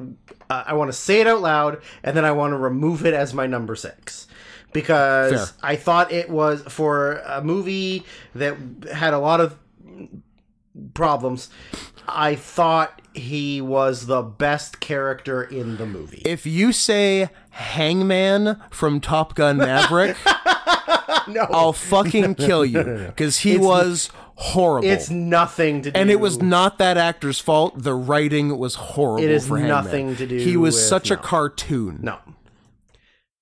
Speaker 2: uh, I want to say it out loud, and then I want to remove it as my number six because
Speaker 1: Fair.
Speaker 2: I thought it was for a movie that had a lot of problems. I thought he was the best character in the movie.
Speaker 1: If you say Hangman from Top Gun Maverick,
Speaker 2: no,
Speaker 1: I'll fucking kill you because he was horrible.
Speaker 2: it's nothing to do.
Speaker 1: and it was not that actor's fault. The writing was horrible.
Speaker 2: It is
Speaker 1: for Hangman.
Speaker 2: nothing to do
Speaker 1: He was
Speaker 2: with-
Speaker 1: such a
Speaker 2: no.
Speaker 1: cartoon.
Speaker 2: no.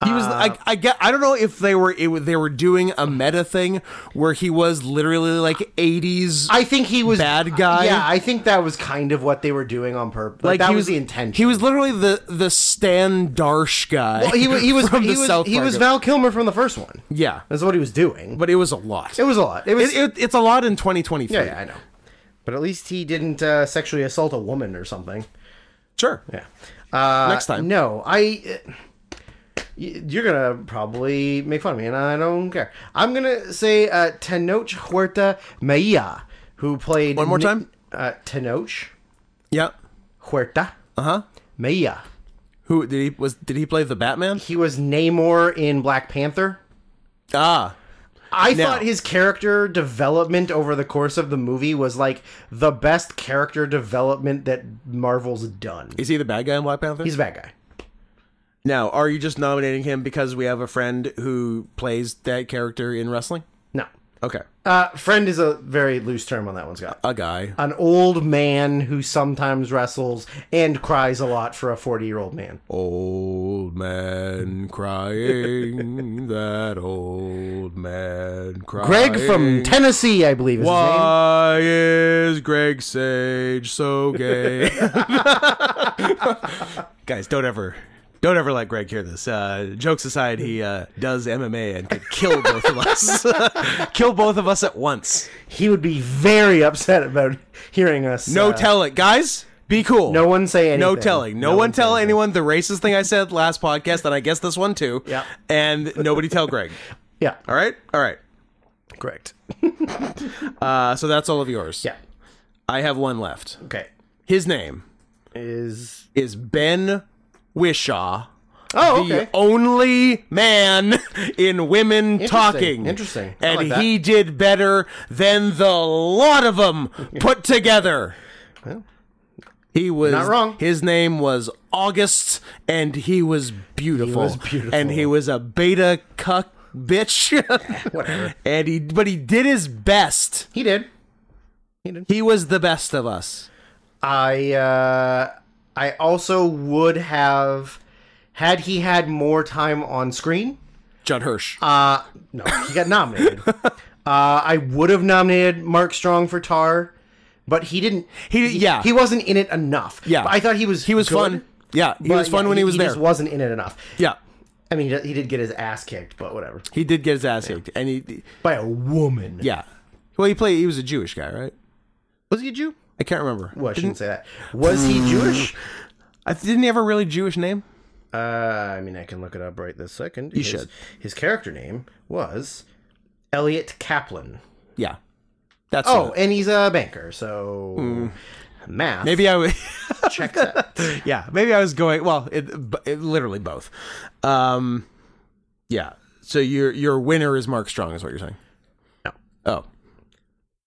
Speaker 1: He was. I, I get. I don't know if they were. It, was- they were doing a meta thing where he was literally like '80s.
Speaker 2: I think he was
Speaker 1: Bad guy?
Speaker 2: Yeah, I think that was kind of what they were doing on purpose. Like, that
Speaker 1: he
Speaker 2: was, the intention.
Speaker 1: He was literally the the Stan Darsh guy.
Speaker 2: Well, he, wa- he was
Speaker 1: from
Speaker 2: he
Speaker 1: the
Speaker 2: was,
Speaker 1: South
Speaker 2: he
Speaker 1: Park
Speaker 2: was
Speaker 1: of-
Speaker 2: Val Kilmer from the first one.
Speaker 1: yeah,
Speaker 2: That's what he was doing.
Speaker 1: but it was a lot.
Speaker 2: it was a lot. It was
Speaker 1: It, it, it's a lot in 2023.
Speaker 2: yeah, yeah, I know. But at least he didn't uh, sexually assault a woman or something.
Speaker 1: Sure.
Speaker 2: Yeah. Uh,
Speaker 1: Next time.
Speaker 2: No, I. uh, y- You're gonna probably make fun of me, and I don't care. I'm gonna say uh, Tenoch Huerta Maya, who played
Speaker 1: One more
Speaker 2: Ni-
Speaker 1: time?
Speaker 2: Uh, Tenoch
Speaker 1: Yeah.
Speaker 2: Huerta
Speaker 1: Uh huh.
Speaker 2: Maya.
Speaker 1: Who did he was? Did he play the Batman?
Speaker 2: He was Namor in Black Panther.
Speaker 1: Ah,
Speaker 2: I
Speaker 1: Now-
Speaker 2: thought his character development over the course of the movie was like the best character development that Marvel's done.
Speaker 1: is he the bad guy in Black Panther?
Speaker 2: He's a bad guy.
Speaker 1: now, are you just nominating him because we have a friend who plays that character in wrestling?
Speaker 2: No.
Speaker 1: Okay,
Speaker 2: Uh, friend is a very loose term on that one, Scott.
Speaker 1: a guy.
Speaker 2: An old man who sometimes wrestles and cries a lot for a 40 year old man.
Speaker 1: Old man crying. that old man crying.
Speaker 2: Greg from Tennessee, I believe is his name.
Speaker 1: Why is Greg Sage so gay? Guys, don't ever, don't ever let Greg hear this. Uh, jokes aside, he uh, does MMA and could kill both of us. kill both of us at once.
Speaker 2: He would be very upset about hearing us.
Speaker 1: No
Speaker 2: uh,
Speaker 1: tell it, guys. Be cool.
Speaker 2: No one say anything.
Speaker 1: No telling. No, one tell anyone the racist thing I said last podcast, and I guess this one too.
Speaker 2: Yeah.
Speaker 1: And nobody tell Greg.
Speaker 2: Yeah.
Speaker 1: All right. All right.
Speaker 2: Correct.
Speaker 1: Uh, so that's all of yours.
Speaker 2: Yeah.
Speaker 1: I have one left.
Speaker 2: Okay.
Speaker 1: His name
Speaker 2: Is.
Speaker 1: is Ben Wishaw,
Speaker 2: Oh,
Speaker 1: the
Speaker 2: okay.
Speaker 1: only man in women talking.
Speaker 2: Interesting. I
Speaker 1: And
Speaker 2: like that.
Speaker 1: he did better than the lot of them put together. He was
Speaker 2: Not wrong.
Speaker 1: His name was August, and he was beautiful.
Speaker 2: was beautiful.
Speaker 1: and he was a beta cuck bitch.
Speaker 2: Whatever.
Speaker 1: and he, but he did his best.
Speaker 2: He did.
Speaker 1: He was the best of us.
Speaker 2: I uh, I also would have had he had more time on screen.
Speaker 1: Judd Hirsch.
Speaker 2: Uh, no, he got nominated. uh, I would have nominated Mark Strong for Tar, but he didn't.
Speaker 1: He- yeah.
Speaker 2: he wasn't in it enough.
Speaker 1: Yeah.
Speaker 2: but I thought he was
Speaker 1: he was
Speaker 2: good,
Speaker 1: fun. Yeah, he
Speaker 2: but
Speaker 1: was fun
Speaker 2: yeah,
Speaker 1: when he, was there.
Speaker 2: Just wasn't in it enough.
Speaker 1: yeah,
Speaker 2: I mean, he did get his ass kicked, but whatever.
Speaker 1: he did get his ass kicked, and he
Speaker 2: By a woman.
Speaker 1: yeah. Well, he played. He was a Jewish guy, right?
Speaker 2: Was he a Jew?
Speaker 1: I can't remember.
Speaker 2: Well, I shouldn't say that. Was
Speaker 1: Hmm.
Speaker 2: he Jewish?
Speaker 1: I, didn't he have a really Jewish name?
Speaker 2: Uh, I mean, I can look it up right this second. You
Speaker 1: should.
Speaker 2: His character name was Elliot Kaplan.
Speaker 1: Yeah, that's
Speaker 2: Oh,
Speaker 1: it.
Speaker 2: and he's a banker, so math.
Speaker 1: Hmm. Maybe I would.
Speaker 2: check that.
Speaker 1: yeah, maybe I was going. Well, it, b- it literally both. Um, yeah. So your your winner is Mark Strong, is what you're saying?
Speaker 2: No.
Speaker 1: Oh,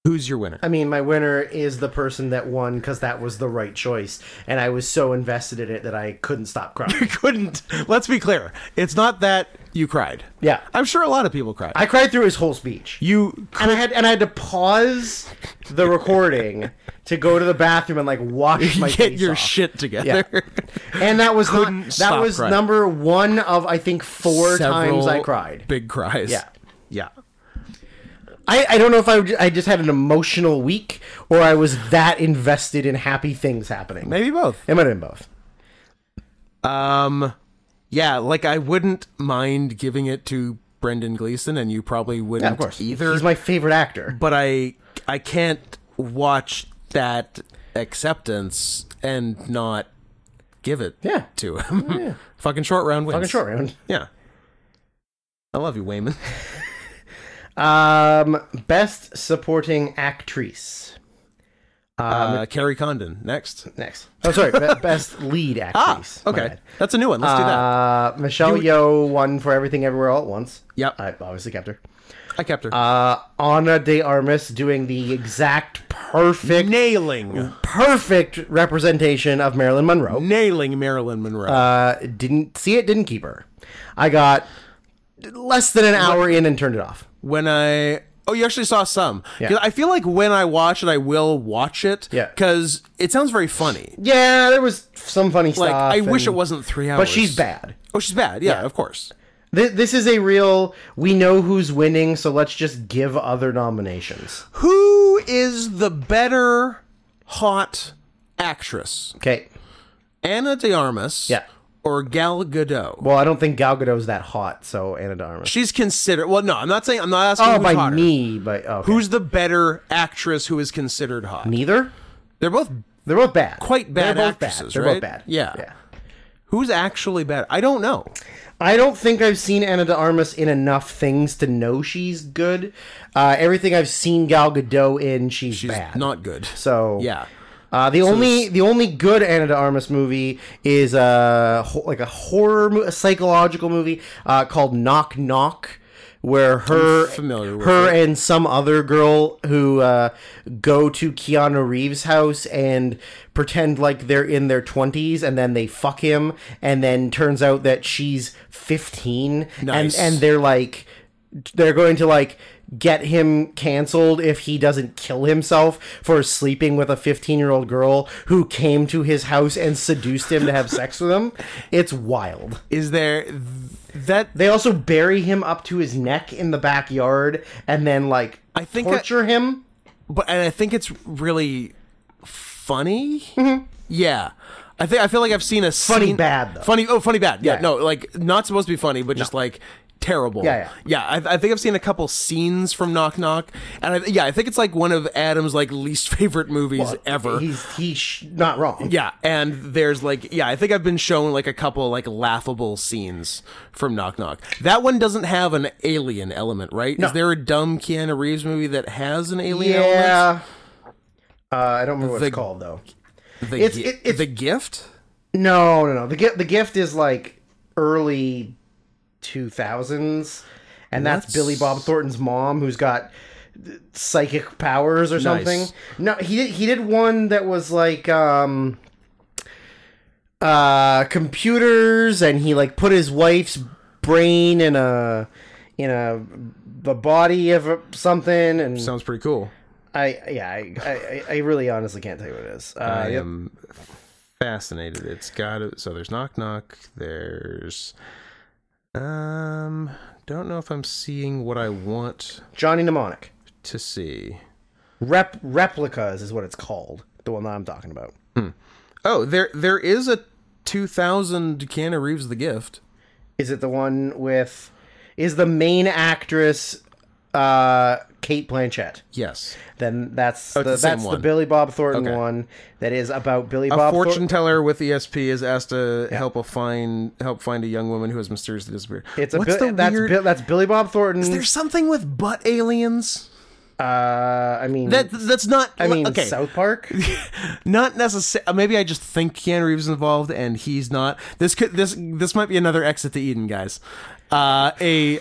Speaker 1: who's your winner?
Speaker 2: I mean, my winner is the person that won because that was the right choice, and I was so invested in it that I couldn't stop crying.
Speaker 1: Couldn't. Let's be clear. It's not that you cried.
Speaker 2: yeah,
Speaker 1: I'm sure a lot of people cried.
Speaker 2: I cried through his whole speech.
Speaker 1: you
Speaker 2: and I had and I had to pause the recording to go to the bathroom and like wash my
Speaker 1: get
Speaker 2: face
Speaker 1: your
Speaker 2: off.
Speaker 1: shit together.
Speaker 2: and that was
Speaker 1: Couldn't
Speaker 2: not, that
Speaker 1: stop
Speaker 2: was
Speaker 1: crying.
Speaker 2: number one of I think four times
Speaker 1: Several
Speaker 2: I cried.
Speaker 1: Big cries.
Speaker 2: Yeah.
Speaker 1: Yeah.
Speaker 2: I, I don't know if I, would- I just had an emotional week or I was that invested in happy things happening.
Speaker 1: Maybe both.
Speaker 2: It might have been both.
Speaker 1: Um yeah, like I wouldn't mind giving it to Brendan Gleeson, and you probably wouldn't
Speaker 2: of course.
Speaker 1: either.
Speaker 2: He's my favorite actor.
Speaker 1: but I I can't watch that acceptance and not give it
Speaker 2: Yeah.
Speaker 1: to him. Fucking short round wins.
Speaker 2: Fucking short round.
Speaker 1: Yeah. I love you, Wayman.
Speaker 2: Um, best supporting actress.
Speaker 1: uh, Carrie Condon next.
Speaker 2: Next. Oh, sorry. be- best lead actress. My
Speaker 1: Ah, Okay,
Speaker 2: bad.
Speaker 1: that's a new one. Let's do that.
Speaker 2: Ah, Uh, Michelle Yeoh won for Everything Everywhere All at Once.
Speaker 1: Yep.
Speaker 2: I obviously kept her.
Speaker 1: I kept her
Speaker 2: Uh, Ana de Armas doing the exact perfect,
Speaker 1: nailing,
Speaker 2: perfect representation of Marilyn Monroe.
Speaker 1: nailing Marilyn Monroe.
Speaker 2: Uh, didn't see it, didn't keep her. I got less than an hour in and turned it off.
Speaker 1: when I oh you actually saw some 'Cause
Speaker 2: Yeah.
Speaker 1: I feel like when I watch it I will watch it
Speaker 2: Yeah.
Speaker 1: because it sounds very funny
Speaker 2: Yeah, there was some funny stuff.
Speaker 1: like I wish it
Speaker 2: and-
Speaker 1: wasn't three hours
Speaker 2: But she's bad.
Speaker 1: oh she's bad yeah, of course
Speaker 2: Th- This is a real. We know who's winning, so let's just give other nominations.
Speaker 1: who is the better hot actress
Speaker 2: Okay.
Speaker 1: Anna De Armas
Speaker 2: Yeah.
Speaker 1: or Gal Gadot
Speaker 2: Well, I don't think Gal Gadot's that hot, so Anna de Armas.
Speaker 1: she's considered well no I'm not saying I'm not asking
Speaker 2: Oh,
Speaker 1: who's
Speaker 2: by
Speaker 1: hotter.
Speaker 2: me, but oh, okay.
Speaker 1: who's the better actress who is considered hot
Speaker 2: neither?
Speaker 1: they're both
Speaker 2: They're both bad.
Speaker 1: Quite bad
Speaker 2: They're both
Speaker 1: actresses,
Speaker 2: bad. They're
Speaker 1: right?
Speaker 2: both bad.
Speaker 1: Yeah. who's actually better I don't know
Speaker 2: I don't think I've seen Anna de Armas in enough things to know she's good. Uh, everything I've seen Gal Gadot in, she's,
Speaker 1: she's
Speaker 2: bad.
Speaker 1: not good
Speaker 2: so
Speaker 1: yeah
Speaker 2: Uh, the only the only good Anna de Armas movie is a ho- like a horror mo- a psychological movie uh, called Knock Knock, where her
Speaker 1: familiar with
Speaker 2: her and some other girl who uh, go to Keanu Reeves' house and pretend like they're in their twenties, and then they fuck him, and then turns out that she's fifteen,
Speaker 1: Nice.
Speaker 2: and and they're like they're going to like get him canceled if he doesn't kill himself for sleeping with a 15 year old girl who came to his house and seduced him to have sex with him it's wild
Speaker 1: is there th- that
Speaker 2: they also bury him up to his neck in the backyard and then like
Speaker 1: I think I-
Speaker 2: torture him
Speaker 1: but and I think it's really funny. Yeah, I think I feel like I've seen a
Speaker 2: Mm-hmm. Funny
Speaker 1: scene-
Speaker 2: bad, though.
Speaker 1: funny oh funny bad yeah,
Speaker 2: Yeah.
Speaker 1: no like not supposed to be funny but just like terrible
Speaker 2: Yeah,
Speaker 1: yeah I, I think I've seen a couple scenes from Knock Knock and I, yeah I think it's like one of Adam's like least favorite movies ever.
Speaker 2: he's he's sh- not wrong
Speaker 1: yeah, and there's like yeah, I think I've been shown like a couple like laughable scenes from Knock Knock. That one doesn't have an alien element, right? Is there a dumb Keanu Reeves movie that has an alien element?
Speaker 2: yeah uh, i don't remember what
Speaker 1: The-
Speaker 2: it's called though
Speaker 1: The,
Speaker 2: It's-
Speaker 1: gi-
Speaker 2: it- it's-
Speaker 1: the gift?
Speaker 2: No, no, no. The gift, the gift is like early two thousands, and that's
Speaker 1: What's-
Speaker 2: Billy Bob Thornton's mom, who's got uh, psychic powers or something.
Speaker 1: Nice.
Speaker 2: No, he did. He did one that was like um, uh, computers, and he like put his wife's brain in a in a the body of a- something, and
Speaker 1: Sounds pretty cool.
Speaker 2: I yeah, I, I I really honestly can't tell you what it is. Uh,
Speaker 1: I
Speaker 2: yep.
Speaker 1: am fascinated. It's got to, so there's knock knock. There's um don't know if I'm seeing what I want
Speaker 2: Johnny Mnemonic.
Speaker 1: to see.
Speaker 2: Rep replicas is what it's called. The one that I'm talking about.
Speaker 1: Oh, there there is a 2000 Keanu Reeves the gift.
Speaker 2: Is it the one with? Is the main actress uh Kate Blanchett?
Speaker 1: Yes.
Speaker 2: Then that's the,
Speaker 1: Oh, it's the same
Speaker 2: that's the
Speaker 1: one.
Speaker 2: Billy Bob Thornton
Speaker 1: Okay.
Speaker 2: one that is about Billy
Speaker 1: A
Speaker 2: Bob. Thor-
Speaker 1: fortune teller with ESP is asked to help a find help find a young woman who has mysteriously disappeared.
Speaker 2: it's a Bi- that's Bi- that's Billy Bob Thornton.
Speaker 1: There's something with butt aliens.
Speaker 2: uh, I mean,
Speaker 1: That that's not
Speaker 2: Hmm. I mean,
Speaker 1: okay.
Speaker 2: South Park.
Speaker 1: not necessarily. Maybe I just think Keanu Reeves is involved and he's not. This could this this might be another exit to Eden, guys. Uh, a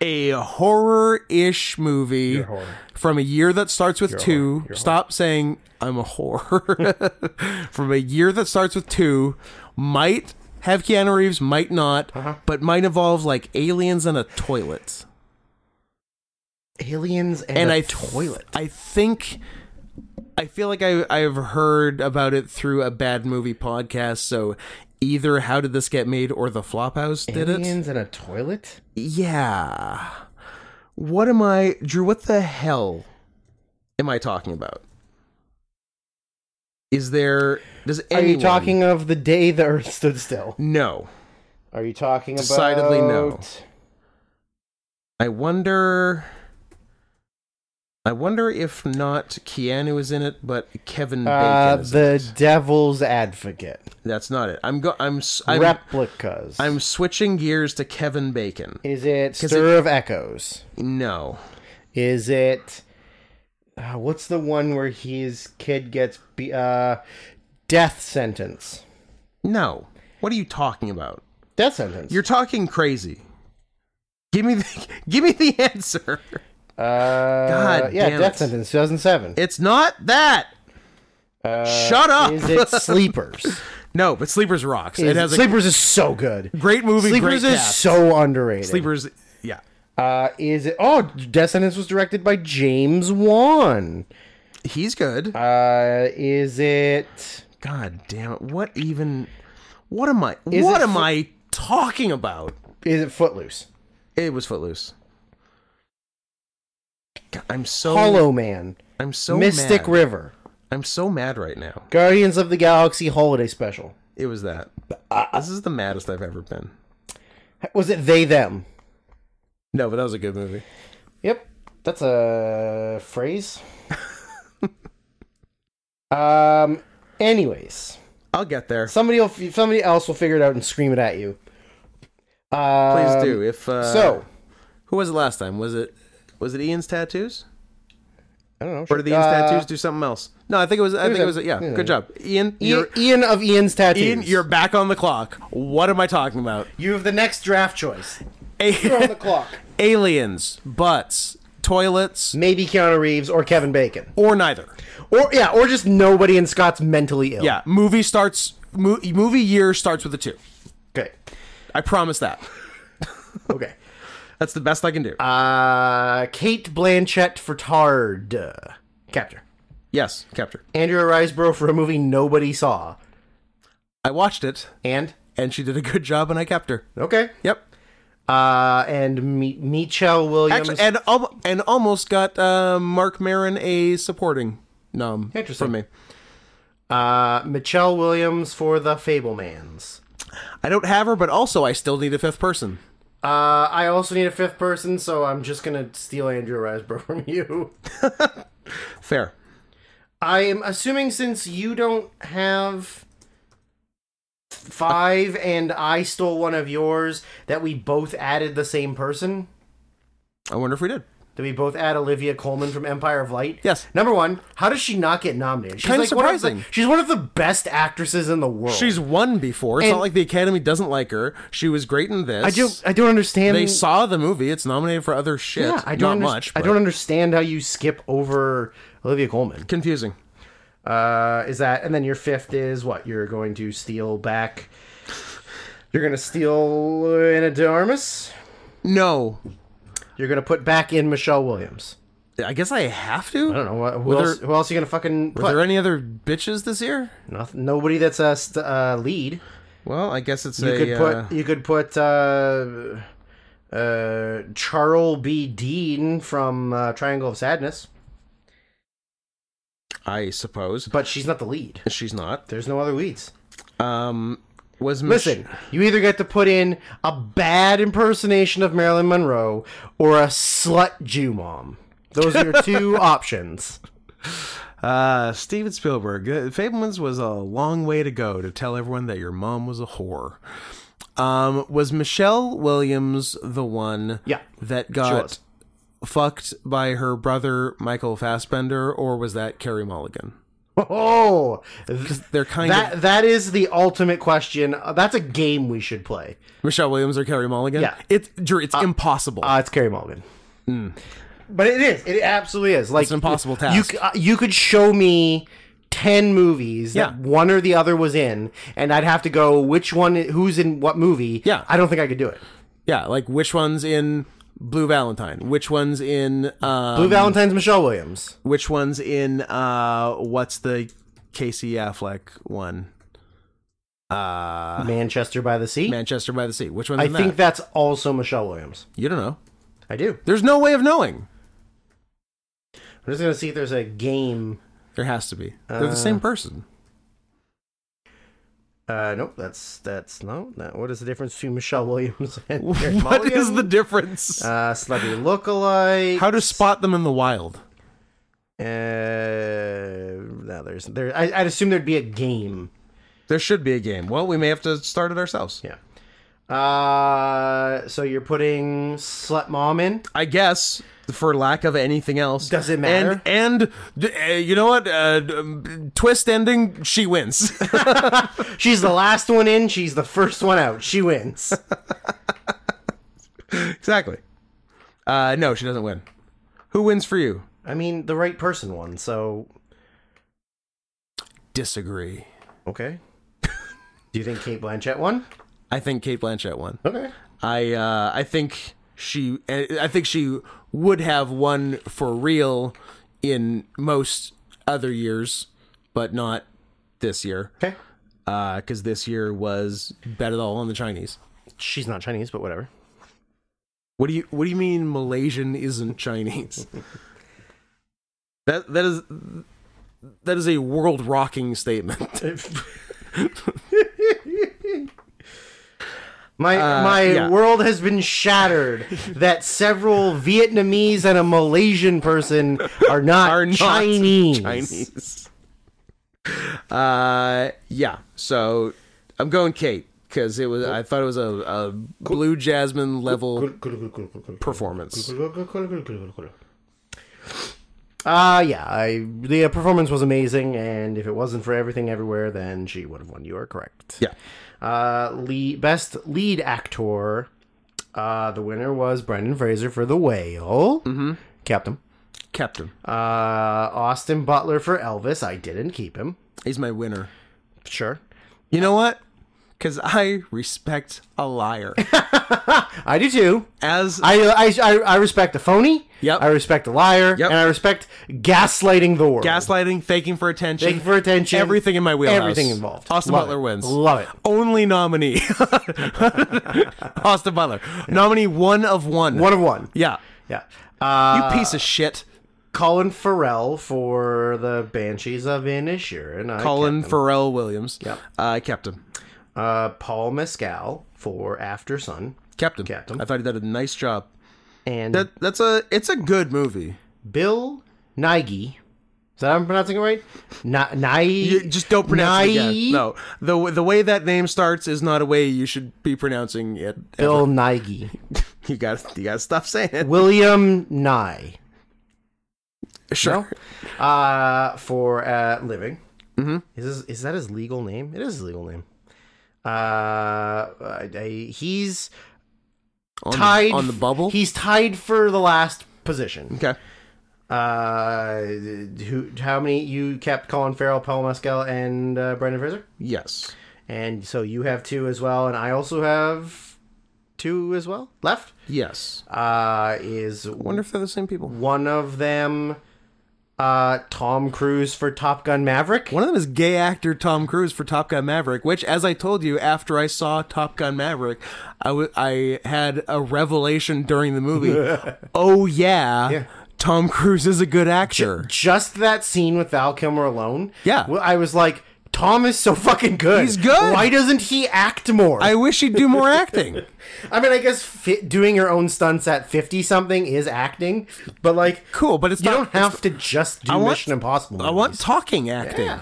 Speaker 1: a horror ish movie
Speaker 2: horror.
Speaker 1: from a year that starts with
Speaker 2: horror.
Speaker 1: two. Stop saying I'm a whore. from a year that starts with two might have Keanu Reeves, might not, but might involve like aliens and a toilet.
Speaker 2: Aliens and,
Speaker 1: And
Speaker 2: a
Speaker 1: I
Speaker 2: toilet.
Speaker 1: I think I feel like I I've heard about it through a bad movie podcast. So either how did this get made or the Flophouse did it.
Speaker 2: Aliens and a toilet.
Speaker 1: Yeah. What am I, Drew? What the hell am I talking about? Is there? Does
Speaker 2: Are
Speaker 1: anyone
Speaker 2: you talking of the day the Earth stood still?
Speaker 1: No.
Speaker 2: Are you talking about
Speaker 1: Decidedly no. I wonder. I wonder if not Keanu is in it, but Kevin Bacon.
Speaker 2: Uh,
Speaker 1: is
Speaker 2: the
Speaker 1: in it.
Speaker 2: Devil's Advocate
Speaker 1: That's not it. I'm go. I'm. s- I'm,
Speaker 2: replicas.
Speaker 1: I'm switching gears to Kevin Bacon.
Speaker 2: Is it
Speaker 1: 'Cause
Speaker 2: Stir of Echoes?
Speaker 1: No,
Speaker 2: Is it uh, what's the one where his kid gets be- uh, death sentence?
Speaker 1: no. What are you talking about?
Speaker 2: Death sentence.
Speaker 1: You're talking crazy. Give me the. Give me the answer.
Speaker 2: uh,
Speaker 1: God
Speaker 2: yeah,
Speaker 1: damn
Speaker 2: death
Speaker 1: it.
Speaker 2: sentence. Two thousand seven.
Speaker 1: It's not that.
Speaker 2: Uh,
Speaker 1: Shut up.
Speaker 2: Is it Sleepers? Is
Speaker 1: No, but Sleepers rocks. it has a
Speaker 2: Sleepers is so good.
Speaker 1: great movie.
Speaker 2: Sleepers
Speaker 1: great
Speaker 2: is
Speaker 1: cast.
Speaker 2: so underrated.
Speaker 1: Sleepers. Yeah.
Speaker 2: Uh, is it? Oh, Death Sentence was directed by James Wan.
Speaker 1: He's good.
Speaker 2: Uh, is it?
Speaker 1: God damn it. What even what am I
Speaker 2: Is
Speaker 1: what
Speaker 2: it
Speaker 1: am
Speaker 2: fo-
Speaker 1: I talking about?
Speaker 2: Is it Footloose?
Speaker 1: It was footloose. God, I'm so
Speaker 2: Hollow Man.
Speaker 1: I'm so
Speaker 2: Mystic
Speaker 1: mad.
Speaker 2: River.
Speaker 1: I'm so mad right now.
Speaker 2: Guardians of the Galaxy Holiday Special.
Speaker 1: It was that. this is the maddest I've ever been.
Speaker 2: Was it they them?
Speaker 1: No, but that was a good movie.
Speaker 2: Yep, that's a phrase. um. Anyways,
Speaker 1: I'll get there.
Speaker 2: somebody will, somebody else will figure it out and scream it at you.
Speaker 1: Please
Speaker 2: Um,
Speaker 1: do. If uh,
Speaker 2: So
Speaker 1: who was it last time? Was it was it Ian's tattoos?
Speaker 2: I don't know.
Speaker 1: Or did Ian's tattoos do something else? No, I think it was. I think Uh, it
Speaker 2: a-
Speaker 1: was. Yeah,
Speaker 2: there's
Speaker 1: good
Speaker 2: a-
Speaker 1: job, Ian.
Speaker 2: Ian,
Speaker 1: You're,
Speaker 2: Ian of Ian's tattoos.
Speaker 1: Ian, you're back on the clock. What am I talking about?
Speaker 2: You have the next draft choice. You're on
Speaker 1: A-
Speaker 2: the clock.
Speaker 1: aliens, butts, toilets,
Speaker 2: Maybe Keanu Reeves or Kevin Bacon,
Speaker 1: or neither.
Speaker 2: or yeah, or just nobody in Scott's mentally ill.
Speaker 1: Yeah, movie starts. Mo- movie year starts with a two.
Speaker 2: Okay.
Speaker 1: I promise that.
Speaker 2: Okay.
Speaker 1: That's the best I can do.
Speaker 2: Uh, Kate Blanchett for Tard. Uh, Capture.
Speaker 1: yes, capture.
Speaker 2: Andrea Riseborough for a movie nobody saw.
Speaker 1: I watched it,
Speaker 2: And?
Speaker 1: and she did a good job, and I kept her.
Speaker 2: Okay.
Speaker 1: Yep.
Speaker 2: Uh, and Mi- Michelle Williams.
Speaker 1: Actually, and al- and almost got uh, Mark Maron a supporting nom
Speaker 2: Interesting.
Speaker 1: from me.
Speaker 2: uh, Michelle Williams for The Fablemans.
Speaker 1: I don't have her, but also I still need a fifth person.
Speaker 2: Uh, I also need a fifth person, so I'm just gonna steal Andrea Riseborough from you.
Speaker 1: Fair.
Speaker 2: I am assuming since you don't have five and I stole one of yours, that we both added the same person.
Speaker 1: I wonder if we did.
Speaker 2: Did we both add Olivia Coleman from Empire of Light?
Speaker 1: Yes.
Speaker 2: Number one, how does she not get nominated? She's
Speaker 1: Kinda
Speaker 2: one of the-
Speaker 1: surprising.
Speaker 2: she's one of the best actresses in the world.
Speaker 1: She's won before. It's
Speaker 2: And-
Speaker 1: not like the Academy doesn't like her. She was great in this.
Speaker 2: I don't. I don't understand.
Speaker 1: They saw the movie. It's nominated for other shit.
Speaker 2: yeah, I don't.
Speaker 1: Not
Speaker 2: underst-
Speaker 1: much.
Speaker 2: I
Speaker 1: but
Speaker 2: don't understand how you skip over Olivia Coleman.
Speaker 1: Confusing.
Speaker 2: Uh, is that and then your fifth is what? You're going to steal back. You're gonna steal Anadarmus.
Speaker 1: No,
Speaker 2: You're gonna put back in Michelle Williams.
Speaker 1: I guess I have to.
Speaker 2: I don't know what. Who
Speaker 1: Were
Speaker 2: else?
Speaker 1: there-
Speaker 2: who else are you gonna fucking
Speaker 1: Are
Speaker 2: put?
Speaker 1: there any other bitches this year?
Speaker 2: Noth- nobody that's a st- uh, lead.
Speaker 1: Well, I guess it's
Speaker 2: You
Speaker 1: a.
Speaker 2: could
Speaker 1: uh,
Speaker 2: put you could put uh, uh, Charles B. Dean from uh, Triangle of Sadness,
Speaker 1: I suppose,
Speaker 2: but she's not the lead.
Speaker 1: but she's not.
Speaker 2: There's no other leads.
Speaker 1: Um, was Mich-
Speaker 2: Listen, you either get to put in a bad impersonation of Marilyn Monroe or a slut Jew mom. Those are your two options.
Speaker 1: Uh, Steven Spielberg. Uh, Fableman's was a long way to go to tell everyone that your mom was a whore. Um, was Michelle Williams the one?
Speaker 2: Yeah,
Speaker 1: that
Speaker 2: was.
Speaker 1: got fucked by her brother Michael Fassbender, or was that Carrie Mulligan?
Speaker 2: Oh, th-
Speaker 1: They're kind of
Speaker 2: that that is the ultimate question. Uh, That's a game we should play.
Speaker 1: Michelle Williams or Carrie Mulligan.
Speaker 2: Yeah.
Speaker 1: it's Drew, it's impossible.
Speaker 2: Uh, it's Carrie Mulligan. But it is. It absolutely is. Like
Speaker 1: Hmm. an impossible
Speaker 2: You
Speaker 1: task.
Speaker 2: c- uh, you could show me ten movies that
Speaker 1: Yeah.
Speaker 2: one or the other was in, and I'd have to go which one, who's in what movie.
Speaker 1: Yeah.
Speaker 2: I don't think I could do it.
Speaker 1: yeah, like which one's in Blue Valentine? Which one's in uh,
Speaker 2: Blue Valentine's Michelle Williams.
Speaker 1: Which one's in uh, what's the Casey Affleck one?
Speaker 2: Manchester by the Sea.
Speaker 1: uh, Manchester by the Sea. Which one's
Speaker 2: I
Speaker 1: in that?
Speaker 2: think that's also Michelle Williams.
Speaker 1: you don't know.
Speaker 2: I do.
Speaker 1: There's no way of knowing.
Speaker 2: I'm just gonna see if there's a game.
Speaker 1: Uh, There has to be. They're the same person.
Speaker 2: Uh, nope, that's that's no. That, what is the difference between Michelle Williams and
Speaker 1: What
Speaker 2: Carey
Speaker 1: is
Speaker 2: Mulligan?
Speaker 1: the difference?
Speaker 2: uh, celebrity lookalike?
Speaker 1: How to spot them in the wild?
Speaker 2: Uh, no, there's there. I, I'd assume there'd be a game.
Speaker 1: There should be a game. Well, we may have to start it ourselves.
Speaker 2: Yeah. Uh, so you're putting slut mom in.
Speaker 1: I guess for lack of anything else.
Speaker 2: Does it matter?
Speaker 1: And, and d- uh, you know what? Uh, d- um, twist ending. She wins.
Speaker 2: She's the last one in. She's the first one out. She wins.
Speaker 1: exactly. Uh, no, she doesn't win. Who wins for you?
Speaker 2: I mean, the right person won. So
Speaker 1: Disagree.
Speaker 2: okay. Do you think Kate Blanchett won?
Speaker 1: I think Kate Blanchett won.
Speaker 2: Okay.
Speaker 1: I uh, I think she I think she would have won for real in most other years, but not this year
Speaker 2: Okay.
Speaker 1: because this year was bet it all on the Chinese.
Speaker 2: She's not Chinese, but whatever.
Speaker 1: What do you What do you mean Malaysian isn't Chinese? that that is that is a world rocking statement.
Speaker 2: My my
Speaker 1: yeah.
Speaker 2: world has been shattered that several Vietnamese and a Malaysian person are not,
Speaker 1: are not
Speaker 2: Chinese.
Speaker 1: Chinese. Uh, yeah. So I'm going Kate because it was. I thought it was a, a blue jasmine level performance.
Speaker 2: Uh yeah, I the uh, performance was amazing and if it wasn't for everything everywhere then she would have won. You are correct.
Speaker 1: Yeah.
Speaker 2: Uh lead, best lead actor uh the winner was Brendan Fraser for The Whale.
Speaker 1: Mm-hmm.
Speaker 2: Mhm. Kept him.
Speaker 1: Captain.
Speaker 2: Uh Austin Butler for Elvis. I didn't keep him.
Speaker 1: He's my winner.
Speaker 2: Sure.
Speaker 1: You know what? Because I respect a liar.
Speaker 2: I do too.
Speaker 1: As
Speaker 2: I I, I, I respect a phony.
Speaker 1: Yep.
Speaker 2: I respect a liar.
Speaker 1: Yep.
Speaker 2: And I respect gaslighting the world.
Speaker 1: gaslighting, faking for attention,
Speaker 2: Thank you for attention.
Speaker 1: everything in my wheelhouse.
Speaker 2: Everything involved.
Speaker 1: Austin
Speaker 2: Love
Speaker 1: Butler
Speaker 2: it.
Speaker 1: wins.
Speaker 2: Love it.
Speaker 1: Only nominee. Austin Butler. Nominee one of one.
Speaker 2: One of one.
Speaker 1: Yeah.
Speaker 2: Yeah.
Speaker 1: You
Speaker 2: Uh,
Speaker 1: piece of shit.
Speaker 2: Colin Farrell for the Banshees of Inisherin. and I
Speaker 1: Colin
Speaker 2: kept him.
Speaker 1: Farrell Williams.
Speaker 2: Yep.
Speaker 1: Uh, kept him.
Speaker 2: Uh, Paul Mescal for After Sun.
Speaker 1: Kept him.
Speaker 2: Kept him.
Speaker 1: I thought he did a nice job.
Speaker 2: And
Speaker 1: That that's a it's a good movie.
Speaker 2: Bill Nighy. Is that how I'm pronouncing it right? Na- Nighy.
Speaker 1: You just don't pronounce it
Speaker 2: Nighy?
Speaker 1: again. No, the the way that name starts is not a way you should be pronouncing it.
Speaker 2: Bill Nighy.
Speaker 1: You got you got to stop saying it.
Speaker 2: William Nye.
Speaker 1: Sure.
Speaker 2: uh, for uh, living. Mm-hmm. Is this, is that his legal name? It is his legal name. Uh, I, I- he's
Speaker 1: On, the-
Speaker 2: tied
Speaker 1: on the bubble.
Speaker 2: He's tied for the last position.
Speaker 1: okay.
Speaker 2: Uh, who? How many? You kept Colin Farrell, Paul Mescal, and uh, Brendan Fraser,
Speaker 1: Yes.
Speaker 2: and so you have two as well, and I also have two as well left.
Speaker 1: Yes.
Speaker 2: Uh, is
Speaker 1: I wonder if they're the same people.
Speaker 2: one of them uh Tom Cruise for Top Gun Maverick?
Speaker 1: One of them is gay actor Tom Cruise for Top Gun Maverick, which, as I told you, after I saw Top Gun Maverick, I, w- I had a revelation during the movie. oh, yeah,
Speaker 2: Yeah.
Speaker 1: Tom Cruise is a good actor.
Speaker 2: just that scene with Val Kilmer alone.
Speaker 1: Yeah.
Speaker 2: wh- I was like, Tom is so fucking good.
Speaker 1: He's good.
Speaker 2: Why doesn't he act more?
Speaker 1: I
Speaker 2: I,
Speaker 1: wish he'd do more acting.
Speaker 2: mean, I guess fi- doing your own stunts at fifty something is acting, but like,
Speaker 1: Cool, but it's
Speaker 2: you
Speaker 1: not.
Speaker 2: don't have to just do
Speaker 1: want-
Speaker 2: Mission Impossible.
Speaker 1: I want talking acting.
Speaker 2: Yeah.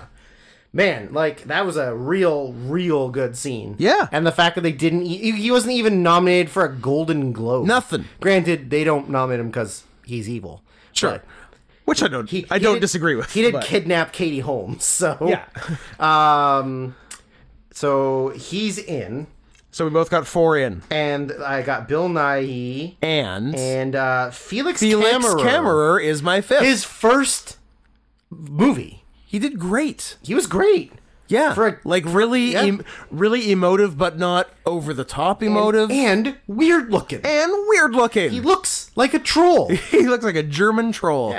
Speaker 2: Man, like that was a real, real good scene.
Speaker 1: Yeah.
Speaker 2: and the fact that they didn't—he he wasn't even nominated for a Golden Globe.
Speaker 1: Nothing.
Speaker 2: Granted, they don't nominate him because he's evil.
Speaker 1: Sure.
Speaker 2: but-
Speaker 1: Which I don't.
Speaker 2: he-
Speaker 1: I
Speaker 2: he
Speaker 1: don't
Speaker 2: did-
Speaker 1: disagree with.
Speaker 2: He did
Speaker 1: but-
Speaker 2: kidnap Katie Holmes, so
Speaker 1: Yeah.
Speaker 2: Um, so he's in,
Speaker 1: So we both got four in,
Speaker 2: and I got Bill Nighy
Speaker 1: and,
Speaker 2: and uh, Felix,
Speaker 1: Felix
Speaker 2: Cammerer.
Speaker 1: Kammerer is my fifth.
Speaker 2: His first movie,
Speaker 1: he did great.
Speaker 2: he was great.
Speaker 1: Yeah,
Speaker 2: For a-
Speaker 1: like really,
Speaker 2: Yeah.
Speaker 1: em- really emotive, but not over the top emotive,
Speaker 2: and weird looking.
Speaker 1: and weird looking.
Speaker 2: he looks like a troll. Um,
Speaker 1: He looks like a German troll.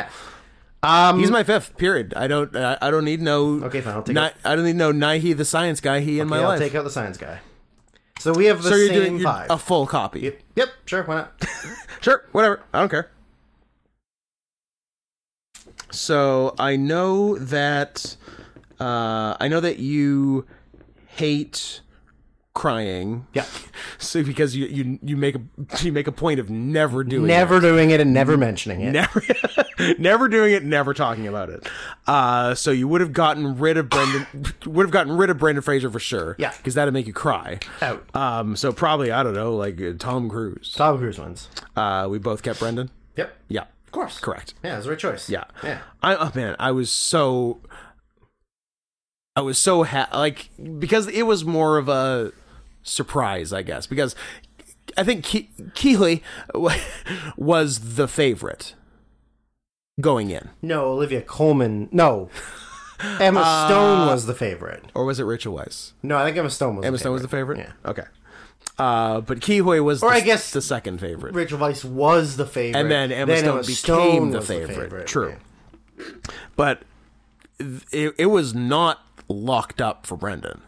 Speaker 2: yeah.
Speaker 1: He's my fifth. Period. I don't. Uh, I don't need no.
Speaker 2: Okay, fine, I'll take
Speaker 1: Ni-
Speaker 2: it.
Speaker 1: I don't need no Nighy the science guy. He in my
Speaker 2: Yeah, I'll
Speaker 1: life.
Speaker 2: take out the science guy. So we have the
Speaker 1: so you're
Speaker 2: same
Speaker 1: doing you're
Speaker 2: five.
Speaker 1: a full copy.
Speaker 2: yep, sure, why not?
Speaker 1: Sure. Whatever. I don't care. So I know that. Uh, I know that you hate crying.
Speaker 2: Yeah.
Speaker 1: So because you you you make a you make a point of never doing it.
Speaker 2: Never doing it and never mentioning it.
Speaker 1: never never doing it never talking about it uh so you would have gotten rid of brendan would have gotten rid of brendan fraser for sure
Speaker 2: Yeah.
Speaker 1: because that'd make you cry
Speaker 2: Out.
Speaker 1: um so probably i don't know like uh, tom cruise
Speaker 2: Tom Cruise ones.
Speaker 1: uh we both kept brendan
Speaker 2: Yep.
Speaker 1: yeah
Speaker 2: Of course.
Speaker 1: correct
Speaker 2: Yeah, it's the right choice.
Speaker 1: yeah
Speaker 2: Yeah.
Speaker 1: i oh man i was so i was so ha- like because it was more of a surprise i guess because i think Ke- keeley was the favorite going in
Speaker 2: No, Olivia Coleman. No. Emma
Speaker 1: Uh,
Speaker 2: Stone was the favorite.
Speaker 1: or was it Rachel Weiss?
Speaker 2: No, I think Emma Stone was
Speaker 1: Emma
Speaker 2: the
Speaker 1: Stone was
Speaker 2: favorite.
Speaker 1: the favorite. Yeah. Okay. Uh, but Kihoy was, or the,
Speaker 2: I guess-
Speaker 1: the second favorite,
Speaker 2: Rachel Weiss was the favorite.
Speaker 1: and then Emma Stone became
Speaker 2: Stone
Speaker 1: the,
Speaker 2: was
Speaker 1: favorite. True. But th- it, it was not locked up for Brendan.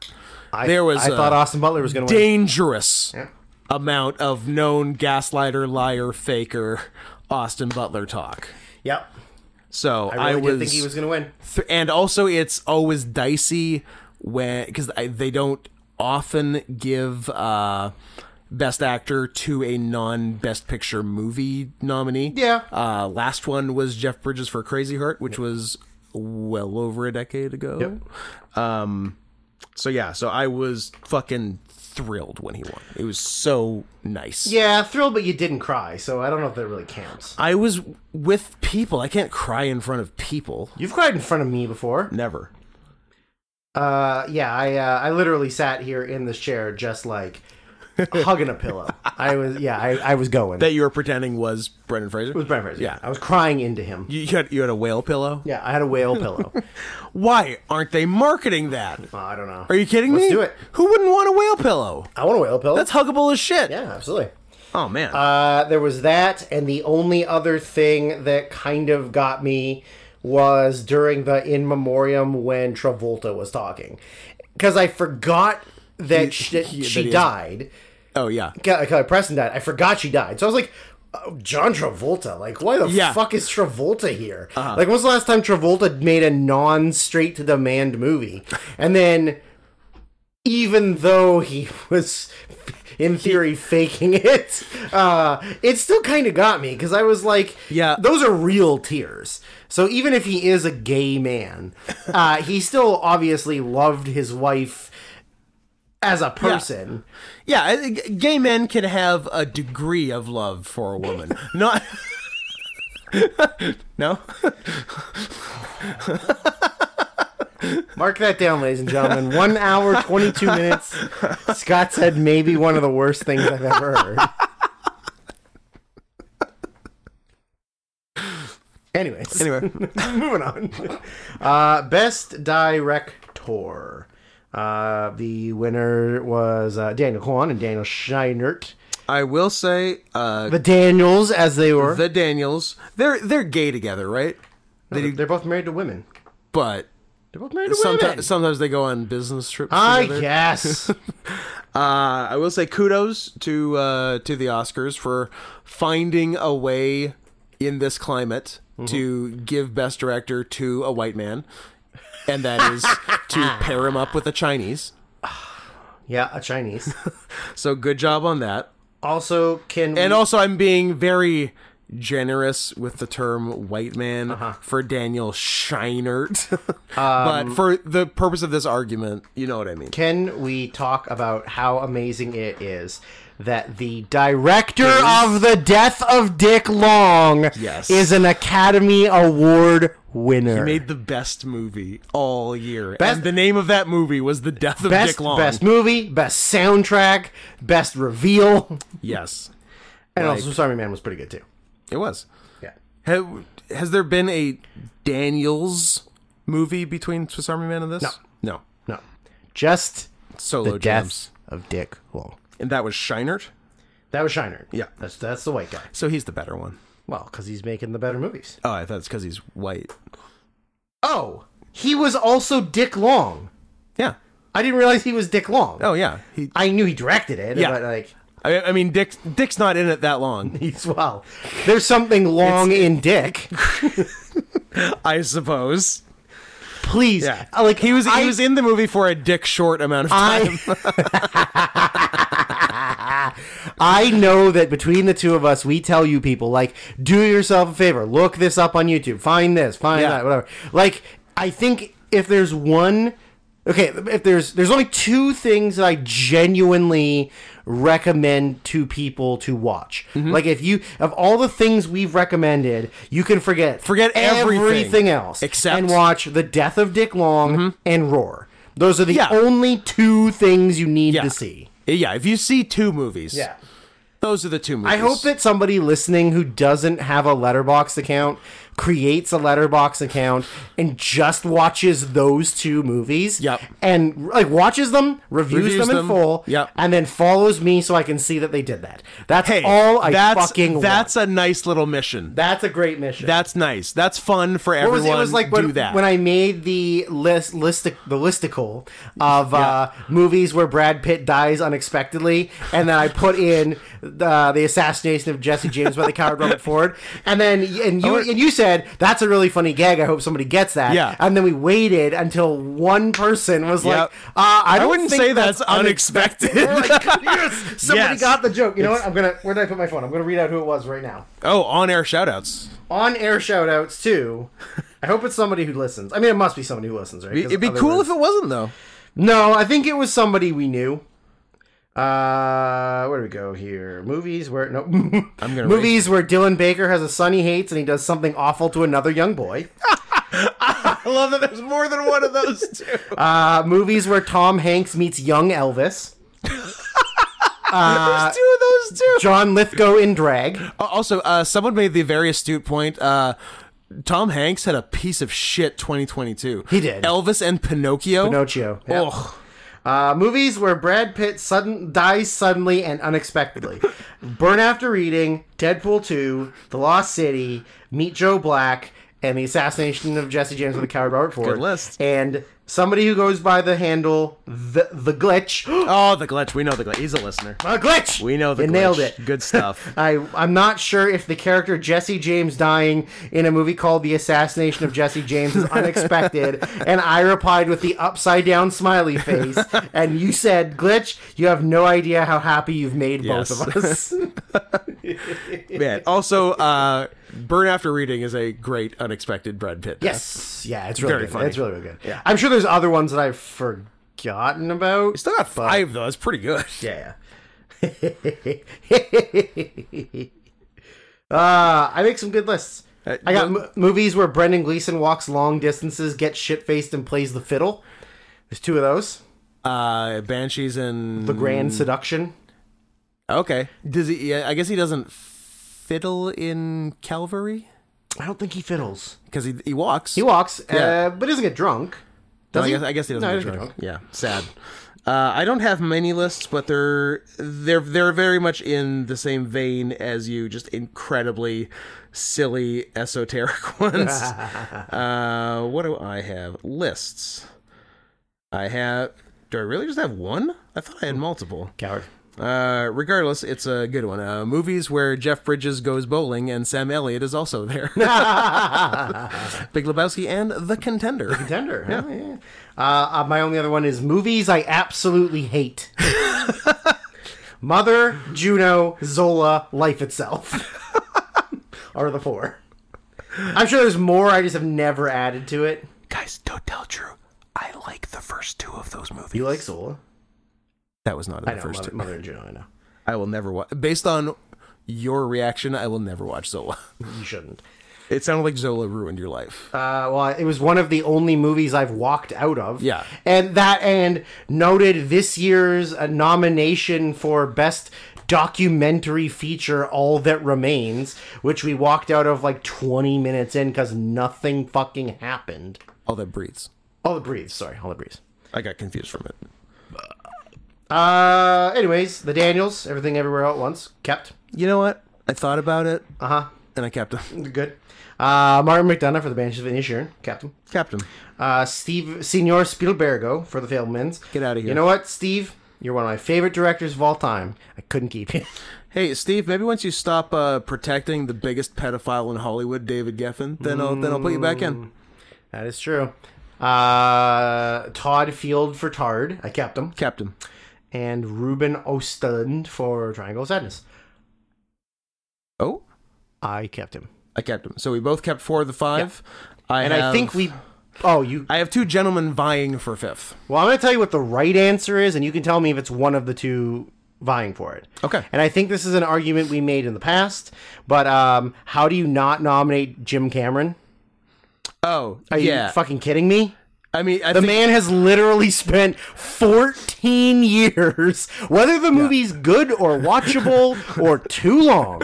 Speaker 2: I,
Speaker 1: There was
Speaker 2: I
Speaker 1: a
Speaker 2: thought Austin Butler was going to win.
Speaker 1: Dangerous
Speaker 2: Yeah.
Speaker 1: amount of known gaslighter, liar, faker, Austin Butler talk.
Speaker 2: Yep.
Speaker 1: So
Speaker 2: I
Speaker 1: I,
Speaker 2: really
Speaker 1: was,
Speaker 2: did think he was going to win.
Speaker 1: th- and also it's always dicey when because they don't often give uh best actor to a non best picture movie nominee
Speaker 2: Yeah.
Speaker 1: uh last one was jeff bridges for crazy heart which was well over a decade ago um so yeah so i was fucking thrilled when he won it was so nice
Speaker 2: Yeah, thrilled, but you didn't cry, so I don't know if that really counts.
Speaker 1: i was with people i can't cry in front of people
Speaker 2: You've cried in front of me before.
Speaker 1: never
Speaker 2: Uh, yeah, I uh, I literally sat here in this chair just like hugging a pillow. I was yeah, I, I was going.
Speaker 1: that you were pretending was brendan fraser
Speaker 2: it was Brent Fraser.
Speaker 1: Yeah.
Speaker 2: I was crying into him.
Speaker 1: You you had you had a whale pillow.
Speaker 2: Yeah, I had a whale pillow.
Speaker 1: Why aren't they marketing that?
Speaker 2: Uh, I don't know.
Speaker 1: Are you kidding
Speaker 2: Let's
Speaker 1: me?
Speaker 2: do it.
Speaker 1: Who wouldn't want a whale pillow?
Speaker 2: I want a whale pillow.
Speaker 1: That's huggable as shit.
Speaker 2: yeah, absolutely.
Speaker 1: Oh man.
Speaker 2: Uh, there was that, and the only other thing that kind of got me was during the in memoriam when Travolta was talking, because I forgot that she,
Speaker 1: he-
Speaker 2: she
Speaker 1: that he-
Speaker 2: died.
Speaker 1: oh yeah.
Speaker 2: Kelly Kelly Preston died. I forgot she died. So I was like, oh, John Travolta. Like, why the
Speaker 1: Yeah. Uh-huh.
Speaker 2: fuck is Travolta here? Like, when was the last time Travolta made a non straight to demand movie? And then, even though he was, in theory, faking it, uh, it still kind of got me because I was like,
Speaker 1: Yeah.
Speaker 2: those are real tears. So even if he is a gay man, uh, he still obviously loved his wife as a person.
Speaker 1: Yeah, I think gay men can have a degree of love for a woman. Not No?
Speaker 2: Mark that down, ladies and gentlemen. One hour, 22 minutes. Scott said maybe one of the worst things I've ever heard. Anyways,
Speaker 1: Anyway.
Speaker 2: moving on. Uh, best director. Uh, the winner was uh, Daniel Kwan and Daniel Scheinert.
Speaker 1: I will say uh
Speaker 2: The Daniels, as they were.
Speaker 1: the Daniels, they're they're gay together, right?
Speaker 2: They're, both married to women.
Speaker 1: But
Speaker 2: They're both married to women. Ah,
Speaker 1: sometimes sometimes they go on business trips
Speaker 2: I
Speaker 1: together.
Speaker 2: guess.
Speaker 1: Uh, I will say kudos to uh, to the Oscars for finding a way in this climate
Speaker 2: Mm-hmm.
Speaker 1: to give Best Director to a white man, and that is to pair him up with a Chinese.
Speaker 2: yeah, a Chinese.
Speaker 1: So good job on that.
Speaker 2: Also, can
Speaker 1: And
Speaker 2: we-
Speaker 1: also, I'm being very generous with the term white man
Speaker 2: Uh-huh.
Speaker 1: for Daniel Scheinert, but
Speaker 2: Um,
Speaker 1: for the purpose of this argument, you know what I mean.
Speaker 2: Can we talk about how amazing it is that the director of The Death of Dick Long
Speaker 1: Yes.
Speaker 2: is an Academy Award winner?
Speaker 1: made the best movie all year. and the name of that movie was The Death of
Speaker 2: best
Speaker 1: Dick Long.
Speaker 2: best movie, best soundtrack, best reveal,
Speaker 1: Yes,
Speaker 2: and also Sorry Man was pretty good too.
Speaker 1: it was.
Speaker 2: Yeah.
Speaker 1: Ha- has there been a Daniels movie between Swiss Army Man and this? No, no.
Speaker 2: No. Just
Speaker 1: Solo
Speaker 2: The
Speaker 1: Oh, jams,
Speaker 2: Death of Dick Long.
Speaker 1: and that was Shinert.
Speaker 2: That was Shiner.
Speaker 1: Yeah.
Speaker 2: That's that's the white guy.
Speaker 1: So he's the better one.
Speaker 2: Well, cuz he's making the better movies.
Speaker 1: Oh, I thought it's because he's white.
Speaker 2: Oh, he was also Dick Long.
Speaker 1: Yeah.
Speaker 2: I didn't realize he was Dick Long.
Speaker 1: Oh yeah. He.
Speaker 2: I knew he directed it,
Speaker 1: Yeah.
Speaker 2: but like
Speaker 1: I, I mean, Dick. Dick's not in it that long.
Speaker 2: he's well. There's something long in Dick.
Speaker 1: I suppose.
Speaker 2: Please,
Speaker 1: Yeah,
Speaker 2: Uh, like
Speaker 1: he was
Speaker 2: I-
Speaker 1: he was in the movie for a dick short amount of time.
Speaker 2: I, I know that between the two of us, we tell you people like, do yourself a favor, look this up on YouTube, find this, find
Speaker 1: Yeah.
Speaker 2: that, whatever. Like, I think if there's one, okay, if there's there's only two things that I genuinely recommend to people to watch.
Speaker 1: Mm-hmm.
Speaker 2: Like, if you of all the things we've recommended, you can forget
Speaker 1: Forget everything.
Speaker 2: everything else
Speaker 1: Except-
Speaker 2: and watch the death of Dick Long and Roar. Those are the
Speaker 1: Mm-hmm. Yeah.
Speaker 2: only two things you need
Speaker 1: Yeah.
Speaker 2: to see.
Speaker 1: yeah, if you see two movies, those are the two movies.
Speaker 2: I hope that somebody listening who doesn't have a letterbox account creates a letterbox account and just watches those two movies.
Speaker 1: Yep.
Speaker 2: And like watches them, reviews,
Speaker 1: Reviews
Speaker 2: them in
Speaker 1: them.
Speaker 2: full,
Speaker 1: Yep.
Speaker 2: and then follows me so I can see that they did that. That's
Speaker 1: hey,
Speaker 2: all I
Speaker 1: that's,
Speaker 2: fucking want.
Speaker 1: That's a nice little mission.
Speaker 2: That's a great mission.
Speaker 1: That's nice. That's fun for
Speaker 2: What
Speaker 1: everyone.
Speaker 2: was it? It was like
Speaker 1: do
Speaker 2: when,
Speaker 1: that.
Speaker 2: when I made the list, listic, the listicle of uh, movies where Brad Pitt dies unexpectedly, and then I put in uh, the assassination of Jesse James by the coward Robert Ford, and then and you and you said that's a really funny gag. I hope somebody gets that.
Speaker 1: Yeah.
Speaker 2: And then we waited until one person was
Speaker 1: Yep.
Speaker 2: like, uh, I,
Speaker 1: I
Speaker 2: don't
Speaker 1: wouldn't
Speaker 2: think
Speaker 1: say that's, unexpected.
Speaker 2: unexpected." yes, somebody
Speaker 1: Yes.
Speaker 2: got the joke. You know what? I'm gonna. Where did I put my phone? I'm gonna read out who it was right now
Speaker 1: oh, on-air shoutouts.
Speaker 2: on air shout outs too. I hope it's somebody who listens. I mean, it must be somebody who listens, right?
Speaker 1: It'd be cool if it wasn't though.
Speaker 2: No, I think it was somebody we knew. Uh, where do we go here? Movies where no I'm
Speaker 1: gonna
Speaker 2: movies where Dylan Baker has a son he hates and he does something awful to another young boy.
Speaker 1: I love that there's more than one of those too.
Speaker 2: Uh, movies where Tom Hanks meets young Elvis.
Speaker 1: there's two of those too.
Speaker 2: John Lithgow in drag.
Speaker 1: Also, uh, someone made the very astute point. Uh, Tom Hanks had a piece of shit 2022.
Speaker 2: He did.
Speaker 1: Elvis and Pinocchio.
Speaker 2: Pinocchio. Yeah.
Speaker 1: Ugh.
Speaker 2: Uh, movies where Brad Pitt sudden dies suddenly and unexpectedly. Burn After Reading, Deadpool 2, The Lost City, Meet Joe Black, and The Assassination of Jesse James with the Coward Robert Ford.
Speaker 1: Good list.
Speaker 2: And somebody who goes by the handle the the glitch.
Speaker 1: Oh, the glitch. We know the glitch. He's a listener.
Speaker 2: the glitch.
Speaker 1: We know the
Speaker 2: you
Speaker 1: glitch.
Speaker 2: nailed it.
Speaker 1: Good stuff.
Speaker 2: I I'm not sure if the character Jesse James dying in a movie called The Assassination of Jesse James is unexpected, and I replied with the upside down smiley face, and you said, "Glitch, you have no idea how happy you've made both of us."
Speaker 1: Man. Also, uh, Burn After Reading is a great unexpected Brad Pitt. death.
Speaker 2: yes, yeah, it's really
Speaker 1: Very
Speaker 2: good.
Speaker 1: funny.
Speaker 2: It's really, really good. Yeah. I'm sure there's other ones that I've forgotten about.
Speaker 1: Still got five though. That's pretty good.
Speaker 2: Yeah. uh, I make some good lists.
Speaker 1: Uh,
Speaker 2: I got
Speaker 1: the-
Speaker 2: m- movies where Brendan Gleeson walks long distances, gets shit faced, and plays the fiddle. There's two of those.
Speaker 1: Uh, Banshees and
Speaker 2: The Grand
Speaker 1: Mm.
Speaker 2: Seduction.
Speaker 1: okay. Does he? Yeah, I guess he doesn't fiddle in Calvary
Speaker 2: I don't think he fiddles.
Speaker 1: because he he walks.
Speaker 2: He walks,
Speaker 1: Yeah.
Speaker 2: uh, but doesn't get drunk.
Speaker 1: No,
Speaker 2: Does
Speaker 1: I
Speaker 2: he?
Speaker 1: guess, I guess he doesn't
Speaker 2: No,
Speaker 1: get
Speaker 2: he doesn't
Speaker 1: drunk.
Speaker 2: get
Speaker 1: Yeah, sad. Uh, I don't have many lists, but they're they're they're very much in the same vein as you, just incredibly silly, esoteric ones. uh, what do I have? Lists. I have. Do I really just have one? I thought I had multiple.
Speaker 2: Coward.
Speaker 1: Uh, regardless, it's a good one. Uh, movies where Jeff Bridges goes bowling and Sam Elliott is also there. Big Lebowski and The Contender.
Speaker 2: Tender. Yeah. yeah. Uh, uh, my only other one is movies I absolutely hate. Mother, Juno, Zola, Life itself are the four. I'm sure there's more. I just have never added to it.
Speaker 1: Guys, don't tell Drew. I like the first two of those movies.
Speaker 2: You like Zola?
Speaker 1: that was not in
Speaker 2: I
Speaker 1: the
Speaker 2: know,
Speaker 1: first
Speaker 2: Mother,
Speaker 1: two.
Speaker 2: Mother and Juno. I know
Speaker 1: I will never watch. Based on your reaction, I will never watch Zola.
Speaker 2: you shouldn't.
Speaker 1: It sounded like Zola ruined your life.
Speaker 2: Uh, well, it was one of the only movies I've walked out of.
Speaker 1: Yeah.
Speaker 2: and that and noted this year's uh, nomination for best documentary feature, "All That Remains," which we walked out of like 20 minutes in because nothing fucking happened.
Speaker 1: All that breathes.
Speaker 2: All that breathes. Sorry, all that breathes.
Speaker 1: I got confused from it.
Speaker 2: Uh, anyways, the Daniels, everything, everywhere, all at once, kept.
Speaker 1: You know what? I thought about it
Speaker 2: Uh huh.
Speaker 1: and I kept him.
Speaker 2: Good. Uh, Martin McDonough for the Banshees of Inisherin, kept him.
Speaker 1: Kept him.
Speaker 2: Uh, Steve Senor Spielbergo for the Failmans.
Speaker 1: Get outta here.
Speaker 2: You know what, Steve? You're one of my favorite directors of all time. I couldn't keep you.
Speaker 1: Hey, Steve. Maybe once you stop uh, protecting the
Speaker 2: Mm.
Speaker 1: biggest pedophile in Hollywood, David Geffen, then I'll then I'll put you back in.
Speaker 2: that is true. uh, Todd Field for Tard. I kept him.
Speaker 1: Captain.
Speaker 2: And Ruben Ostlund for Triangle of Sadness.
Speaker 1: Oh,
Speaker 2: I kept him.
Speaker 1: I kept him. So we both kept four of the five. I
Speaker 2: And I
Speaker 1: have-
Speaker 2: think we. Oh, you.
Speaker 1: I have two gentlemen vying for fifth.
Speaker 2: Well, I'm going to tell you what the right answer is, and you can tell me if it's one of the two vying for it.
Speaker 1: Okay.
Speaker 2: And I think this is an argument we made in the past, but um, how do you not nominate Jim Cameron?
Speaker 1: Oh,
Speaker 2: Are
Speaker 1: yeah.
Speaker 2: you fucking kidding me?
Speaker 1: I mean, I
Speaker 2: The
Speaker 1: think,
Speaker 2: man has literally spent 14 years, whether the movie's good or watchable or too long.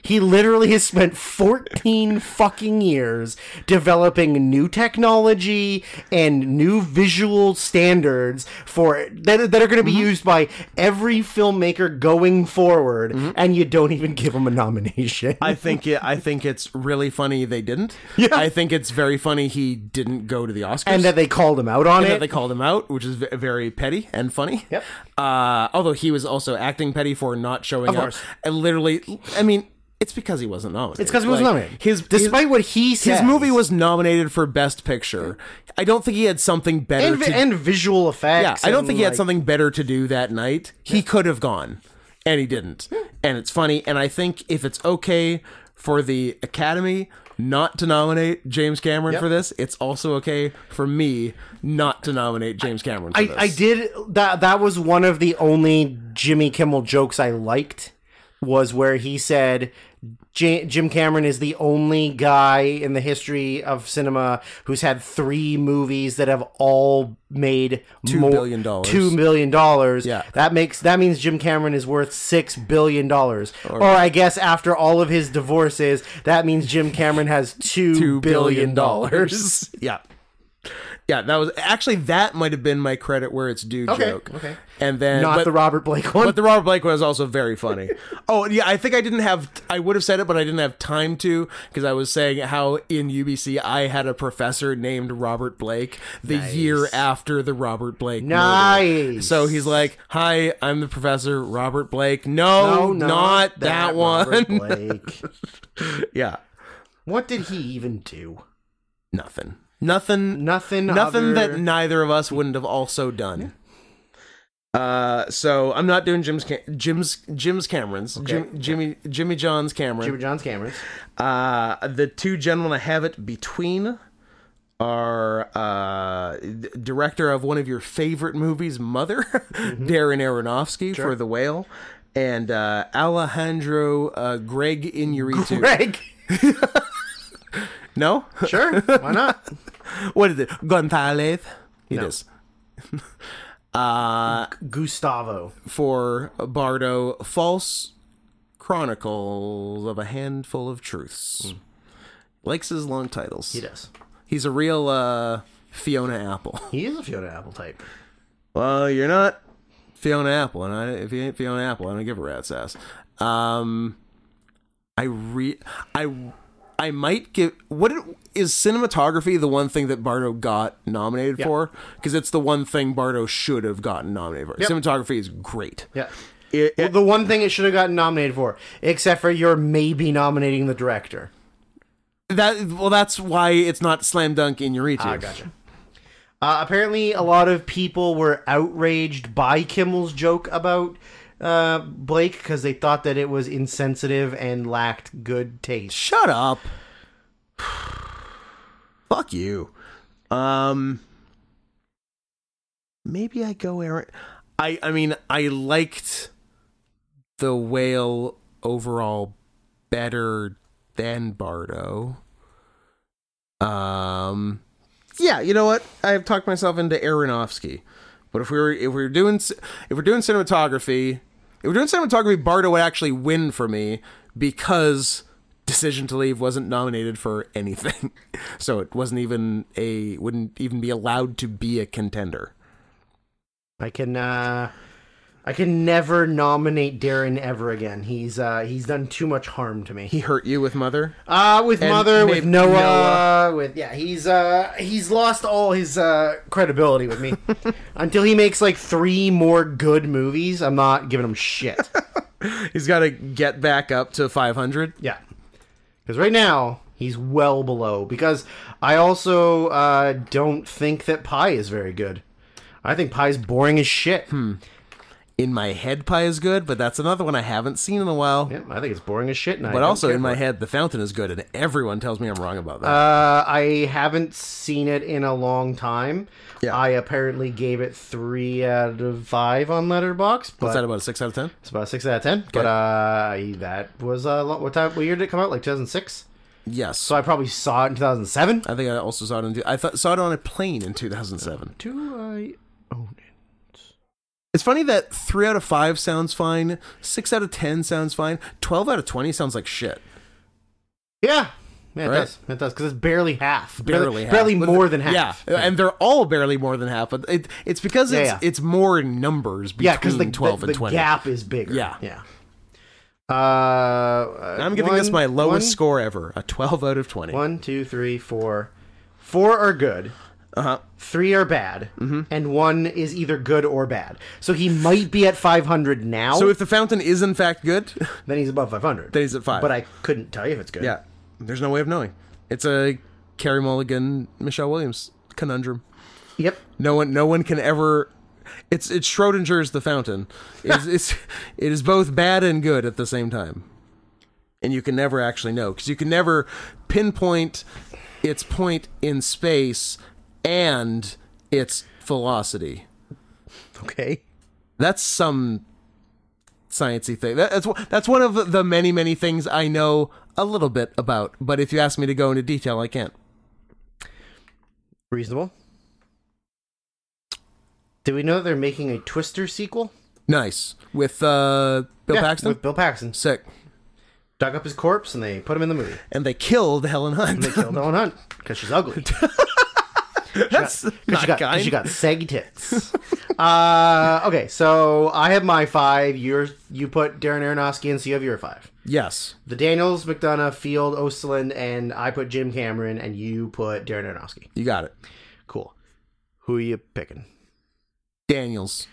Speaker 2: He literally has spent 14 fucking years developing new technology and new visual standards for that, that are going to be
Speaker 1: Mm-hmm.
Speaker 2: used by every filmmaker going forward and you don't even give him a nomination.
Speaker 1: Mm-hmm. I think it, I think it's really funny they didn't. Yeah. I think it's very funny he didn't go to the Oscars.
Speaker 2: and that they called him out on
Speaker 1: and
Speaker 2: it.
Speaker 1: that they called him out, which is ve- very petty and funny.
Speaker 2: Yep.
Speaker 1: Uh, although he was also acting petty for not showing up.
Speaker 2: course.
Speaker 1: And literally, I mean, it's because he wasn't nominated.
Speaker 2: it's because he was
Speaker 1: Like,
Speaker 2: nominated.
Speaker 1: His
Speaker 2: despite
Speaker 1: his,
Speaker 2: what he says,
Speaker 1: his movie was nominated for Best Picture. I don't think he had something better
Speaker 2: and,
Speaker 1: to
Speaker 2: vi- and visual
Speaker 1: Yeah,
Speaker 2: effects.
Speaker 1: I don't
Speaker 2: and,
Speaker 1: think he had
Speaker 2: like-
Speaker 1: something better to do that night. He could have gone, and he didn't. And it's funny. And I think if it's okay for the Academy not to nominate James Cameron for this, it's also okay for me not to nominate James Cameron for
Speaker 2: I,
Speaker 1: this.
Speaker 2: I did that. That was one of the only Jimmy Kimmel jokes I liked. Was where he said J- Jim Cameron is the only guy in the history of cinema who's had three movies that have all made two billion
Speaker 1: billion dollars.
Speaker 2: Two million dollars.
Speaker 1: Yeah.
Speaker 2: that makes that means Jim Cameron is worth six billion dollars. Or, I guess after all of his divorces, that means Jim Cameron has two
Speaker 1: Two billion
Speaker 2: billion dollars.
Speaker 1: dollars. yeah. Yeah, that was actually that might have been my credit where it's due
Speaker 2: Okay,
Speaker 1: joke.
Speaker 2: okay.
Speaker 1: And then
Speaker 2: Not
Speaker 1: but-
Speaker 2: the Robert Blake one.
Speaker 1: But the Robert Blake one is also very funny. oh yeah, I think I didn't have. I would have said it, but I didn't have time to because I was saying how in UBC I had a professor named Robert Blake the year after the Robert Blake. murder.
Speaker 2: Nice.
Speaker 1: So he's like, "Hi, I'm the professor Robert Blake."
Speaker 2: "Oh,
Speaker 1: No, not that,
Speaker 2: Robert
Speaker 1: one.
Speaker 2: Blake.
Speaker 1: yeah,
Speaker 2: what did he even do?
Speaker 1: nothing, nothing,
Speaker 2: Nothing.
Speaker 1: nothing
Speaker 2: other-
Speaker 1: that neither of us wouldn't have also done. Uh, so I'm not doing Jim's Cam- Jim's Jim's Cameron's Jim, Jimmy Jimmy John's Cameron.
Speaker 2: Jimmy John's cameras.
Speaker 1: Uh, the two gentlemen I have it between are uh, d- director of one of your favorite movies, Mother,
Speaker 2: Mm-hmm.
Speaker 1: Darren Aronofsky for The Whale, and uh, Alejandro uh, Greg Inarritu.
Speaker 2: Greg.
Speaker 1: No,
Speaker 2: Sure. Why not?
Speaker 1: what is it? Gonzalez. He
Speaker 2: No.
Speaker 1: does. uh,
Speaker 2: Gustavo.
Speaker 1: for Bardo, False Chronicles of a Handful of Truths. Likes his long titles.
Speaker 2: Hmm. He does.
Speaker 1: He's a real uh, Fiona Apple.
Speaker 2: He is a Fiona Apple type.
Speaker 1: Well, you're not Fiona Apple, and I, if you ain't Fiona Apple, I don't give a rat's ass. Um, I re I I might give what it, is cinematography the one thing that Bardo got nominated for because it's the one thing Bardo should have gotten nominated for. Cinematography is great.
Speaker 2: Yeah.
Speaker 1: It- it-
Speaker 2: Well, the one thing it should have gotten nominated for, except for you're maybe nominating the director.
Speaker 1: that well, that's why it's not slam dunk in your
Speaker 2: I gotcha. Uh, apparently, a lot of people were outraged by Kimmel's joke about uh, Blake because they thought that it was insensitive and lacked good taste.
Speaker 1: Shut up. Fuck you. Um maybe I go Aaron I I mean I liked the whale overall better than Bardo. Um yeah, you know what? I have talked myself into Aronofsky. But if we were if we were doing c- if we're doing cinematography, if we're doing cinematography, Bardo would actually win for me because Decision to Leave wasn't nominated for anything, so it wasn't even a wouldn't even be allowed to be a contender.
Speaker 2: I can uh I can never nominate Darren ever again. He's uh he's done too much harm to me.
Speaker 1: He hurt you with Mother.
Speaker 2: Uh with
Speaker 1: And
Speaker 2: mother, with
Speaker 1: maybe
Speaker 2: Noah,
Speaker 1: Noah.
Speaker 2: with yeah, he's uh he's lost all his uh credibility with me. Until he makes like three more good movies, I'm not giving him shit.
Speaker 1: He's got to get back up to five hundred.
Speaker 2: yeah. Cuz right now He's well below because I also uh, don't think that pie is very good. I think pie's boring as shit.
Speaker 1: Hmm. In my head, pie is good, but that's another one I haven't seen in a while.
Speaker 2: Yeah, I think it's boring as shit. And
Speaker 1: But also in my head, the fountain is good, and everyone tells me I'm wrong about that.
Speaker 2: Uh, I haven't seen it in a long time.
Speaker 1: Yeah.
Speaker 2: I apparently gave it three out of five on Letterbox, but
Speaker 1: What's that about a six out of ten?
Speaker 2: it's about six out of ten. But uh, I- that was uh, lo- what time? What year did it come out? Like two thousand six.
Speaker 1: Yes.
Speaker 2: So I probably saw it in two thousand seven.
Speaker 1: I think I also saw it on. I thought, saw it on a plane in 2007.
Speaker 2: Do I own it?
Speaker 1: It's funny that three out of five sounds fine, six out of ten sounds fine, twelve out of twenty sounds like shit.
Speaker 2: Yeah. Yeah, it
Speaker 1: Right?
Speaker 2: does. It does because it's barely half.
Speaker 1: Barely, half.
Speaker 2: barely
Speaker 1: But-
Speaker 2: more than half.
Speaker 1: Yeah, and they're all barely more than half. But it, it's because it's
Speaker 2: Yeah, yeah.
Speaker 1: it's more in numbers between
Speaker 2: yeah, because the
Speaker 1: twelve
Speaker 2: the,
Speaker 1: and
Speaker 2: the
Speaker 1: twenty.
Speaker 2: gap is bigger.
Speaker 1: Yeah.
Speaker 2: yeah. Uh,
Speaker 1: I'm giving this my lowest score ever, a twelve out of twenty.
Speaker 2: One, two, three, four. Four are good.
Speaker 1: Uh huh.
Speaker 2: Three are bad,
Speaker 1: Mm-hmm.
Speaker 2: and one is either good or bad. So he might be at 500 now.
Speaker 1: So if the fountain is in fact good,
Speaker 2: then he's above 500.
Speaker 1: Then he's at five.
Speaker 2: But I couldn't tell you if it's good.
Speaker 1: yeah, there's no way of knowing. It's a Carrie Mulligan, Michelle Williams conundrum.
Speaker 2: Yep.
Speaker 1: No one, no one can ever. It's it's Schrodinger's The Fountain. It's, it's it is both bad and good at the same time, and you can never actually know because you can never pinpoint its point in space and its velocity.
Speaker 2: Okay.
Speaker 1: That's some sciency thing. That, that's one- that's one of the many many things I know a little bit about. But if you ask me to go into detail, I can't.
Speaker 2: Reasonable. Do we know that they're making a Twister sequel?
Speaker 1: Nice with uh, Bill
Speaker 2: Yeah,
Speaker 1: Paxton.
Speaker 2: With Bill Paxton.
Speaker 1: Sick.
Speaker 2: Dug up his corpse and they put him in the movie.
Speaker 1: And they killed Helen Hunt.
Speaker 2: They killed Ellen Hunt because she's ugly.
Speaker 1: That's
Speaker 2: Because
Speaker 1: not
Speaker 2: you got, 'cause
Speaker 1: kind.
Speaker 2: you got seg tits. uh, okay, so I have my five. Yours, you put Darren Aronofsky in, so you have your five.
Speaker 1: yes.
Speaker 2: The Daniels, McDonough, Field, Osterlund, and I put Jim Cameron, and you put Darren Aronofsky.
Speaker 1: You got it.
Speaker 2: Cool. Who are you picking?
Speaker 1: Daniels.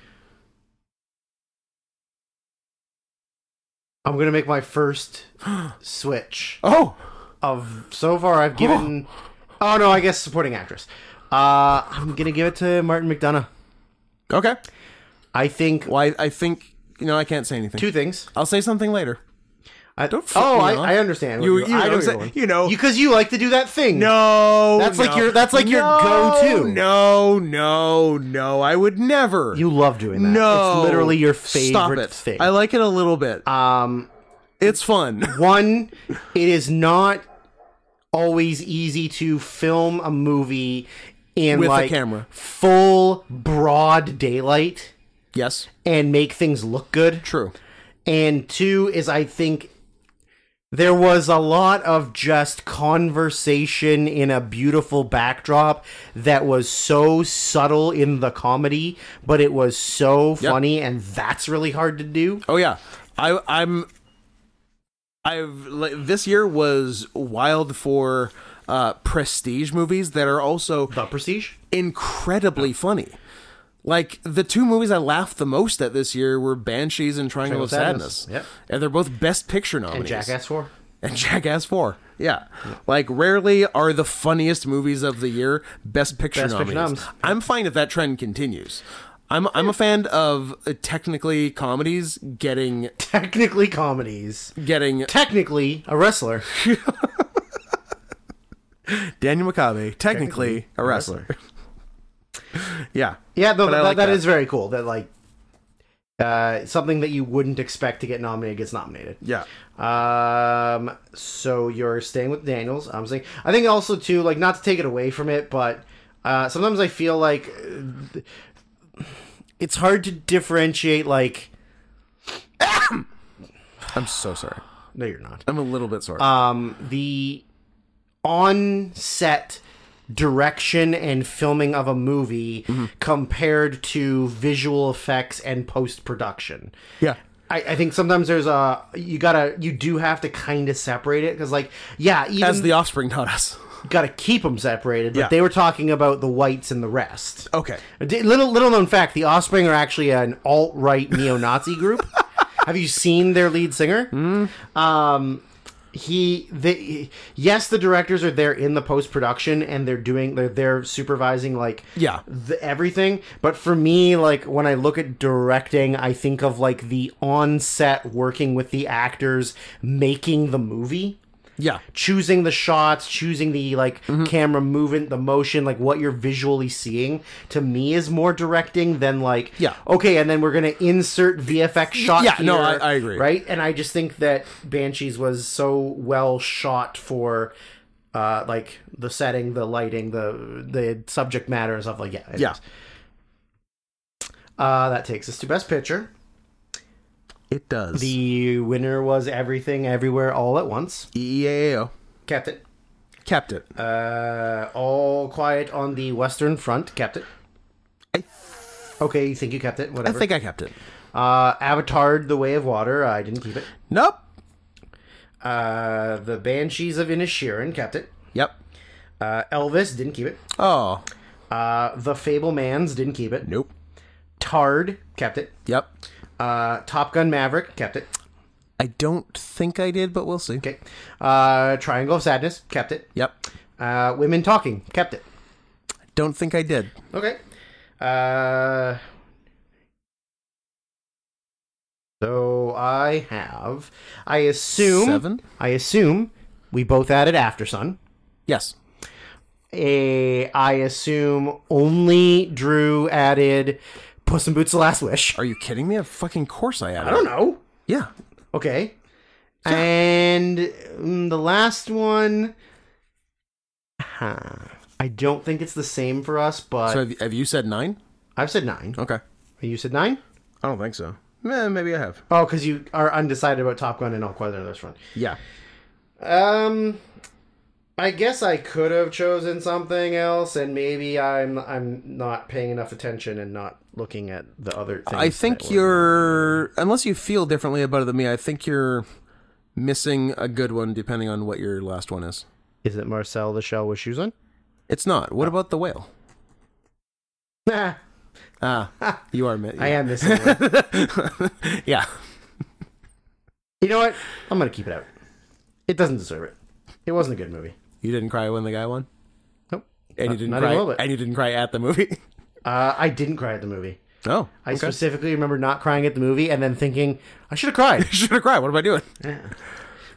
Speaker 2: I'm gonna make my first switch
Speaker 1: Oh,
Speaker 2: of so far. I've given. oh no, I guess supporting actress. Uh, I'm gonna give it to Martin McDonough.
Speaker 1: okay.
Speaker 2: I think
Speaker 1: Well, I, I think you know I can't say anything.
Speaker 2: two things.
Speaker 1: I'll say something later.
Speaker 2: I,
Speaker 1: Don't fuck
Speaker 2: oh,
Speaker 1: me
Speaker 2: I,
Speaker 1: up.
Speaker 2: I understand. what
Speaker 1: You-
Speaker 2: you're-
Speaker 1: you
Speaker 2: I
Speaker 1: know what I'm
Speaker 2: you're
Speaker 1: saying.
Speaker 2: going.
Speaker 1: You know.
Speaker 2: because you like to do that thing.
Speaker 1: No,
Speaker 2: That's like
Speaker 1: no.
Speaker 2: your- that's like your
Speaker 1: No,
Speaker 2: go-to.
Speaker 1: No, no, no. I would never.
Speaker 2: you love doing that.
Speaker 1: no,
Speaker 2: it's literally your
Speaker 1: Stop
Speaker 2: favorite
Speaker 1: it.
Speaker 2: thing.
Speaker 1: I like it a little bit.
Speaker 2: um,
Speaker 1: it's fun.
Speaker 2: one, it is not always easy to film a movie in
Speaker 1: With a
Speaker 2: like
Speaker 1: camera.
Speaker 2: full broad daylight
Speaker 1: yes,
Speaker 2: and make things look good.
Speaker 1: true.
Speaker 2: And two is I think there was a lot of just conversation in a beautiful backdrop that was so subtle in the comedy, but it was so funny and that's really hard to do.
Speaker 1: Oh yeah, I I'm I've like, this year was wild for uh prestige movies that are also
Speaker 2: The prestige?
Speaker 1: incredibly funny. Like the two movies I laughed the most at this year were Banshees and Triangle of
Speaker 2: Triangle of
Speaker 1: Sadness.
Speaker 2: Sadness,
Speaker 1: And they're both Best Picture nominees.
Speaker 2: Jackass 4?
Speaker 1: And Jackass 4. Yeah. Like rarely are the funniest movies of the year Best Picture
Speaker 2: Best Picture
Speaker 1: nominees.
Speaker 2: noms.
Speaker 1: I'm fine if that trend continues. I'm I'm a fan of uh, technically comedies getting
Speaker 2: Technically comedies.
Speaker 1: getting
Speaker 2: Technically a wrestler.
Speaker 1: Daniel McCabe technically a wrestler. yeah.
Speaker 2: Yeah, though
Speaker 1: But I
Speaker 2: that,
Speaker 1: like
Speaker 2: that
Speaker 1: that.
Speaker 2: is very cool. That like uh, something that you wouldn't expect to get nominated gets nominated.
Speaker 1: Yeah.
Speaker 2: Um. So you're staying with Daniels. I'm saying. I think also too, like, not to take it away from it, but uh, sometimes I feel like uh, it's hard to differentiate. Like,
Speaker 1: I'm so sorry.
Speaker 2: no, you're not.
Speaker 1: I'm a little bit sorry.
Speaker 2: Um. The on set direction and filming of a movie
Speaker 1: Mm-hmm.
Speaker 2: compared to visual effects and post production.
Speaker 1: yeah.
Speaker 2: I, I think sometimes there's a you gotta you do have to kind of separate it because like yeah even
Speaker 1: As the offspring taught us.
Speaker 2: gotta keep them separated but
Speaker 1: Yeah.
Speaker 2: they were talking about the whites and the rest
Speaker 1: Okay.
Speaker 2: D- little little known fact the offspring are actually an
Speaker 1: Hmm.
Speaker 2: alt-right neo-nazi group have you seen their lead singer um he the yes the directors are there in the post production and they're doing they're they're supervising like
Speaker 1: Yeah.
Speaker 2: the, everything but for me like when i look at directing i think of like the on set working with the actors making the movie
Speaker 1: Yeah.
Speaker 2: choosing the shots, choosing the like
Speaker 1: Mm-hmm.
Speaker 2: camera movement, the motion, like what you're visually seeing, to me is more directing than like
Speaker 1: Yeah.
Speaker 2: okay, and then we're gonna insert VFX shot.
Speaker 1: Yeah, no,
Speaker 2: here,
Speaker 1: I- I agree.
Speaker 2: Right, and I just think that Banshees was so well shot for. Uh, like the setting, the lighting, the the subject matter and stuff like yeah.
Speaker 1: Yeah.
Speaker 2: Uh, that takes us to best picture.
Speaker 1: It does. The
Speaker 2: The winner was everything, everywhere, all at once.
Speaker 1: EAAO
Speaker 2: Kept it.
Speaker 1: kept it.
Speaker 2: Uh, all quiet on the Western Front. Kept it.
Speaker 1: I-
Speaker 2: okay, you think you kept it?
Speaker 1: I
Speaker 2: Whatever.
Speaker 1: think I kept it.
Speaker 2: uh, Avatar: The Way of Water. I didn't keep it.
Speaker 1: Nope.
Speaker 2: Uh, the Banshees of Inisherin. Kept it.
Speaker 1: Yep.
Speaker 2: Uh, Elvis didn't keep it.
Speaker 1: Oh.
Speaker 2: Uh, the Fablemans didn't keep it.
Speaker 1: Nope.
Speaker 2: Tard kept it.
Speaker 1: Yep.
Speaker 2: Uh, Top Gun Maverick kept it.
Speaker 1: I don't think I did, but we'll see.
Speaker 2: Okay. Uh, Triangle of Sadness kept it.
Speaker 1: Yep.
Speaker 2: Uh, Women Talking kept it.
Speaker 1: Don't think I did.
Speaker 2: Okay. Uh, so I have. I assume.
Speaker 1: Seven?
Speaker 2: I assume we both added After Sun.
Speaker 1: Yes.
Speaker 2: Eh, I assume only Drew added Puss in Boots: The Last Wish.
Speaker 1: Are you kidding me? Of fucking course I added.
Speaker 2: I don't know.
Speaker 1: Yeah.
Speaker 2: Okay. And mm, the last one. Huh. I don't think it's the same for us, but
Speaker 1: So Oh. have, have you said nine?
Speaker 2: I've said nine.
Speaker 1: Okay.
Speaker 2: You said nine?
Speaker 1: I don't think so. Eh, maybe I have.
Speaker 2: Oh, because you are undecided about Top Gun and All Quiet on the Western
Speaker 1: Yeah.
Speaker 2: Front. Um, I guess I could have chosen something else, and maybe I'm I'm not paying enough attention and not looking at the other. Things
Speaker 1: I think
Speaker 2: that were-
Speaker 1: you're, unless you feel differently about it than me, I think you're missing a good one depending on what your last one is.
Speaker 2: Is it Marcel the Shell with shoes on?
Speaker 1: It's not. What about the whale?
Speaker 2: Nah,
Speaker 1: Ah, you are. mi-
Speaker 2: I am missing. one.
Speaker 1: yeah.
Speaker 2: you know what? I'm gonna keep it out. It doesn't deserve it. It wasn't a good movie.
Speaker 1: You didn't cry when the guy won,
Speaker 2: Nope.
Speaker 1: and you
Speaker 2: Uh, Not-
Speaker 1: didn't
Speaker 2: not even a
Speaker 1: cry,
Speaker 2: little bit.
Speaker 1: and you didn't cry at the movie.
Speaker 2: Uh, I didn't cry at the movie.
Speaker 1: Oh,
Speaker 2: I specifically remember not crying at the movie and then thinking I should have cried.
Speaker 1: should have cried. What am I doing?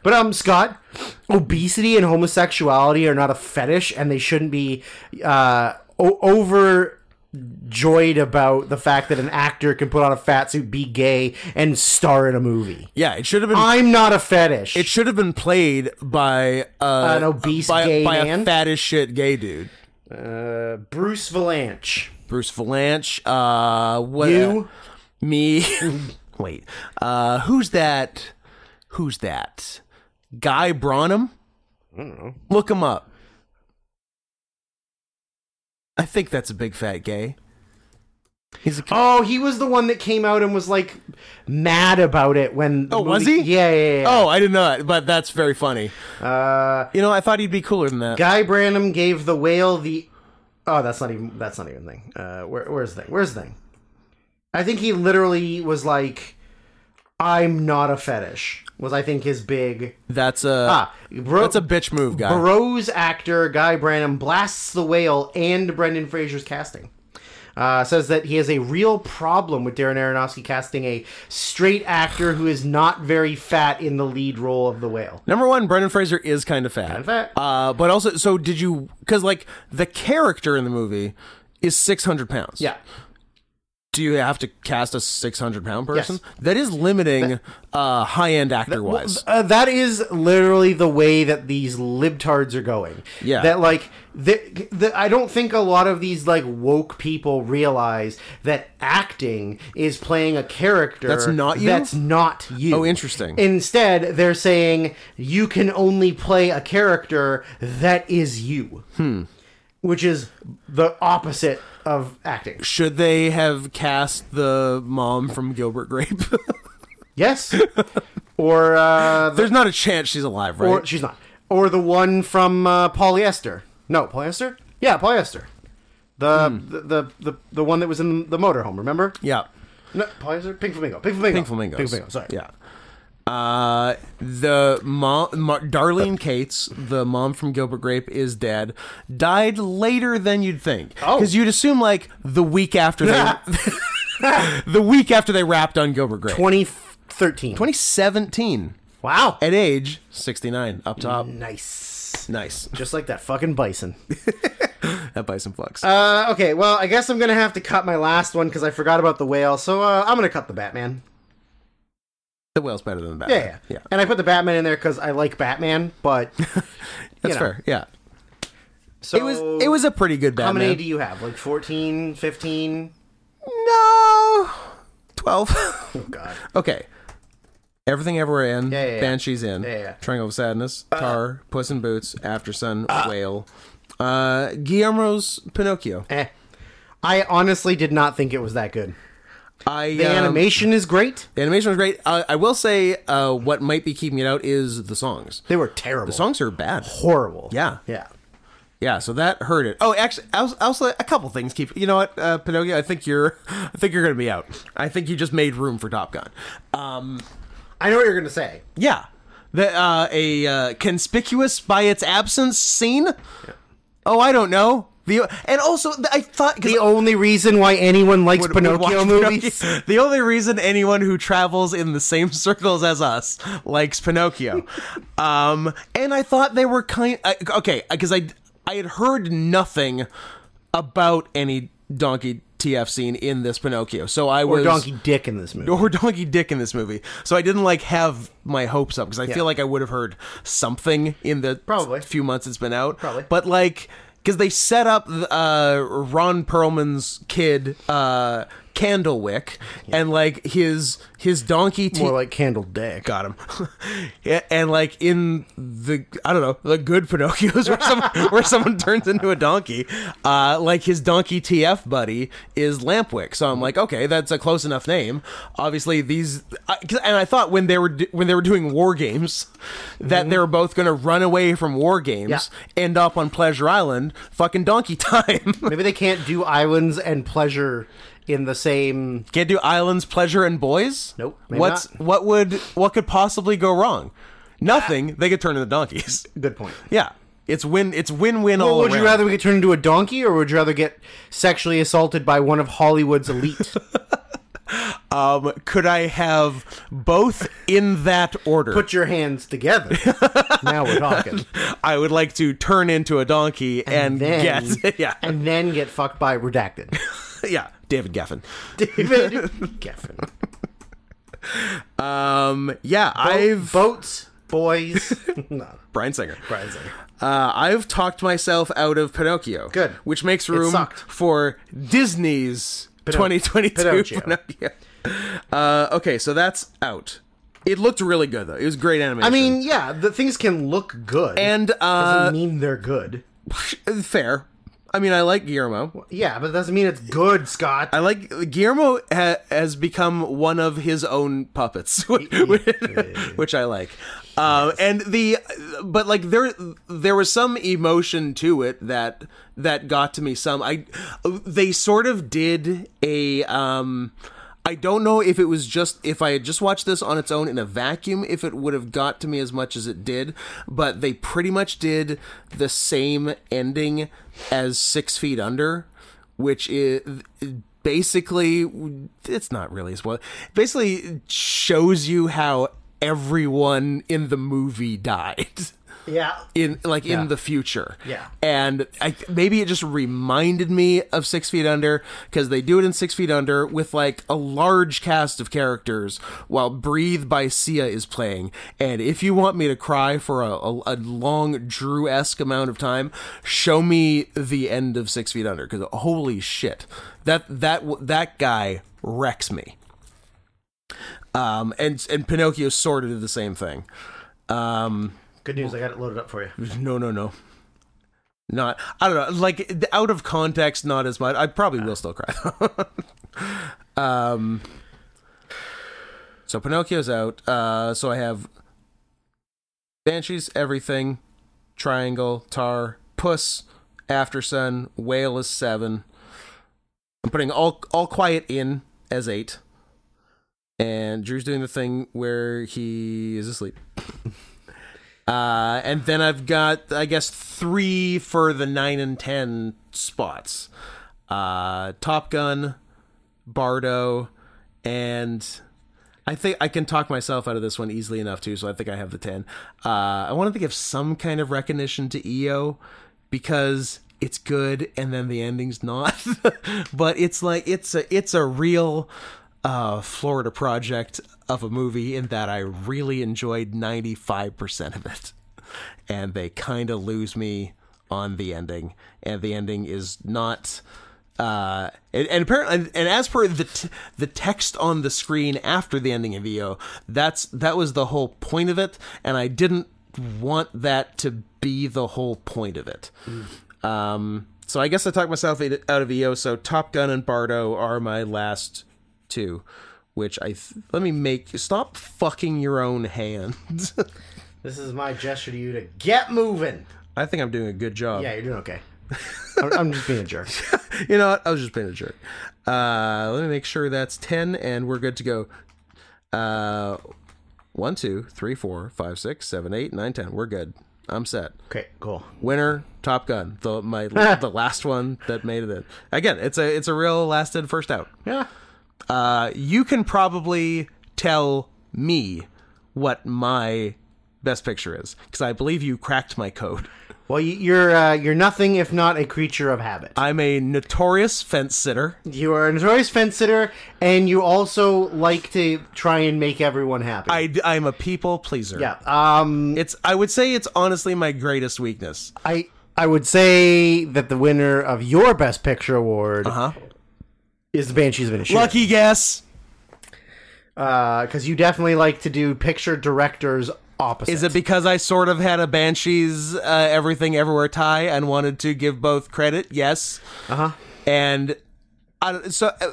Speaker 2: But um, Scott, obesity and homosexuality are not a fetish, and they shouldn't be uh, o- overjoyed about the fact that an actor can put on a fat suit, be gay, and star in a movie.
Speaker 1: Yeah, it should have been.
Speaker 2: I'm not a fetish.
Speaker 1: it should have been played by uh,
Speaker 2: An obese
Speaker 1: by,
Speaker 2: gay
Speaker 1: by
Speaker 2: man?
Speaker 1: a fat as shit gay dude.
Speaker 2: uh, Bruce Valanche.
Speaker 1: Bruce Valanche. Uh, what?
Speaker 2: You?
Speaker 1: me. Wait. Uh, who's that? Who's that? Guy Bronham. Look him up. I think that's a big fat gay. He's a,
Speaker 2: Oh, he was the one that came out and was like mad about it when. the
Speaker 1: Oh, was
Speaker 2: movie-
Speaker 1: he?
Speaker 2: Yeah, yeah, yeah.
Speaker 1: oh, I didn't know that, but that's very funny.
Speaker 2: Uh,
Speaker 1: You know, I thought he'd be cooler than that.
Speaker 2: Guy Branum gave the whale the. Oh, that's not even. That's not even a thing. Uh, where, where's the thing? Where's the thing? I think he literally was like, "I'm not a fetish." Was I think his big
Speaker 1: That's a
Speaker 2: ah. Bro-
Speaker 1: that's a bitch move, guy.
Speaker 2: Barreau's actor Guy Branum blasts the whale and Brendan Fraser's casting. Uh, says that he has a real problem with Darren Aronofsky casting a straight actor who is not very fat in the lead role of the whale.
Speaker 1: Number one, Brendan Fraser is kind of fat.
Speaker 2: of fat.
Speaker 1: Uh, but also, so did you? Because like the character in the movie is six hundred pounds.
Speaker 2: Yeah.
Speaker 1: Do you have to cast a six hundred pound person? That is limiting uh, high end actor wise.
Speaker 2: Uh, that is literally the way that these libtards are going.
Speaker 1: Yeah.
Speaker 2: That like the, the, I don't think a lot of these like woke people realize that acting is playing a character
Speaker 1: That's not you?
Speaker 2: That's not you.
Speaker 1: Oh, interesting.
Speaker 2: Instead, they're saying you can only play a character that is you. Hmm. Which is the opposite of acting.
Speaker 1: Should they have cast the mom from Gilbert Grape?
Speaker 2: Yes. or uh, the
Speaker 1: There's not a chance she's alive, right?
Speaker 2: Or she's not. Or the one from uh, polyester. No, polyester. Yeah, polyester. The, the, the the the one that was in the motorhome. Remember?
Speaker 1: Hmm. yeah.
Speaker 2: No, polyester. Pink flamingo. Pink flamingo.
Speaker 1: Pink flamingos.
Speaker 2: Pink flamingo. Sorry.
Speaker 1: Yeah. Uh, the mom, Ma- Darlene Cates, the mom from Gilbert Grape, is dead. Died later than you'd think,
Speaker 2: Oh.
Speaker 1: because you'd assume like the week after they, the week after they wrapped on Gilbert Grape,
Speaker 2: 2013.
Speaker 1: 2017,
Speaker 2: Wow. Um,
Speaker 1: at age 69, up top.
Speaker 2: Nice.
Speaker 1: Nice,
Speaker 2: Just like that fucking bison.
Speaker 1: that bison flux.
Speaker 2: Uh, okay, well, I guess I'm gonna have to cut my last one because I forgot about the whale. So uh, I'm gonna cut the Batman.
Speaker 1: the whale's better than the bat.
Speaker 2: Yeah, yeah,
Speaker 1: yeah.
Speaker 2: And I put the Batman in there because I like Batman, but
Speaker 1: That's
Speaker 2: know.
Speaker 1: fair. Yeah,
Speaker 2: so
Speaker 1: it was it was a pretty good
Speaker 2: How
Speaker 1: Batman.
Speaker 2: many do you have? Like 14, 15?
Speaker 1: No, twelve.
Speaker 2: Oh God.
Speaker 1: Okay. Everything Everywhere in,
Speaker 2: yeah, yeah.
Speaker 1: Banshee's in,
Speaker 2: yeah, Uh, yeah.
Speaker 1: Triangle of Sadness, Tar, Puss in Boots, After Sun, Whale, uh, Guillermo's Pinocchio.
Speaker 2: Eh. I honestly did not think it was that good.
Speaker 1: I
Speaker 2: The
Speaker 1: um,
Speaker 2: animation is great.
Speaker 1: the animation was great. I, I will say, uh, what might be keeping it out is the songs.
Speaker 2: They were terrible.
Speaker 1: Songs are bad.
Speaker 2: horrible.
Speaker 1: Yeah.
Speaker 2: Yeah.
Speaker 1: Yeah, so that hurt it. Oh, actually, I was, I was like, a couple things keep. You know what, uh, Pinocchio? I think you're, I think you're gonna be out. I think you just made room for Top Gun. Um,
Speaker 2: I know what you're gonna say.
Speaker 1: Yeah. The, uh, a uh, conspicuous by its absence scene. Oh, I don't know. The and also th- I thought 'cause
Speaker 2: The only reason why anyone likes
Speaker 1: I would
Speaker 2: Pinocchio
Speaker 1: watch
Speaker 2: movies.
Speaker 1: Pinocchio- The only reason anyone who travels in the same circles as us likes Pinocchio. um, and I thought they were kind. I, okay, because I I had heard nothing about any donkey TF scene in this Pinocchio, so I
Speaker 2: Or
Speaker 1: was
Speaker 2: Donkey Dick in this movie.
Speaker 1: or donkey dick in this movie. So I didn't like have my hopes up because I feel like I would have heard something in the
Speaker 2: Probably.
Speaker 1: s- few months it's been out.
Speaker 2: Probably.
Speaker 1: but like because they set up uh, Ron Perlman's kid uh, Candlewick and like his his donkey. T-
Speaker 2: More like Candle Dick.
Speaker 1: Got him, Yeah, and like in the I don't know the good Pinocchios where someone where someone turns into a donkey, uh, like his donkey TF buddy is Lampwick. So I'm like, okay, that's a close enough name. Obviously, these I, 'cause- and I thought when they were do, when they were doing war games that they were both going to run away from war games,
Speaker 2: Mm-hmm. Yeah.
Speaker 1: end up on Pleasure Island, fucking donkey time.
Speaker 2: Maybe they can't do islands and pleasure in the same.
Speaker 1: Can't do islands, pleasure, and boys.
Speaker 2: Nope, maybe
Speaker 1: What's
Speaker 2: not. Ah.
Speaker 1: what would what could possibly go wrong? Nothing. They could turn into donkeys.
Speaker 2: Good point.
Speaker 1: Yeah, it's win. It's win-win all
Speaker 2: would
Speaker 1: around.
Speaker 2: you rather we get turned into a donkey, or would you rather get sexually assaulted by one of Hollywood's elite?
Speaker 1: um, could I have both in that order?
Speaker 2: Put your hands together. now we're talking.
Speaker 1: I would like to turn into a donkey and,
Speaker 2: Then,
Speaker 1: get yeah,
Speaker 2: and then get fucked by redacted.
Speaker 1: yeah, David Geffen.
Speaker 2: David Geffen.
Speaker 1: Um, yeah, I've
Speaker 2: votes, boys. no,
Speaker 1: Brian Singer.
Speaker 2: Brian's like,
Speaker 1: Uh, I've talked myself out of Pinocchio.
Speaker 2: Good.
Speaker 1: which makes room
Speaker 2: sucked.
Speaker 1: for Disney's 2022
Speaker 2: Pinocchio.
Speaker 1: Pinocchio. Uh, okay, so that's out. It looked really good though. It was great animation.
Speaker 2: I mean, yeah, the things can look good.
Speaker 1: and uh,
Speaker 2: doesn't mean they're good.
Speaker 1: fair. I mean, I like Guillermo.
Speaker 2: Yeah, but it doesn't mean it's good, Scott.
Speaker 1: I like Guillermo ha- has become one of his own puppets, which I like. Um, and the but like there there was some emotion to it that that got to me. Some I they sort of did a. Um, I don't know if it was just if I had just watched this on its own in a vacuum, if it would have got to me as much as it did. But they pretty much did the same ending as Six Feet Under, which is basically it's not really a spoiler. Basically, shows you how everyone in the movie died
Speaker 2: yeah.
Speaker 1: in like in the future.
Speaker 2: Yeah.
Speaker 1: And I maybe it just reminded me of Six Feet Under because they do it in Six Feet Under with like a large cast of characters while Breathe by Sia is playing. And if you want me to cry for a, a, a long Drew esque amount of time, show me the end of Six Feet Under because holy shit, that that w- that guy wrecks me. Um, and and Pinocchio sort of did the same thing. Um,
Speaker 2: Good news, I got it loaded up for you.
Speaker 1: no, no, no. Not. I don't know. Like th- out of context, not as much. I probably will still cry though. um. So Pinocchio's out. Uh. So I have Banshees, everything, Triangle, Tar, Puss, After Sun, Whale is seven. I'm putting all all quiet in as eight. and Drew's doing the thing where he is asleep. Uh, and then I've got, I guess, three for the nine and ten spots: uh, Top Gun, Bardo, and I think I can talk myself out of this one easily enough too. So I think I have the ten. Uh, I wanted to give some kind of recognition to EO because it's good, and then the ending's not. but it's like it's a it's a real uh, Florida project of a movie in that I really enjoyed 95% of it. And they kind of lose me on the ending. And the ending is not. Uh, and, and apparently, and, and as per the t- the text on the screen after the ending of EO, that's that was the whole point of it, and I didn't want that to be the whole point of it. Um, so I guess I talked myself i- out of EO. So Top Gun and Bardo are my last two, which I th- let me make stop fucking your own hand.
Speaker 2: This is my gesture to you to get moving.
Speaker 1: I think I'm doing a good job.
Speaker 2: Yeah, you're doing okay. I'm, I'm just being a jerk.
Speaker 1: You know what? I was just being a jerk. Uh, let me make sure that's ten, and we're good to go. Uh, one, two, three, four, five, six, seven, eight, nine, ten. We're good. I'm set.
Speaker 2: Okay, cool.
Speaker 1: Winner, Top Gun, the my the last one that made it in. Again, it's a it's a real last in first out.
Speaker 2: Yeah.
Speaker 1: uh, you can probably tell me what my best picture is because I believe you cracked my code.
Speaker 2: Well, you- you're uh, you're nothing if not a creature of habit.
Speaker 1: I'm a notorious fence sitter.
Speaker 2: You are a notorious fence sitter, and you also like to try and make everyone happy.
Speaker 1: I, am a people pleaser.
Speaker 2: yeah. Um.
Speaker 1: It's I would say it's honestly my greatest weakness.
Speaker 2: I I would say that the winner of your best picture award
Speaker 1: Huh?
Speaker 2: is the Banshees of Inisherin.
Speaker 1: Lucky guess.
Speaker 2: because you definitely like to do picture directors opposite.
Speaker 1: Is it because I sort of had a Banshees uh, everything everywhere tie and wanted to give both credit? Yes.
Speaker 2: Uh huh.
Speaker 1: and I, so uh,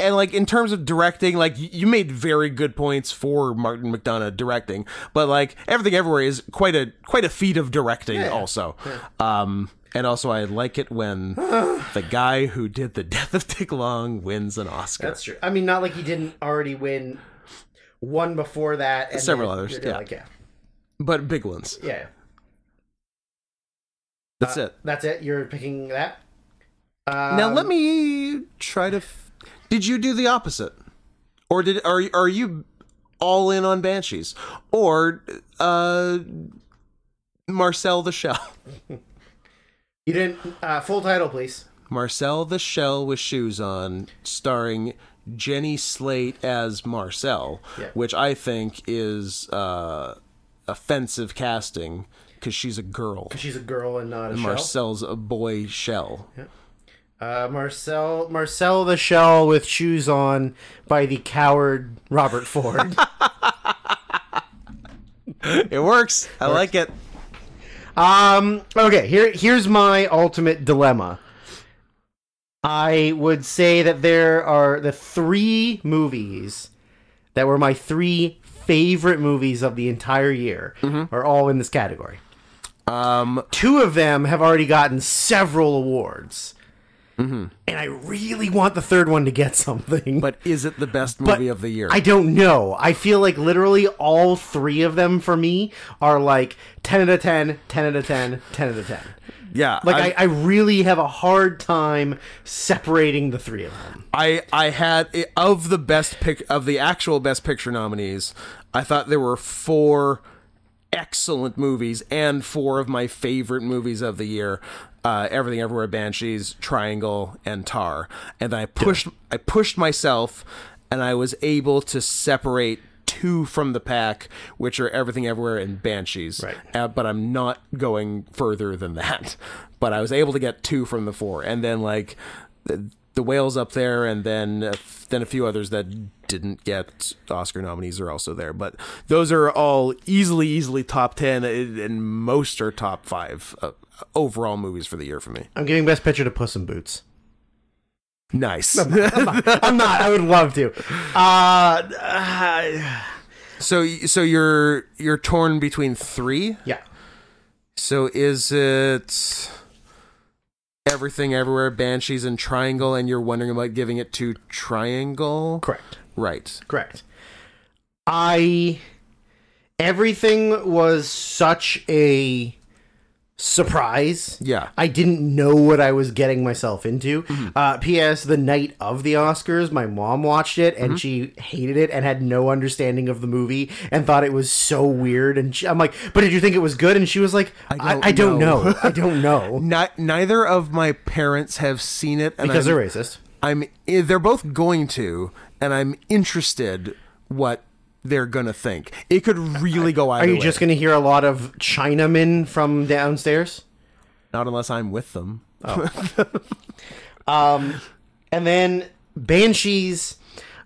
Speaker 1: and like in terms of directing like y- you made very good points for martin mcdonough directing but like everything everywhere is quite a quite a feat of directing also um and also i like it when the guy who did the death of dick long wins an oscar
Speaker 2: That's true. I mean, not like he didn't already win one before that. And
Speaker 1: Several
Speaker 2: then
Speaker 1: others,
Speaker 2: you're
Speaker 1: yeah.
Speaker 2: Like, yeah.
Speaker 1: but big ones
Speaker 2: Yeah.
Speaker 1: that's it
Speaker 2: That's it. You're picking that. Uh,
Speaker 1: now
Speaker 2: Um,
Speaker 1: let me try to f- did you do the opposite or did are are you all in on banshees or uh marcel the shell
Speaker 2: You didn't. Uh, full title, please.
Speaker 1: Marcel the Shell with Shoes On, starring Jenny Slate as Marcel,
Speaker 2: Yeah.
Speaker 1: which I think is uh, offensive casting because she's a girl.
Speaker 2: She's a girl and not a shell.
Speaker 1: Marcel's a boy shell.
Speaker 2: Uh, Marcel, Marcel the Shell with shoes on by the coward Robert Ford.
Speaker 1: It works. I like it.
Speaker 2: um, okay, here here's my ultimate dilemma. I would say that there are the three movies that were my three favorite movies of the entire year are all in this category.
Speaker 1: Um,
Speaker 2: Two of them have already gotten several awards. And I really want the third one to get something.
Speaker 1: but is it the best
Speaker 2: But
Speaker 1: movie of the year?
Speaker 2: I don't know. I feel like literally all three of them for me are like 10 out of 10, 10 out of 10, 10 out of 10.
Speaker 1: yeah,
Speaker 2: Like, I, I really have a hard time separating the three of them.
Speaker 1: I I had i- of the best pick of the actual best picture nominees. I thought there were four excellent movies and four of my favorite movies of the year: uh, Everything Everywhere Banshees, Triangle, and Tar. And I pushed I pushed myself, and I was able to separate two from the pack, which are Everything Everywhere and Banshees.
Speaker 2: Right.
Speaker 1: Uh, but I'm not going further than that. But I was able to get two from the four, and then like the, the whales up there, and then uh, then a few others that didn't get Oscar nominees are also there. But those are all easily, easily top ten, uh, and most are top five uh, overall movies for the year for me.
Speaker 2: I'm giving Best Picture to Puss in Boots.
Speaker 1: Nice.
Speaker 2: I'm not. I would love to. Uh, uh,
Speaker 1: so so you're you're torn between three.
Speaker 2: yeah.
Speaker 1: So is it everything everywhere banshees and triangle and you're wondering about giving it to triangle?
Speaker 2: Correct.
Speaker 1: Right.
Speaker 2: Correct. I everything was such a surprise.
Speaker 1: Yeah. Mm-hmm.
Speaker 2: I didn't know what I was getting myself into. Uh, P.S. The night of the Oscars, my mom watched it
Speaker 1: Mm-hmm.
Speaker 2: and she hated it and had no understanding of the movie and thought it was so weird. And she, I'm like, "But did you think it was good?" And she was like, "I
Speaker 1: don't
Speaker 2: I, I don't
Speaker 1: know."
Speaker 2: know. I don't know
Speaker 1: Ni- neither of my parents have seen it, and
Speaker 2: because
Speaker 1: I'm,
Speaker 2: they're racist."
Speaker 1: I'm eh, they're both going to, and I'm interested what they're gonna think. It could really go either
Speaker 2: Are you
Speaker 1: way.
Speaker 2: just going to hear a lot of Chinamen from downstairs?
Speaker 1: Not unless I'm with them.
Speaker 2: Um, And then Banshees,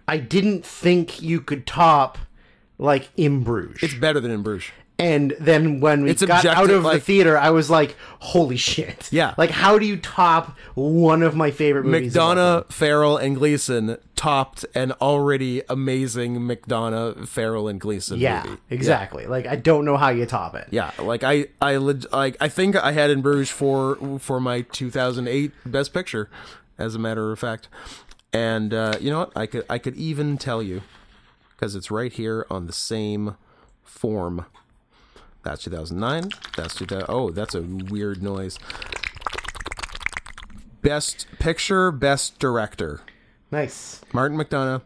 Speaker 2: I didn't think you could top like in Bruges.
Speaker 1: It's better than in Bruges.
Speaker 2: and then when we
Speaker 1: It's
Speaker 2: got out
Speaker 1: objective,
Speaker 2: of the
Speaker 1: like-
Speaker 2: theater, I was like, "Holy shit!"
Speaker 1: Yeah.
Speaker 2: like how do you top one of my favorite movies? of all time?
Speaker 1: McDonough, Farrell, and Gleason topped an already amazing McDonough, Farrell, and Gleason
Speaker 2: Yeah,
Speaker 1: movie.
Speaker 2: exactly. Like I don't know how you top it.
Speaker 1: Yeah, like I, I, leg- like I think I had in Bruges for for my 2008 Best Picture, as a matter of fact, and uh, you know what? I could I could even tell you because it's right here on the same form. That's 2009. That's 2000. Oh, that's a weird noise. Best Picture, Best Director,
Speaker 2: Nice,
Speaker 1: Martin McDonough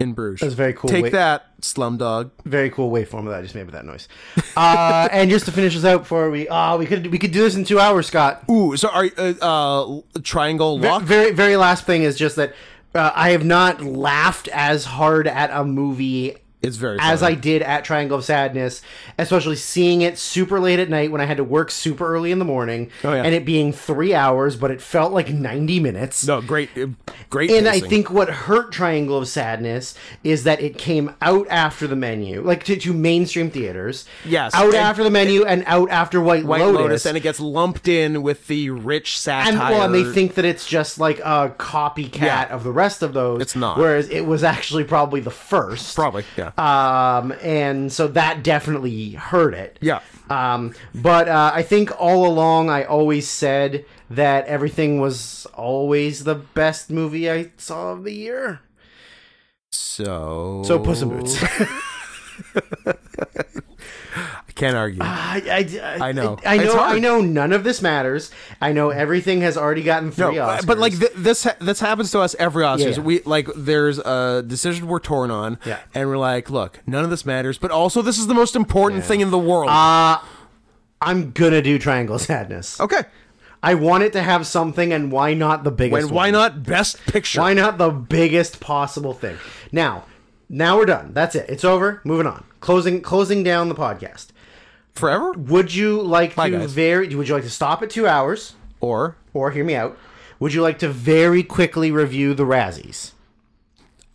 Speaker 1: in Bruges.
Speaker 2: That's very cool.
Speaker 1: Take
Speaker 2: Wait-
Speaker 1: that, Slumdog.
Speaker 2: very cool waveform that I just made with that noise. Uh, and just to finish this out before we, ah, we could we could do this in two hours, Scott.
Speaker 1: Ooh, so are uh, uh, Triangle
Speaker 2: Ve-
Speaker 1: Lock?
Speaker 2: Very, very last thing is just that uh, I have not laughed as hard at a movie
Speaker 1: It's very
Speaker 2: as
Speaker 1: funny.
Speaker 2: I did at Triangle of Sadness, especially seeing it super late at night when I had to work super early in the morning,
Speaker 1: Oh, yeah.
Speaker 2: and it being three hours, but it felt like ninety minutes.
Speaker 1: No, great, uh, great.
Speaker 2: And I
Speaker 1: pacing.
Speaker 2: think what hurt Triangle of Sadness is that it came out after the menu, like to, to mainstream theaters.
Speaker 1: Yes,
Speaker 2: out
Speaker 1: and-
Speaker 2: after the menu and out after White,
Speaker 1: White Lotus.
Speaker 2: Lotus.
Speaker 1: and it gets lumped in with the rich satire.
Speaker 2: and well, and they think that it's just like a copycat
Speaker 1: Yeah.
Speaker 2: of the rest of those.
Speaker 1: It's not.
Speaker 2: Whereas it was actually probably the first.
Speaker 1: probably, yeah,
Speaker 2: Um, and so that definitely hurt it.
Speaker 1: yeah.
Speaker 2: Um, but uh, I think all along I always said that everything was always the best movie I saw of the year.
Speaker 1: So,
Speaker 2: So Puss in Boots.
Speaker 1: I can't argue.
Speaker 2: Ah, I, I, I,
Speaker 1: I know.
Speaker 2: I
Speaker 1: It's
Speaker 2: know.
Speaker 1: hard.
Speaker 2: I know. None of this matters. I know everything has already gotten three
Speaker 1: No,
Speaker 2: Oscars.
Speaker 1: but like th- this, ha- this happens to us every Oscars.
Speaker 2: yeah.
Speaker 1: We like there's a decision we're torn on,
Speaker 2: Yeah.
Speaker 1: and we're like, look, none of this matters, but also this is the most important thing in the world.
Speaker 2: Uh, I'm gonna do Triangle Sadness.
Speaker 1: okay,
Speaker 2: I want it to have something, and why not the biggest?
Speaker 1: and why
Speaker 2: one?
Speaker 1: not Best Picture?
Speaker 2: Why not the biggest possible thing? Now, now we're done. That's it. It's over. Moving on. Closing. Closing down the podcast.
Speaker 1: Forever
Speaker 2: Would you like to
Speaker 1: guys.
Speaker 2: very? Would you like to stop at two hours,
Speaker 1: or
Speaker 2: or hear me out? Would you like to very quickly review the Razzies?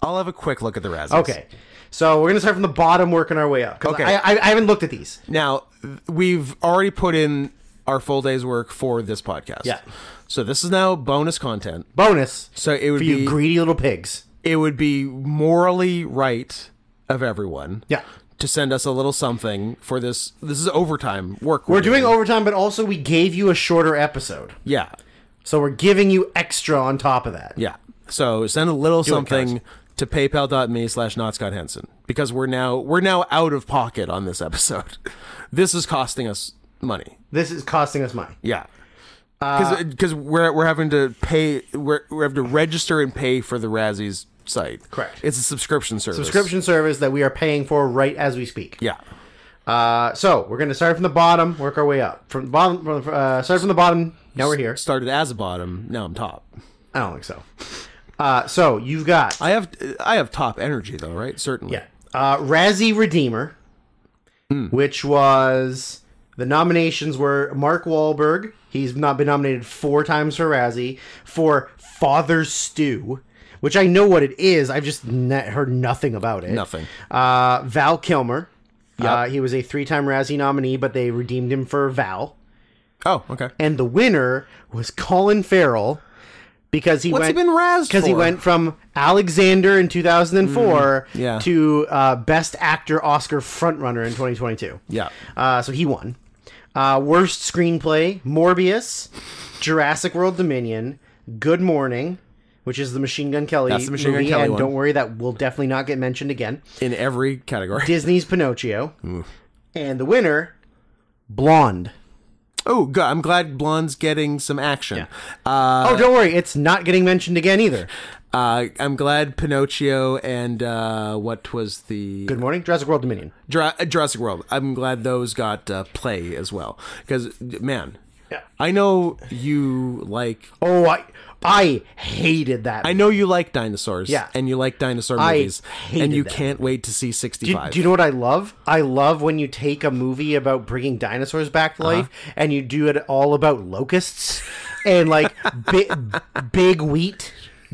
Speaker 1: I'll have a quick look at the Razzies.
Speaker 2: Okay, so we're gonna start from the bottom, working our way up. 'cause
Speaker 1: Okay.
Speaker 2: I, I, I haven't looked at these.
Speaker 1: Now, th- we've already put in our full day's work for this podcast.
Speaker 2: Yeah.
Speaker 1: So this is now bonus content.
Speaker 2: Bonus
Speaker 1: So it would
Speaker 2: for you
Speaker 1: be
Speaker 2: greedy little pigs.
Speaker 1: it would be morally right of everyone.
Speaker 2: Yeah.
Speaker 1: To send us a little something for this. This is overtime work.
Speaker 2: We're doing overtime, but also we gave you a shorter episode,
Speaker 1: Yeah.
Speaker 2: so we're giving you extra on top of that.
Speaker 1: Yeah. So send a little something to paypal.me slash not Scott Henson because we're now we're now out of pocket on this episode. this is costing us money.
Speaker 2: This is costing us money.
Speaker 1: Yeah.
Speaker 2: Uh,
Speaker 1: Because we're we're having to pay we're we have to register and pay for the Razzies site.
Speaker 2: Correct.
Speaker 1: It's a subscription service.
Speaker 2: Subscription service that we are paying for right as we speak.
Speaker 1: Yeah.
Speaker 2: Uh, so we're gonna start from the bottom, work our way up. From the bottom, from, uh, start from the bottom. Now we're here.
Speaker 1: Started as a bottom. Now I'm top.
Speaker 2: I don't think so. Uh, so you've got
Speaker 1: I have I have top energy though, right? Certainly.
Speaker 2: yeah, uh, Razzie Redeemer, which was the nominations were Mark Wahlberg. He's not been nominated four times for Razzie for Father Stew, which I know what it is. I've just ne- heard nothing about it.
Speaker 1: Nothing.
Speaker 2: Uh, Val Kilmer. Uh, he was a three-time Razzie nominee, but they redeemed him for Val.
Speaker 1: Oh, okay.
Speaker 2: and the winner was Colin Farrell because he
Speaker 1: What's
Speaker 2: went
Speaker 1: he been razzed
Speaker 2: because he
Speaker 1: for?
Speaker 2: went from Alexander in 2004
Speaker 1: Mm-hmm. yeah.
Speaker 2: to uh, Best Actor Oscar frontrunner in 2022.
Speaker 1: Yeah.
Speaker 2: Uh, so he won. Uh, worst screenplay: Morbius, Jurassic World Dominion, Good Morning, which is the Machine Gun Kelly
Speaker 1: That's the Machine Gun
Speaker 2: movie,
Speaker 1: Kelly
Speaker 2: and
Speaker 1: one.
Speaker 2: don't worry, that will definitely not get mentioned again.
Speaker 1: in every category.
Speaker 2: Disney's Pinocchio, and the winner, Blonde.
Speaker 1: Oh, good. I'm glad Blonde's getting some action. Uh,
Speaker 2: oh, don't worry, it's not getting mentioned again either.
Speaker 1: uh, I'm glad Pinocchio and uh, what was the
Speaker 2: Good morning, Jurassic World Dominion.
Speaker 1: Jura- Jurassic World. I'm glad those got uh, play as well because man,
Speaker 2: Yeah.
Speaker 1: I know you like.
Speaker 2: Oh, I I hated that.
Speaker 1: I know you like dinosaurs.
Speaker 2: Yeah.
Speaker 1: and you like dinosaur
Speaker 2: I
Speaker 1: movies, and
Speaker 2: hated
Speaker 1: you
Speaker 2: that.
Speaker 1: can't wait to see 65.
Speaker 2: Do you know what I love? I love when you take a movie about bringing dinosaurs back
Speaker 1: Uh-huh.
Speaker 2: to life and you do it all about locusts and like bi- big wheat.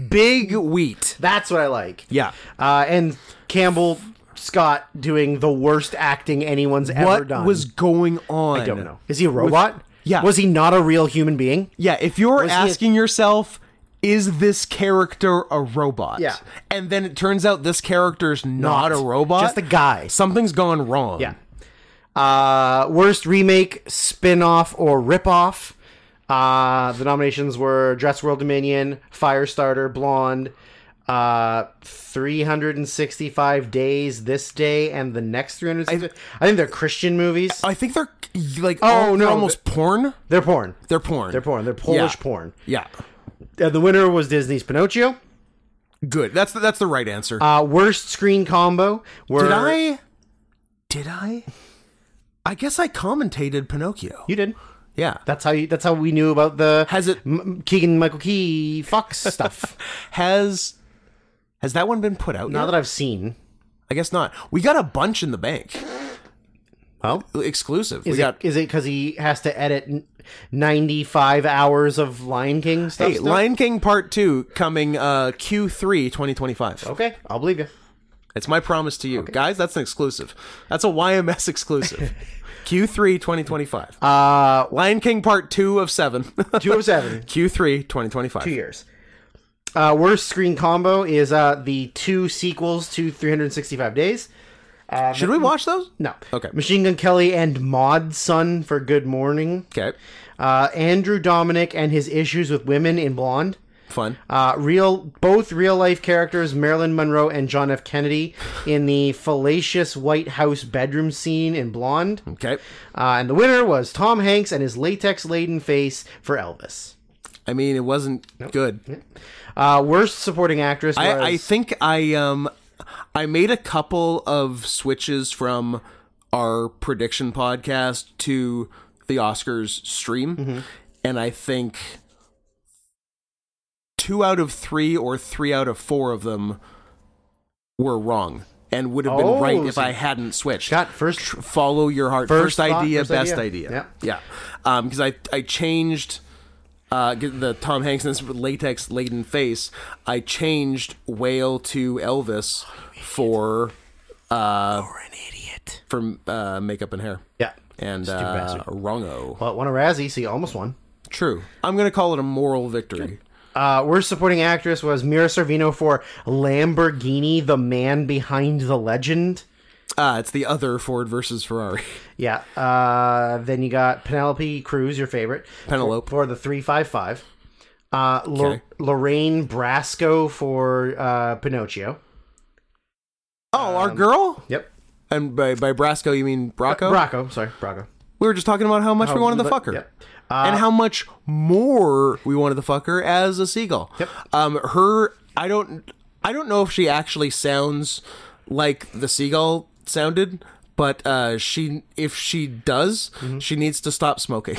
Speaker 1: Big wheat.
Speaker 2: That's what I like.
Speaker 1: Yeah.
Speaker 2: Uh, and Campbell Scott doing the worst acting anyone's ever
Speaker 1: What
Speaker 2: done.
Speaker 1: was going on?
Speaker 2: I don't know. Is he a robot?
Speaker 1: yeah.
Speaker 2: Was he not a real human being?
Speaker 1: Yeah, if you're
Speaker 2: he a-
Speaker 1: asking yourself, is this character a robot?
Speaker 2: Yeah.
Speaker 1: And then it turns out this character's not,
Speaker 2: Not.
Speaker 1: a robot.
Speaker 2: Just a guy.
Speaker 1: Something's gone wrong.
Speaker 2: Yeah. Uh, worst remake, spin-off, or rip-off. Uh, the nominations were Jurassic World Dominion, Firestarter, Blonde, uh, 365 Days, This Day, and the next 365. I, think they're Christian movies.
Speaker 1: I think they're like oh,
Speaker 2: Oh,
Speaker 1: they're
Speaker 2: no,
Speaker 1: almost porn.
Speaker 2: they're porn.
Speaker 1: They're porn.
Speaker 2: They're porn. They're Polish
Speaker 1: Yeah.
Speaker 2: porn.
Speaker 1: Yeah.
Speaker 2: And the winner was Disney's Pinocchio.
Speaker 1: Good. That's the, that's the right answer.
Speaker 2: Uh, worst screen combo. Were,
Speaker 1: did I Did I I guess I commentated Pinocchio.
Speaker 2: You did.
Speaker 1: yeah.
Speaker 2: That's how you. That's how we knew about the
Speaker 1: Has it-
Speaker 2: M- Keegan Michael Key Fox stuff.
Speaker 1: Has has that one been put out
Speaker 2: Now
Speaker 1: yet?
Speaker 2: that I've seen,
Speaker 1: I guess not. We got a bunch in the bank.
Speaker 2: well,
Speaker 1: Exclusive.
Speaker 2: Is
Speaker 1: we got
Speaker 2: it is it because he has to edit n- ninety five hours of Lion King stuff?
Speaker 1: Hey,
Speaker 2: still?
Speaker 1: Lion King Part 2 coming uh, Q3 2025.
Speaker 2: okay, I'll believe you.
Speaker 1: It's my promise to you. Guys, that's an exclusive. That's a YMS exclusive. Q3 2025.
Speaker 2: Uh,
Speaker 1: Lion King Part 2 of 7.
Speaker 2: two of seven,
Speaker 1: Q3
Speaker 2: two
Speaker 1: 2025.
Speaker 2: years. Uh, worst screen combo is uh the two sequels to three hundred sixty five days. uh,
Speaker 1: Should we watch those?
Speaker 2: No,
Speaker 1: Okay.
Speaker 2: Machine Gun Kelly and Maud Son for Good Morning.
Speaker 1: Okay.
Speaker 2: Uh, Andrew Dominic and his issues with women in Blonde.
Speaker 1: Fun.
Speaker 2: Uh, real, both real life characters, Marilyn Monroe and John F. Kennedy, in the fallacious White House bedroom scene in Blonde.
Speaker 1: Okay.
Speaker 2: Uh, and the winner was Tom Hanks and his latex laden face for Elvis.
Speaker 1: I mean, it wasn't good.
Speaker 2: Uh, worst supporting actress was.
Speaker 1: I, I think I um I made a couple of switches from our prediction podcast to the Oscars stream,
Speaker 2: Mm-hmm.
Speaker 1: and I think two out of three or three out of four of them were wrong and would have been
Speaker 2: Oh,
Speaker 1: right if
Speaker 2: so
Speaker 1: I hadn't switched.
Speaker 2: got first.
Speaker 1: Tr- follow your heart. First,
Speaker 2: First thought,
Speaker 1: idea,
Speaker 2: first
Speaker 1: best idea.
Speaker 2: idea.
Speaker 1: Yeah, yeah. Because I I changed uh, get the Tom Hanks and his latex laden face. I changed whale to Elvis for uh
Speaker 2: You're an idiot.
Speaker 1: for uh, makeup and hair.
Speaker 2: Yeah.
Speaker 1: And
Speaker 2: bastard.
Speaker 1: uh, wrongo.
Speaker 2: Well, it won a Razzie, so you almost won.
Speaker 1: True. I'm gonna call it a moral victory.
Speaker 2: Uh, worst supporting actress was Mira Sorvino for Lamborghini, the man behind the legend.
Speaker 1: Ah, it's the other Ford versus Ferrari.
Speaker 2: Yeah. Uh, then you got Penelope Cruz, your favorite.
Speaker 1: Penelope.
Speaker 2: For, for the 355. Uh, Lo-
Speaker 1: Okay.
Speaker 2: Lorraine Brasco for uh, Pinocchio.
Speaker 1: Oh, our girl.
Speaker 2: Yep.
Speaker 1: And by by Brasco, you mean Bracco?
Speaker 2: Bracco. Sorry, Bracco.
Speaker 1: we were just talking about how Uh, much we wanted to
Speaker 2: but-
Speaker 1: fuck her.
Speaker 2: yep.
Speaker 1: and how much more we wanted to fuck her as a seagull.
Speaker 2: Yep.
Speaker 1: Um, her, I don't, I don't know if she actually sounds like the seagull sounded, but uh, she, if she does, she needs to stop smoking.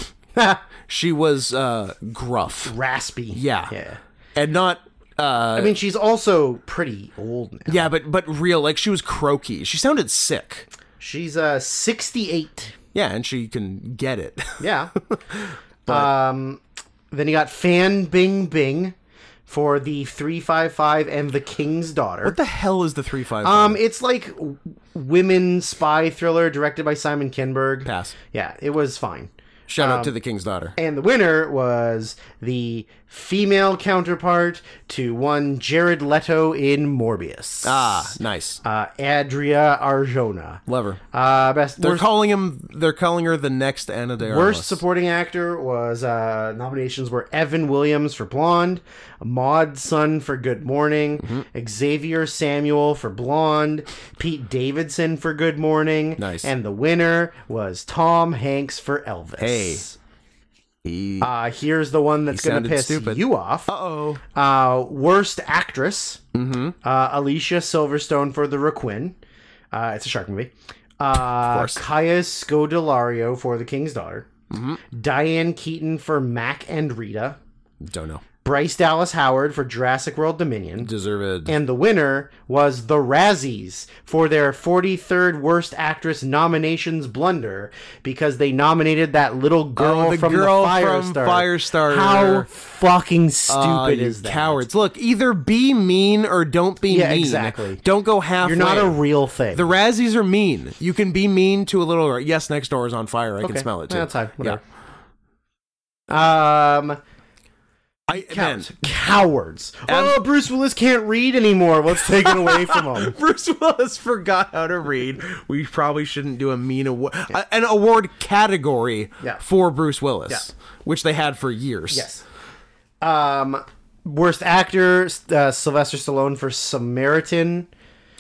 Speaker 1: she was uh, gruff.
Speaker 2: Raspy.
Speaker 1: Yeah.
Speaker 2: Yeah.
Speaker 1: And not. Uh,
Speaker 2: I mean, she's also pretty old now.
Speaker 1: yeah, but but real, like she was croaky. She sounded sick.
Speaker 2: She's uh 68.
Speaker 1: Yeah, and she can get it.
Speaker 2: Yeah. um then you got Fan Bing Bing for the 355 and the King's Daughter.
Speaker 1: what the hell is the three five?
Speaker 2: um it's like w- women spy thriller directed by Simon Kinberg.
Speaker 1: pass.
Speaker 2: Yeah, it was fine.
Speaker 1: Shout out to the king's daughter.
Speaker 2: And the winner was the female counterpart to one Jared Leto in Morbius.
Speaker 1: Ah, nice.
Speaker 2: Uh, Adria Arjona.
Speaker 1: Love her.
Speaker 2: Uh, best
Speaker 1: They're
Speaker 2: worst,
Speaker 1: calling him. They're calling her the next Anna de
Speaker 2: worst
Speaker 1: Armas.
Speaker 2: supporting actor was uh, nominations were Evan Williams for Blonde, Maud Sun for Good Morning,
Speaker 1: Mm-hmm.
Speaker 2: Xavier Samuel for Blonde, Pete Davidson for Good Morning.
Speaker 1: Nice.
Speaker 2: And the winner was Tom Hanks for Elvis.
Speaker 1: Hey. He-
Speaker 2: Uh, here's the one that's
Speaker 1: He
Speaker 2: going to
Speaker 1: sounded
Speaker 2: piss
Speaker 1: stupid.
Speaker 2: you off.
Speaker 1: Uh-oh.
Speaker 2: Uh, worst actress,
Speaker 1: Mm-hmm.
Speaker 2: uh, Alicia Silverstone for The Requin. Uh, it's a shark movie. Uh,
Speaker 1: course. Mm-hmm.
Speaker 2: Kaya Scodelario for The King's Daughter. Diane Keaton for Mac and Rita.
Speaker 1: Don't know.
Speaker 2: Bryce Dallas Howard for Jurassic World Dominion.
Speaker 1: Deserved.
Speaker 2: And the winner was the Razzies for their 43rd Worst Actress nominations blunder because they nominated that little girl
Speaker 1: Oh, the
Speaker 2: from
Speaker 1: girl
Speaker 2: the Firestarter.
Speaker 1: from Firestarter.
Speaker 2: How fucking stupid
Speaker 1: Ah, you
Speaker 2: is that?
Speaker 1: Cowards. Look, either be mean or don't be
Speaker 2: Yeah,
Speaker 1: mean.
Speaker 2: exactly.
Speaker 1: Don't go halfway.
Speaker 2: You're not a real thing.
Speaker 1: The Razzies are mean. You can be mean to a little girl. Yes, next door is on fire. I can
Speaker 2: Okay,
Speaker 1: smell it too.
Speaker 2: That's fine.
Speaker 1: Yeah.
Speaker 2: Whatever. Um,
Speaker 1: I, man,
Speaker 2: cowards. cowards. oh, Bruce Willis can't read anymore. Let's take it away from him.
Speaker 1: Bruce Willis forgot how to read. We probably shouldn't do a mean award, an award category
Speaker 2: Yeah.
Speaker 1: for Bruce Willis,
Speaker 2: Yeah.
Speaker 1: which they had for years.
Speaker 2: Yes. Um, worst actor: uh, Sylvester Stallone for Samaritan.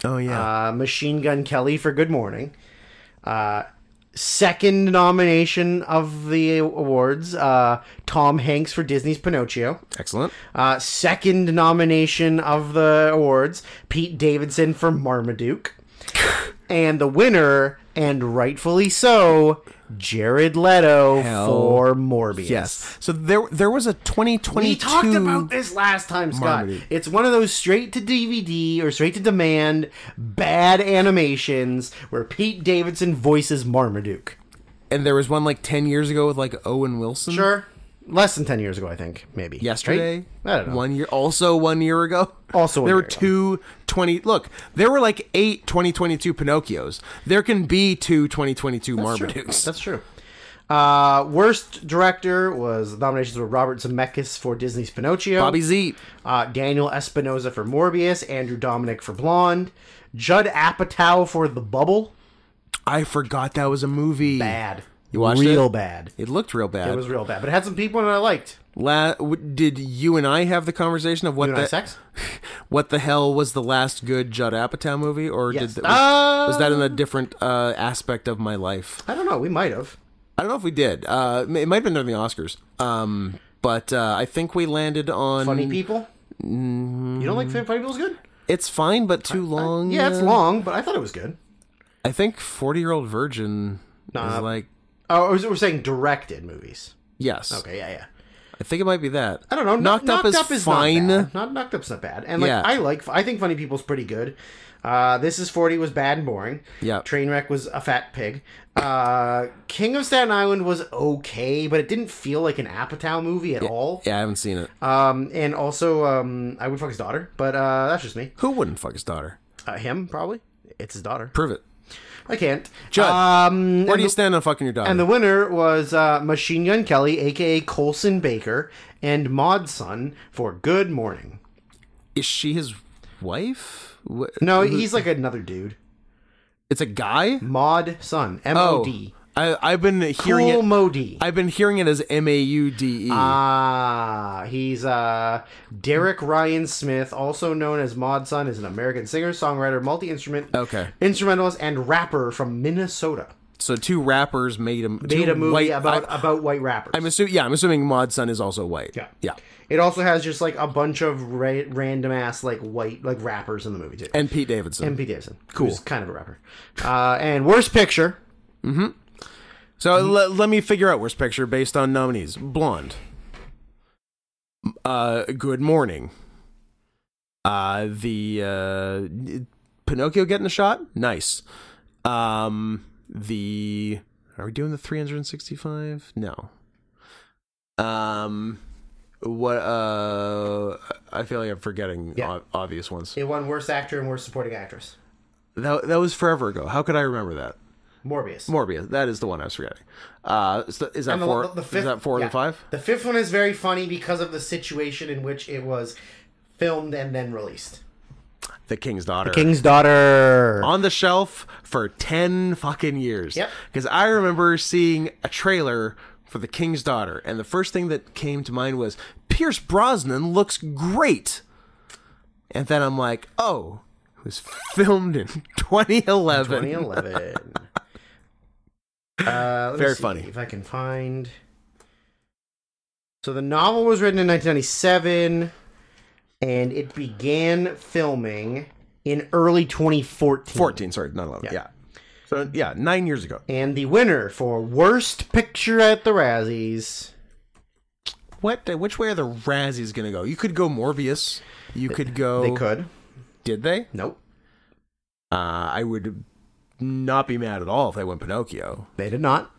Speaker 1: Oh yeah.
Speaker 2: Uh, Machine Gun Kelly for Good Morning. Uh, second nomination of the awards: uh, Tom Hanks for Disney's Pinocchio.
Speaker 1: Excellent.
Speaker 2: Uh, second nomination of the awards, Pete Davidson for Marmaduke. and the winner, and rightfully so, Jared Leto
Speaker 1: Hell
Speaker 2: for Morbius.
Speaker 1: Yes. So there there was a 2022
Speaker 2: We talked about this last time, Scott.
Speaker 1: Marmaduke.
Speaker 2: It's one of those straight to DVD or straight to demand bad animations where Pete Davidson voices Marmaduke.
Speaker 1: and there was one like 10 years ago with like Owen Wilson.
Speaker 2: Sure. Less than 10 years ago, I think, maybe.
Speaker 1: yesterday.
Speaker 2: Right? I don't know.
Speaker 1: One year, also one year ago.
Speaker 2: Also one
Speaker 1: there
Speaker 2: year
Speaker 1: were
Speaker 2: ago.
Speaker 1: two 20. Look, there were like eight 2022 Pinocchios. There can be two 2022 Marmadukes.
Speaker 2: That's true. Uh, worst director was nominations were Robert Zemeckis for Disney's Pinocchio,
Speaker 1: Bobby Z.
Speaker 2: uh, Daniel Espinosa for Morbius, Andrew Dominic for Blonde, Judd Apatow for The Bubble.
Speaker 1: I forgot that was a movie.
Speaker 2: Bad,
Speaker 1: You watched
Speaker 2: real
Speaker 1: it?
Speaker 2: bad.
Speaker 1: It looked real bad.
Speaker 2: It was real bad, but it had some people in it I liked.
Speaker 1: La- w- did you and I have the conversation of what
Speaker 2: You
Speaker 1: the
Speaker 2: know, sex.
Speaker 1: what the hell was the last good Judd Apatow movie, or did
Speaker 2: Yes.
Speaker 1: th- was,
Speaker 2: Uh,
Speaker 1: was that in a different uh, aspect of my life?
Speaker 2: I don't know. We might have.
Speaker 1: I don't know if we did. Uh, it might have been during the Oscars. Um, but uh, I think we landed on
Speaker 2: Funny people. You don't like funny people's good?
Speaker 1: It's fine, but too long.
Speaker 2: Yeah, it's
Speaker 1: uh,
Speaker 2: long, but I thought it was good.
Speaker 1: I think Forty Year Old Virgin
Speaker 2: Nah.
Speaker 1: is like
Speaker 2: Oh, I was- we're saying directed movies.
Speaker 1: yes.
Speaker 2: Okay, yeah, yeah.
Speaker 1: I think it might be that.
Speaker 2: I don't know.
Speaker 1: Knocked, up, is
Speaker 2: not
Speaker 1: fine.
Speaker 2: bad. Not knocked up's not bad. And like
Speaker 1: Yeah.
Speaker 2: I like, I think funny people's pretty good. Uh, this is forty was bad and boring.
Speaker 1: Yeah.
Speaker 2: Trainwreck was a fat pig. Uh, King of Staten Island was okay, but it didn't feel like an Apatow movie at all.
Speaker 1: Yeah, I haven't seen it.
Speaker 2: Um, and also, um, I would fuck his daughter, but uh, that's just me.
Speaker 1: Who wouldn't fuck his daughter?
Speaker 2: Uh, him probably. It's his daughter.
Speaker 1: Prove it.
Speaker 2: I can't.
Speaker 1: Judd,
Speaker 2: Um,
Speaker 1: Where do you stand on fucking your daughter?
Speaker 2: and the winner was uh, Machine Gun Kelly, aka Colson Baker, and Maud Son for Good Morning.
Speaker 1: is she his wife? Wh-
Speaker 2: No, he's like another dude.
Speaker 1: It's a guy. Oh.
Speaker 2: Mod Sun. M O D.
Speaker 1: I, I've been hearing
Speaker 2: Cool Uh,
Speaker 1: it.
Speaker 2: Modi.
Speaker 1: I've been hearing it as M A U D E.
Speaker 2: Ah, he's uh Derek Ryan Smith, also known as Mod Sun, is an American singer, songwriter, multi instrument
Speaker 1: Okay.
Speaker 2: instrumentalist, and rapper from Minnesota.
Speaker 1: So two rappers made a
Speaker 2: Made a movie
Speaker 1: white,
Speaker 2: about
Speaker 1: I,
Speaker 2: about white rappers.
Speaker 1: I'm assuming. Yeah, I'm assuming Maud Sun is also white.
Speaker 2: Yeah.
Speaker 1: Yeah.
Speaker 2: it also has just like a bunch of ra- random ass like white like rappers in the movie too.
Speaker 1: And Pete Davidson.
Speaker 2: MP Davidson, cool, who's kind of a rapper. Uh, and worst picture,
Speaker 1: So le- let me figure out worst picture based on nominees. Blonde. Uh, Good Morning. Uh, the uh, Pinocchio getting a shot. Nice. Um, the are we doing the 365? No. Um, what? Uh, I feel like I'm forgetting
Speaker 2: Yeah.
Speaker 1: ob- obvious ones.
Speaker 2: it won worst actor and worst supporting actress.
Speaker 1: That that was forever ago. How could I remember that?
Speaker 2: Morbius.
Speaker 1: Morbius. That is the one I was forgetting. Uh, is, that- is that
Speaker 2: And the-
Speaker 1: four?
Speaker 2: the- the fifth-
Speaker 1: is that four
Speaker 2: yeah.
Speaker 1: and five?
Speaker 2: The fifth one is very funny because of the situation in which it was filmed and then released.
Speaker 1: The King's Daughter.
Speaker 2: King's Daughter.
Speaker 1: on the shelf for 10 fucking years.
Speaker 2: Yep.
Speaker 1: Because I remember seeing a trailer for The King's Daughter, and the first thing that came to mind was Pierce Brosnan looks great. And then I'm like, oh, it was filmed in 2011.
Speaker 2: 2011. uh, let me
Speaker 1: Very
Speaker 2: see
Speaker 1: funny.
Speaker 2: If I can find. So the novel was written in 1997, and it began filming in early 2014.
Speaker 1: 14, sorry, not 11. Yeah. So, yeah, nine years ago.
Speaker 2: And the winner for worst picture at the Razzies.
Speaker 1: What? Which way are the Razzies going to go? You could go Morbius. You could go.
Speaker 2: They could.
Speaker 1: Did they?
Speaker 2: Nope.
Speaker 1: Uh, I would not be mad at all if they went Pinocchio.
Speaker 2: They did not.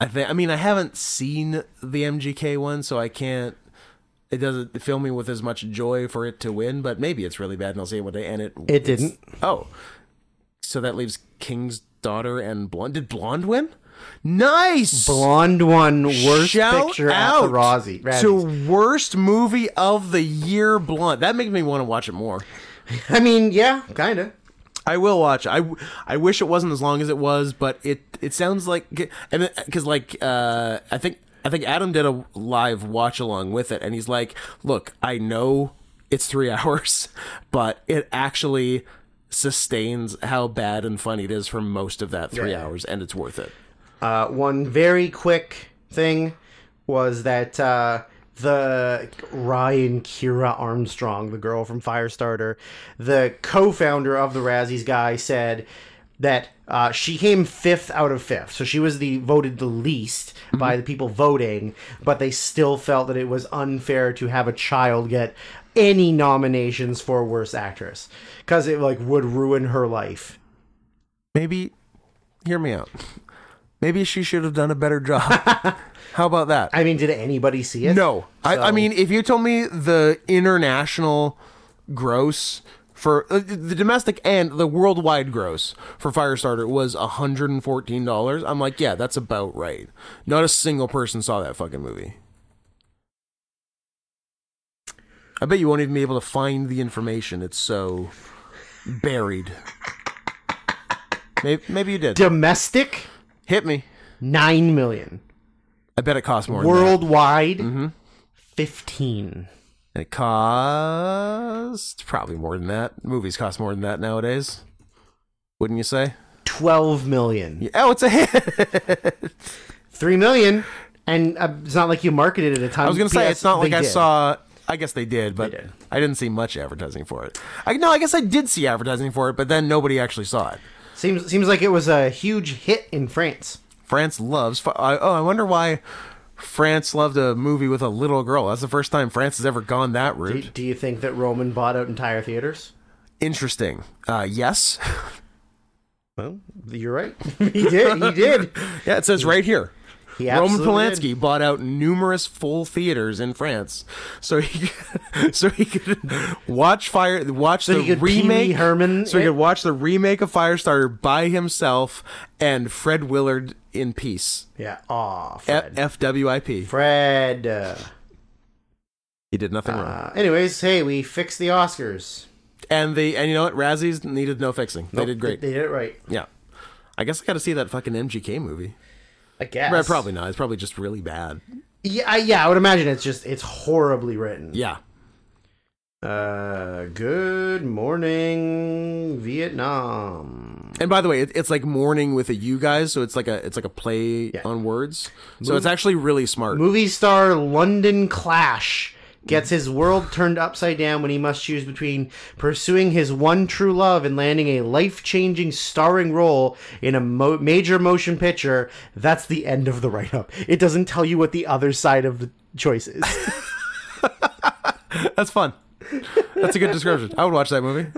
Speaker 1: I think. I mean, I haven't seen the MGK one, so I can't. It doesn't fill me with as much joy for it to win, but maybe it's really bad, and I'll see it one day. And it
Speaker 2: It didn't.
Speaker 1: Oh, so that leaves King's daughter and blonde. Did blonde win? Nice.
Speaker 2: Blonde one worst
Speaker 1: Shout
Speaker 2: picture
Speaker 1: out
Speaker 2: at the Razzie- Razzies.
Speaker 1: to worst movie of the year. Blonde. That makes me want to watch it more.
Speaker 2: I mean, yeah, kind of.
Speaker 1: I will watch. it. I, w- I wish it wasn't as long as it was, but it it sounds like and because like uh, I think I think Adam did a live watch along with it, and he's like, "Look, I know it's three hours, but it actually sustains how bad and funny it is for most of that three
Speaker 2: Yeah.
Speaker 1: hours, and it's worth it."
Speaker 2: Uh, one very quick thing was that uh, the Ryan Kira Armstrong, the girl from Firestarter, the co-founder of the Razzies guy, said that uh, she came fifth out of fifth, so she was the voted the least
Speaker 1: Mm-hmm.
Speaker 2: by the people voting, but they still felt that it was unfair to have a child get any nominations for worst actress because it like would ruin her life.
Speaker 1: Maybe, hear me out. Maybe she should have done a better job. how about that?
Speaker 2: I mean, did anybody see it?
Speaker 1: No, I, I
Speaker 2: So-
Speaker 1: mean, if you told me the international gross for uh, the domestic and the worldwide gross for Firestarter was hundred and fourteen dollars, I'm like, yeah, that's about right. Not a single person saw that fucking movie. I bet you won't even be able to find the information. It's so buried. Maybe, maybe you did.
Speaker 2: Domestic.
Speaker 1: Hit me.
Speaker 2: nine million.
Speaker 1: I bet it cost more. than that. Mm-hmm.
Speaker 2: Worldwide, fifteen.
Speaker 1: And it cost probably more than that. Movies cost more than that nowadays, wouldn't you say?
Speaker 2: Twelve million.
Speaker 1: Yeah. Oh, it's a hit.
Speaker 2: Three million. And uh, it's not like you marketed it at a time.
Speaker 1: I was gonna say it's not like I
Speaker 2: did.
Speaker 1: saw. I guess they did, but
Speaker 2: did.
Speaker 1: I didn't see much advertising for it. I no, I guess I did see advertising for it, but then nobody actually saw it.
Speaker 2: Seems seems like it was a huge hit in France.
Speaker 1: France loves. fi- I- Oh, I wonder why France loved a movie with a little girl. That's the first time France has ever gone that route.
Speaker 2: Do, do you think that Roman bought out entire theaters?
Speaker 1: Interesting. Uh, yes.
Speaker 2: Well, you're right. he did. He did.
Speaker 1: Yeah, it says right here.
Speaker 2: He
Speaker 1: Roman
Speaker 2: absolutely
Speaker 1: Polanski
Speaker 2: did.
Speaker 1: bought out numerous full theaters in France, so he could, so he could watch fire watch the
Speaker 2: he could Pee Wee
Speaker 1: remake
Speaker 2: Herman
Speaker 1: so he
Speaker 2: it?
Speaker 1: could watch the remake of Firestarter by himself and Fred Willard in peace. E-
Speaker 2: Yeah. Aw,
Speaker 1: F-
Speaker 2: Fred.
Speaker 1: FWIP.
Speaker 2: Fred. Uh,
Speaker 1: He did nothing wrong.
Speaker 2: uh, anyways, hey, we fixed the Oscars.
Speaker 1: And the and you know what? Razzies needed no fixing. They did great.
Speaker 2: They did it right.
Speaker 1: yeah. I guess I got to see that fucking MGK movie.
Speaker 2: I guess.
Speaker 1: Right, Probably not. It's probably just really bad.
Speaker 2: Yeah. I, yeah. I would imagine it's just it's horribly written.
Speaker 1: Yeah.
Speaker 2: Uh, good morning, Vietnam.
Speaker 1: And by the way, it, it's like morning with a you guys, so it's like a it's like a play on words. So it's actually really smart.
Speaker 2: Movie star London Clash gets his world turned upside down when he must choose between pursuing his one true love and landing a life-changing starring role in a mo- major motion picture. That's the end of the write-up. It doesn't tell you what the other side of the choice is.
Speaker 1: That's fun. That's a good description. I would watch that movie.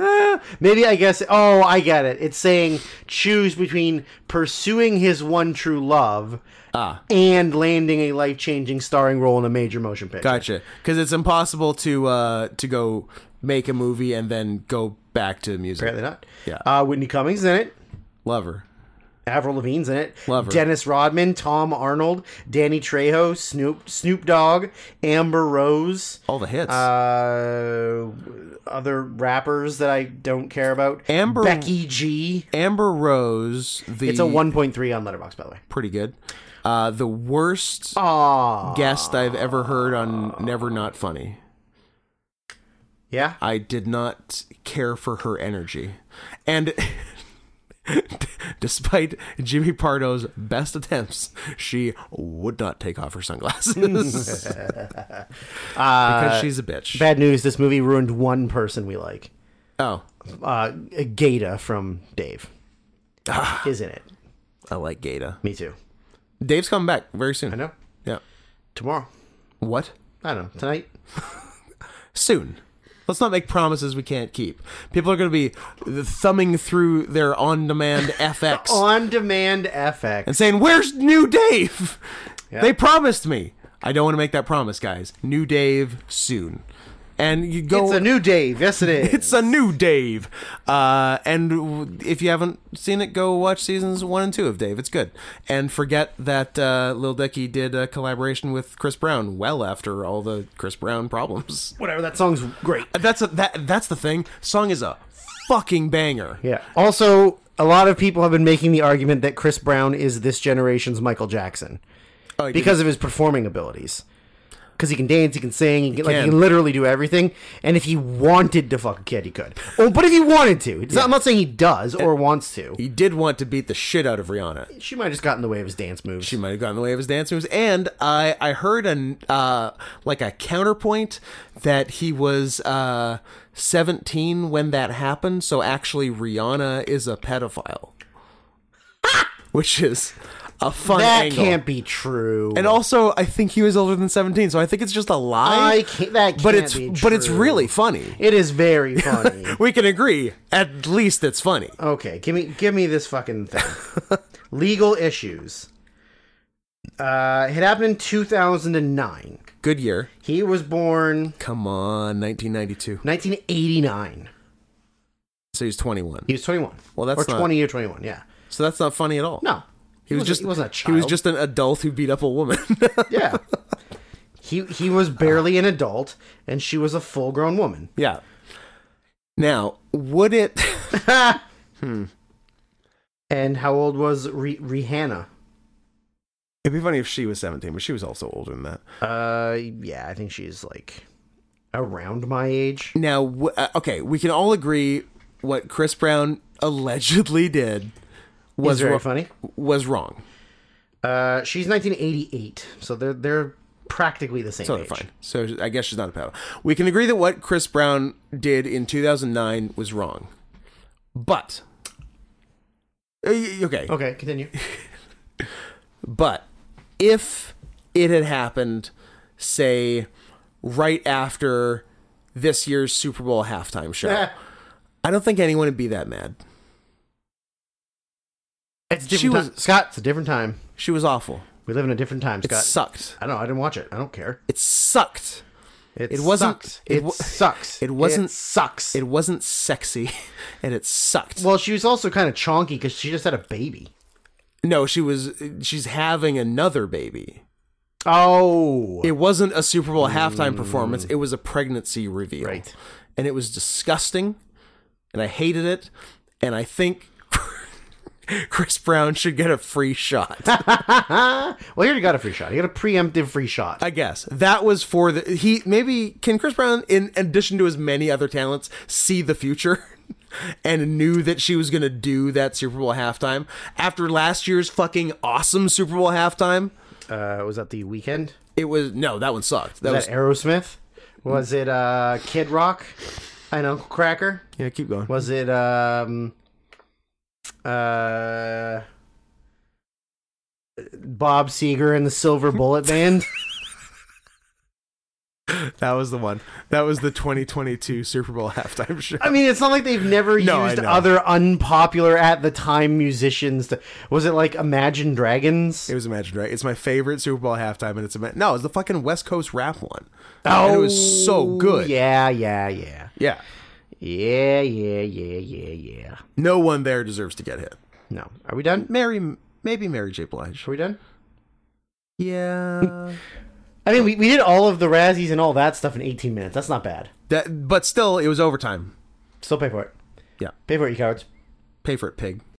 Speaker 2: Maybe I guess. Oh, I get it. It's saying choose between pursuing his one true love
Speaker 1: Ah,
Speaker 2: and landing a life changing starring role in a major motion picture.
Speaker 1: Gotcha. Because it's impossible to uh to go make a movie and then go back to music.
Speaker 2: Apparently not.
Speaker 1: Yeah.
Speaker 2: Uh, Whitney Cummings in it.
Speaker 1: Lover.
Speaker 2: Avril Lavigne's in it.
Speaker 1: Love her.
Speaker 2: Dennis Rodman, Tom Arnold, Danny Trejo, Snoop Snoop Dogg, Amber Rose,
Speaker 1: All the hits.
Speaker 2: uh, other rappers that I don't care about.
Speaker 1: Amber-
Speaker 2: Becky G.
Speaker 1: Amber Rose, the
Speaker 2: It's a 1.3 on Letterbox, by the way.
Speaker 1: pretty good. Uh, the worst
Speaker 2: Aw.
Speaker 1: guest I've ever heard on Never Not Funny.
Speaker 2: Yeah.
Speaker 1: I did not care for her energy. And despite Jimmy Pardo's best attempts, she would not take off her sunglasses.
Speaker 2: Uh,
Speaker 1: because she's a bitch.
Speaker 2: Bad news. This movie ruined one person we like.
Speaker 1: oh,
Speaker 2: Uh, Gata from Dave is in it.
Speaker 1: I like Gata.
Speaker 2: Me too.
Speaker 1: Dave's coming back very
Speaker 2: I
Speaker 1: soon.
Speaker 2: know.
Speaker 1: Yeah.
Speaker 2: Tomorrow.
Speaker 1: What?
Speaker 2: I don't know. Tonight.
Speaker 1: Soon. Let's not make promises we can't keep. People are going to be thumbing through their on-demand FX
Speaker 2: On demand FX.
Speaker 1: and saying, "Where's New Dave?" They promised me. I don't want to make that promise, guys. New Dave soon, and you go.
Speaker 2: It's a new Dave. Yes, it is.
Speaker 1: It's a new Dave, uh, and w- if you haven't seen it, go watch seasons one and two of Dave. It's good, and forget that uh, Lil Dicky did a collaboration with Chris Brown well after all the Chris Brown problems.
Speaker 2: whatever. That song's great.
Speaker 1: That's a, that. That's the thing. Song is a fucking banger.
Speaker 2: Yeah. Also, a lot of people have been making the argument that Chris Brown is this generation's Michael Jackson
Speaker 1: Oh, I didn't-
Speaker 2: because of his performing abilities. Because he can dance, he can sing, he can, like he
Speaker 1: can.
Speaker 2: can literally do everything. And if he wanted to fuck a kid, he could. Oh, but if he wanted to, it's not, I'm not saying he does or wants to.
Speaker 1: he did want to beat the shit out of Rihanna.
Speaker 2: She might have just got in the way of his dance moves.
Speaker 1: She might have gotten in the way of his dance moves. And I, I heard an uh, like a counterpoint that he was uh, 17 when that happened. So actually, Rihanna is a pedophile, which is a fun
Speaker 2: that
Speaker 1: angle.
Speaker 2: can't be true.
Speaker 1: and also, I think he was older than 17, so I think it's just a lie.
Speaker 2: I can't. That can't
Speaker 1: but it's
Speaker 2: be
Speaker 1: but it's
Speaker 2: true.
Speaker 1: really funny.
Speaker 2: It is very funny.
Speaker 1: We can agree. At least it's funny.
Speaker 2: Okay, give me give me this fucking thing. Legal issues. Uh, it happened in 2009.
Speaker 1: Good year.
Speaker 2: He was born
Speaker 1: Come on, 1992.
Speaker 2: 1989.
Speaker 1: So he's 21.
Speaker 2: He was 21.
Speaker 1: Well, that's
Speaker 2: or
Speaker 1: not-
Speaker 2: 20 or 21. Yeah.
Speaker 1: So that's not funny at all.
Speaker 2: No,
Speaker 1: He was
Speaker 2: wasn't-
Speaker 1: just
Speaker 2: he wasn't a child.
Speaker 1: He was just an adult who beat up a woman.
Speaker 2: yeah. He he was barely an adult, and she was a full grown woman.
Speaker 1: yeah. Now, would it
Speaker 2: And how old was Re- Rihanna?
Speaker 1: It'd be funny if she was 17, but she was also older than that.
Speaker 2: Uh, yeah, I think she's like around my age.
Speaker 1: Now, w- uh, okay, we can all agree what Chris Brown allegedly did
Speaker 2: Was
Speaker 1: was
Speaker 2: very
Speaker 1: wro-
Speaker 2: funny.
Speaker 1: was wrong.
Speaker 2: Uh, she's 1988, so they're they're practically the same
Speaker 1: So they're
Speaker 2: age.
Speaker 1: fine. So I guess she's not a pedo. We can agree that what Chris Brown did in 2009 was wrong. But Uh, y- okay.
Speaker 2: Okay, continue.
Speaker 1: But if it had happened, say, right after this year's Super Bowl halftime show, I don't think anyone would be that mad.
Speaker 2: it's a different
Speaker 1: She
Speaker 2: time. Scott, it's a different time.
Speaker 1: She was awful.
Speaker 2: We live in a different time,
Speaker 1: It
Speaker 2: Scott.
Speaker 1: sucked.
Speaker 2: I don't know. I didn't watch it. I don't care.
Speaker 1: It sucked.
Speaker 2: it
Speaker 1: wasn't-
Speaker 2: Sucks.
Speaker 1: it
Speaker 2: It,
Speaker 1: wa-
Speaker 2: sucks.
Speaker 1: it wasn't-
Speaker 2: sucks.
Speaker 1: It wasn't sexy, and it sucked.
Speaker 2: well, she was also kind of chonky because she just had a baby.
Speaker 1: no, she was. She's having another baby.
Speaker 2: Oh,
Speaker 1: It wasn't a Super Bowl halftime performance. It was a pregnancy reveal.
Speaker 2: Right.
Speaker 1: And it was disgusting. And I hated it. And I think Chris Brown should get a free shot.
Speaker 2: well, he already got a free shot. He got a preemptive free shot.
Speaker 1: I guess. That was for the he maybe can Chris Brown in addition to his many other talents see the future and knew that she was going to do that Super Bowl halftime after last year's fucking awesome Super Bowl halftime.
Speaker 2: Uh, was that the weekend?
Speaker 1: It was no, that one sucked. That was,
Speaker 2: Was
Speaker 1: Hmm.
Speaker 2: that Aerosmith? Was it uh, Kid Rock and Uncle Cracker?
Speaker 1: Yeah, keep going.
Speaker 2: Was it um uh Bob Seger and the Silver Bullet Band?
Speaker 1: That was the one. That was the 2022 Super Bowl halftime show.
Speaker 2: I mean, it's not like they've never
Speaker 1: No, I
Speaker 2: used
Speaker 1: know.
Speaker 2: other unpopular at the time musicians. To, was it like Imagine Dragons?
Speaker 1: It was Imagine Right. It's my favorite Super Bowl halftime, and it's ima- no, it's the fucking West Coast rap one. and it was so good.
Speaker 2: Oh, Yeah, yeah, yeah,
Speaker 1: yeah.
Speaker 2: yeah, yeah, yeah, yeah, yeah.
Speaker 1: No one there deserves to get hit.
Speaker 2: No. Are we done?
Speaker 1: Mary, maybe Mary J. Blige.
Speaker 2: Are we done?
Speaker 1: Yeah.
Speaker 2: I mean, we, we did all of the Razzies and all that stuff in 18 minutes. That's not bad.
Speaker 1: That, but still, it was overtime.
Speaker 2: Still pay for it.
Speaker 1: Yeah.
Speaker 2: Pay for it, you cowards.
Speaker 1: Pay for it, pig.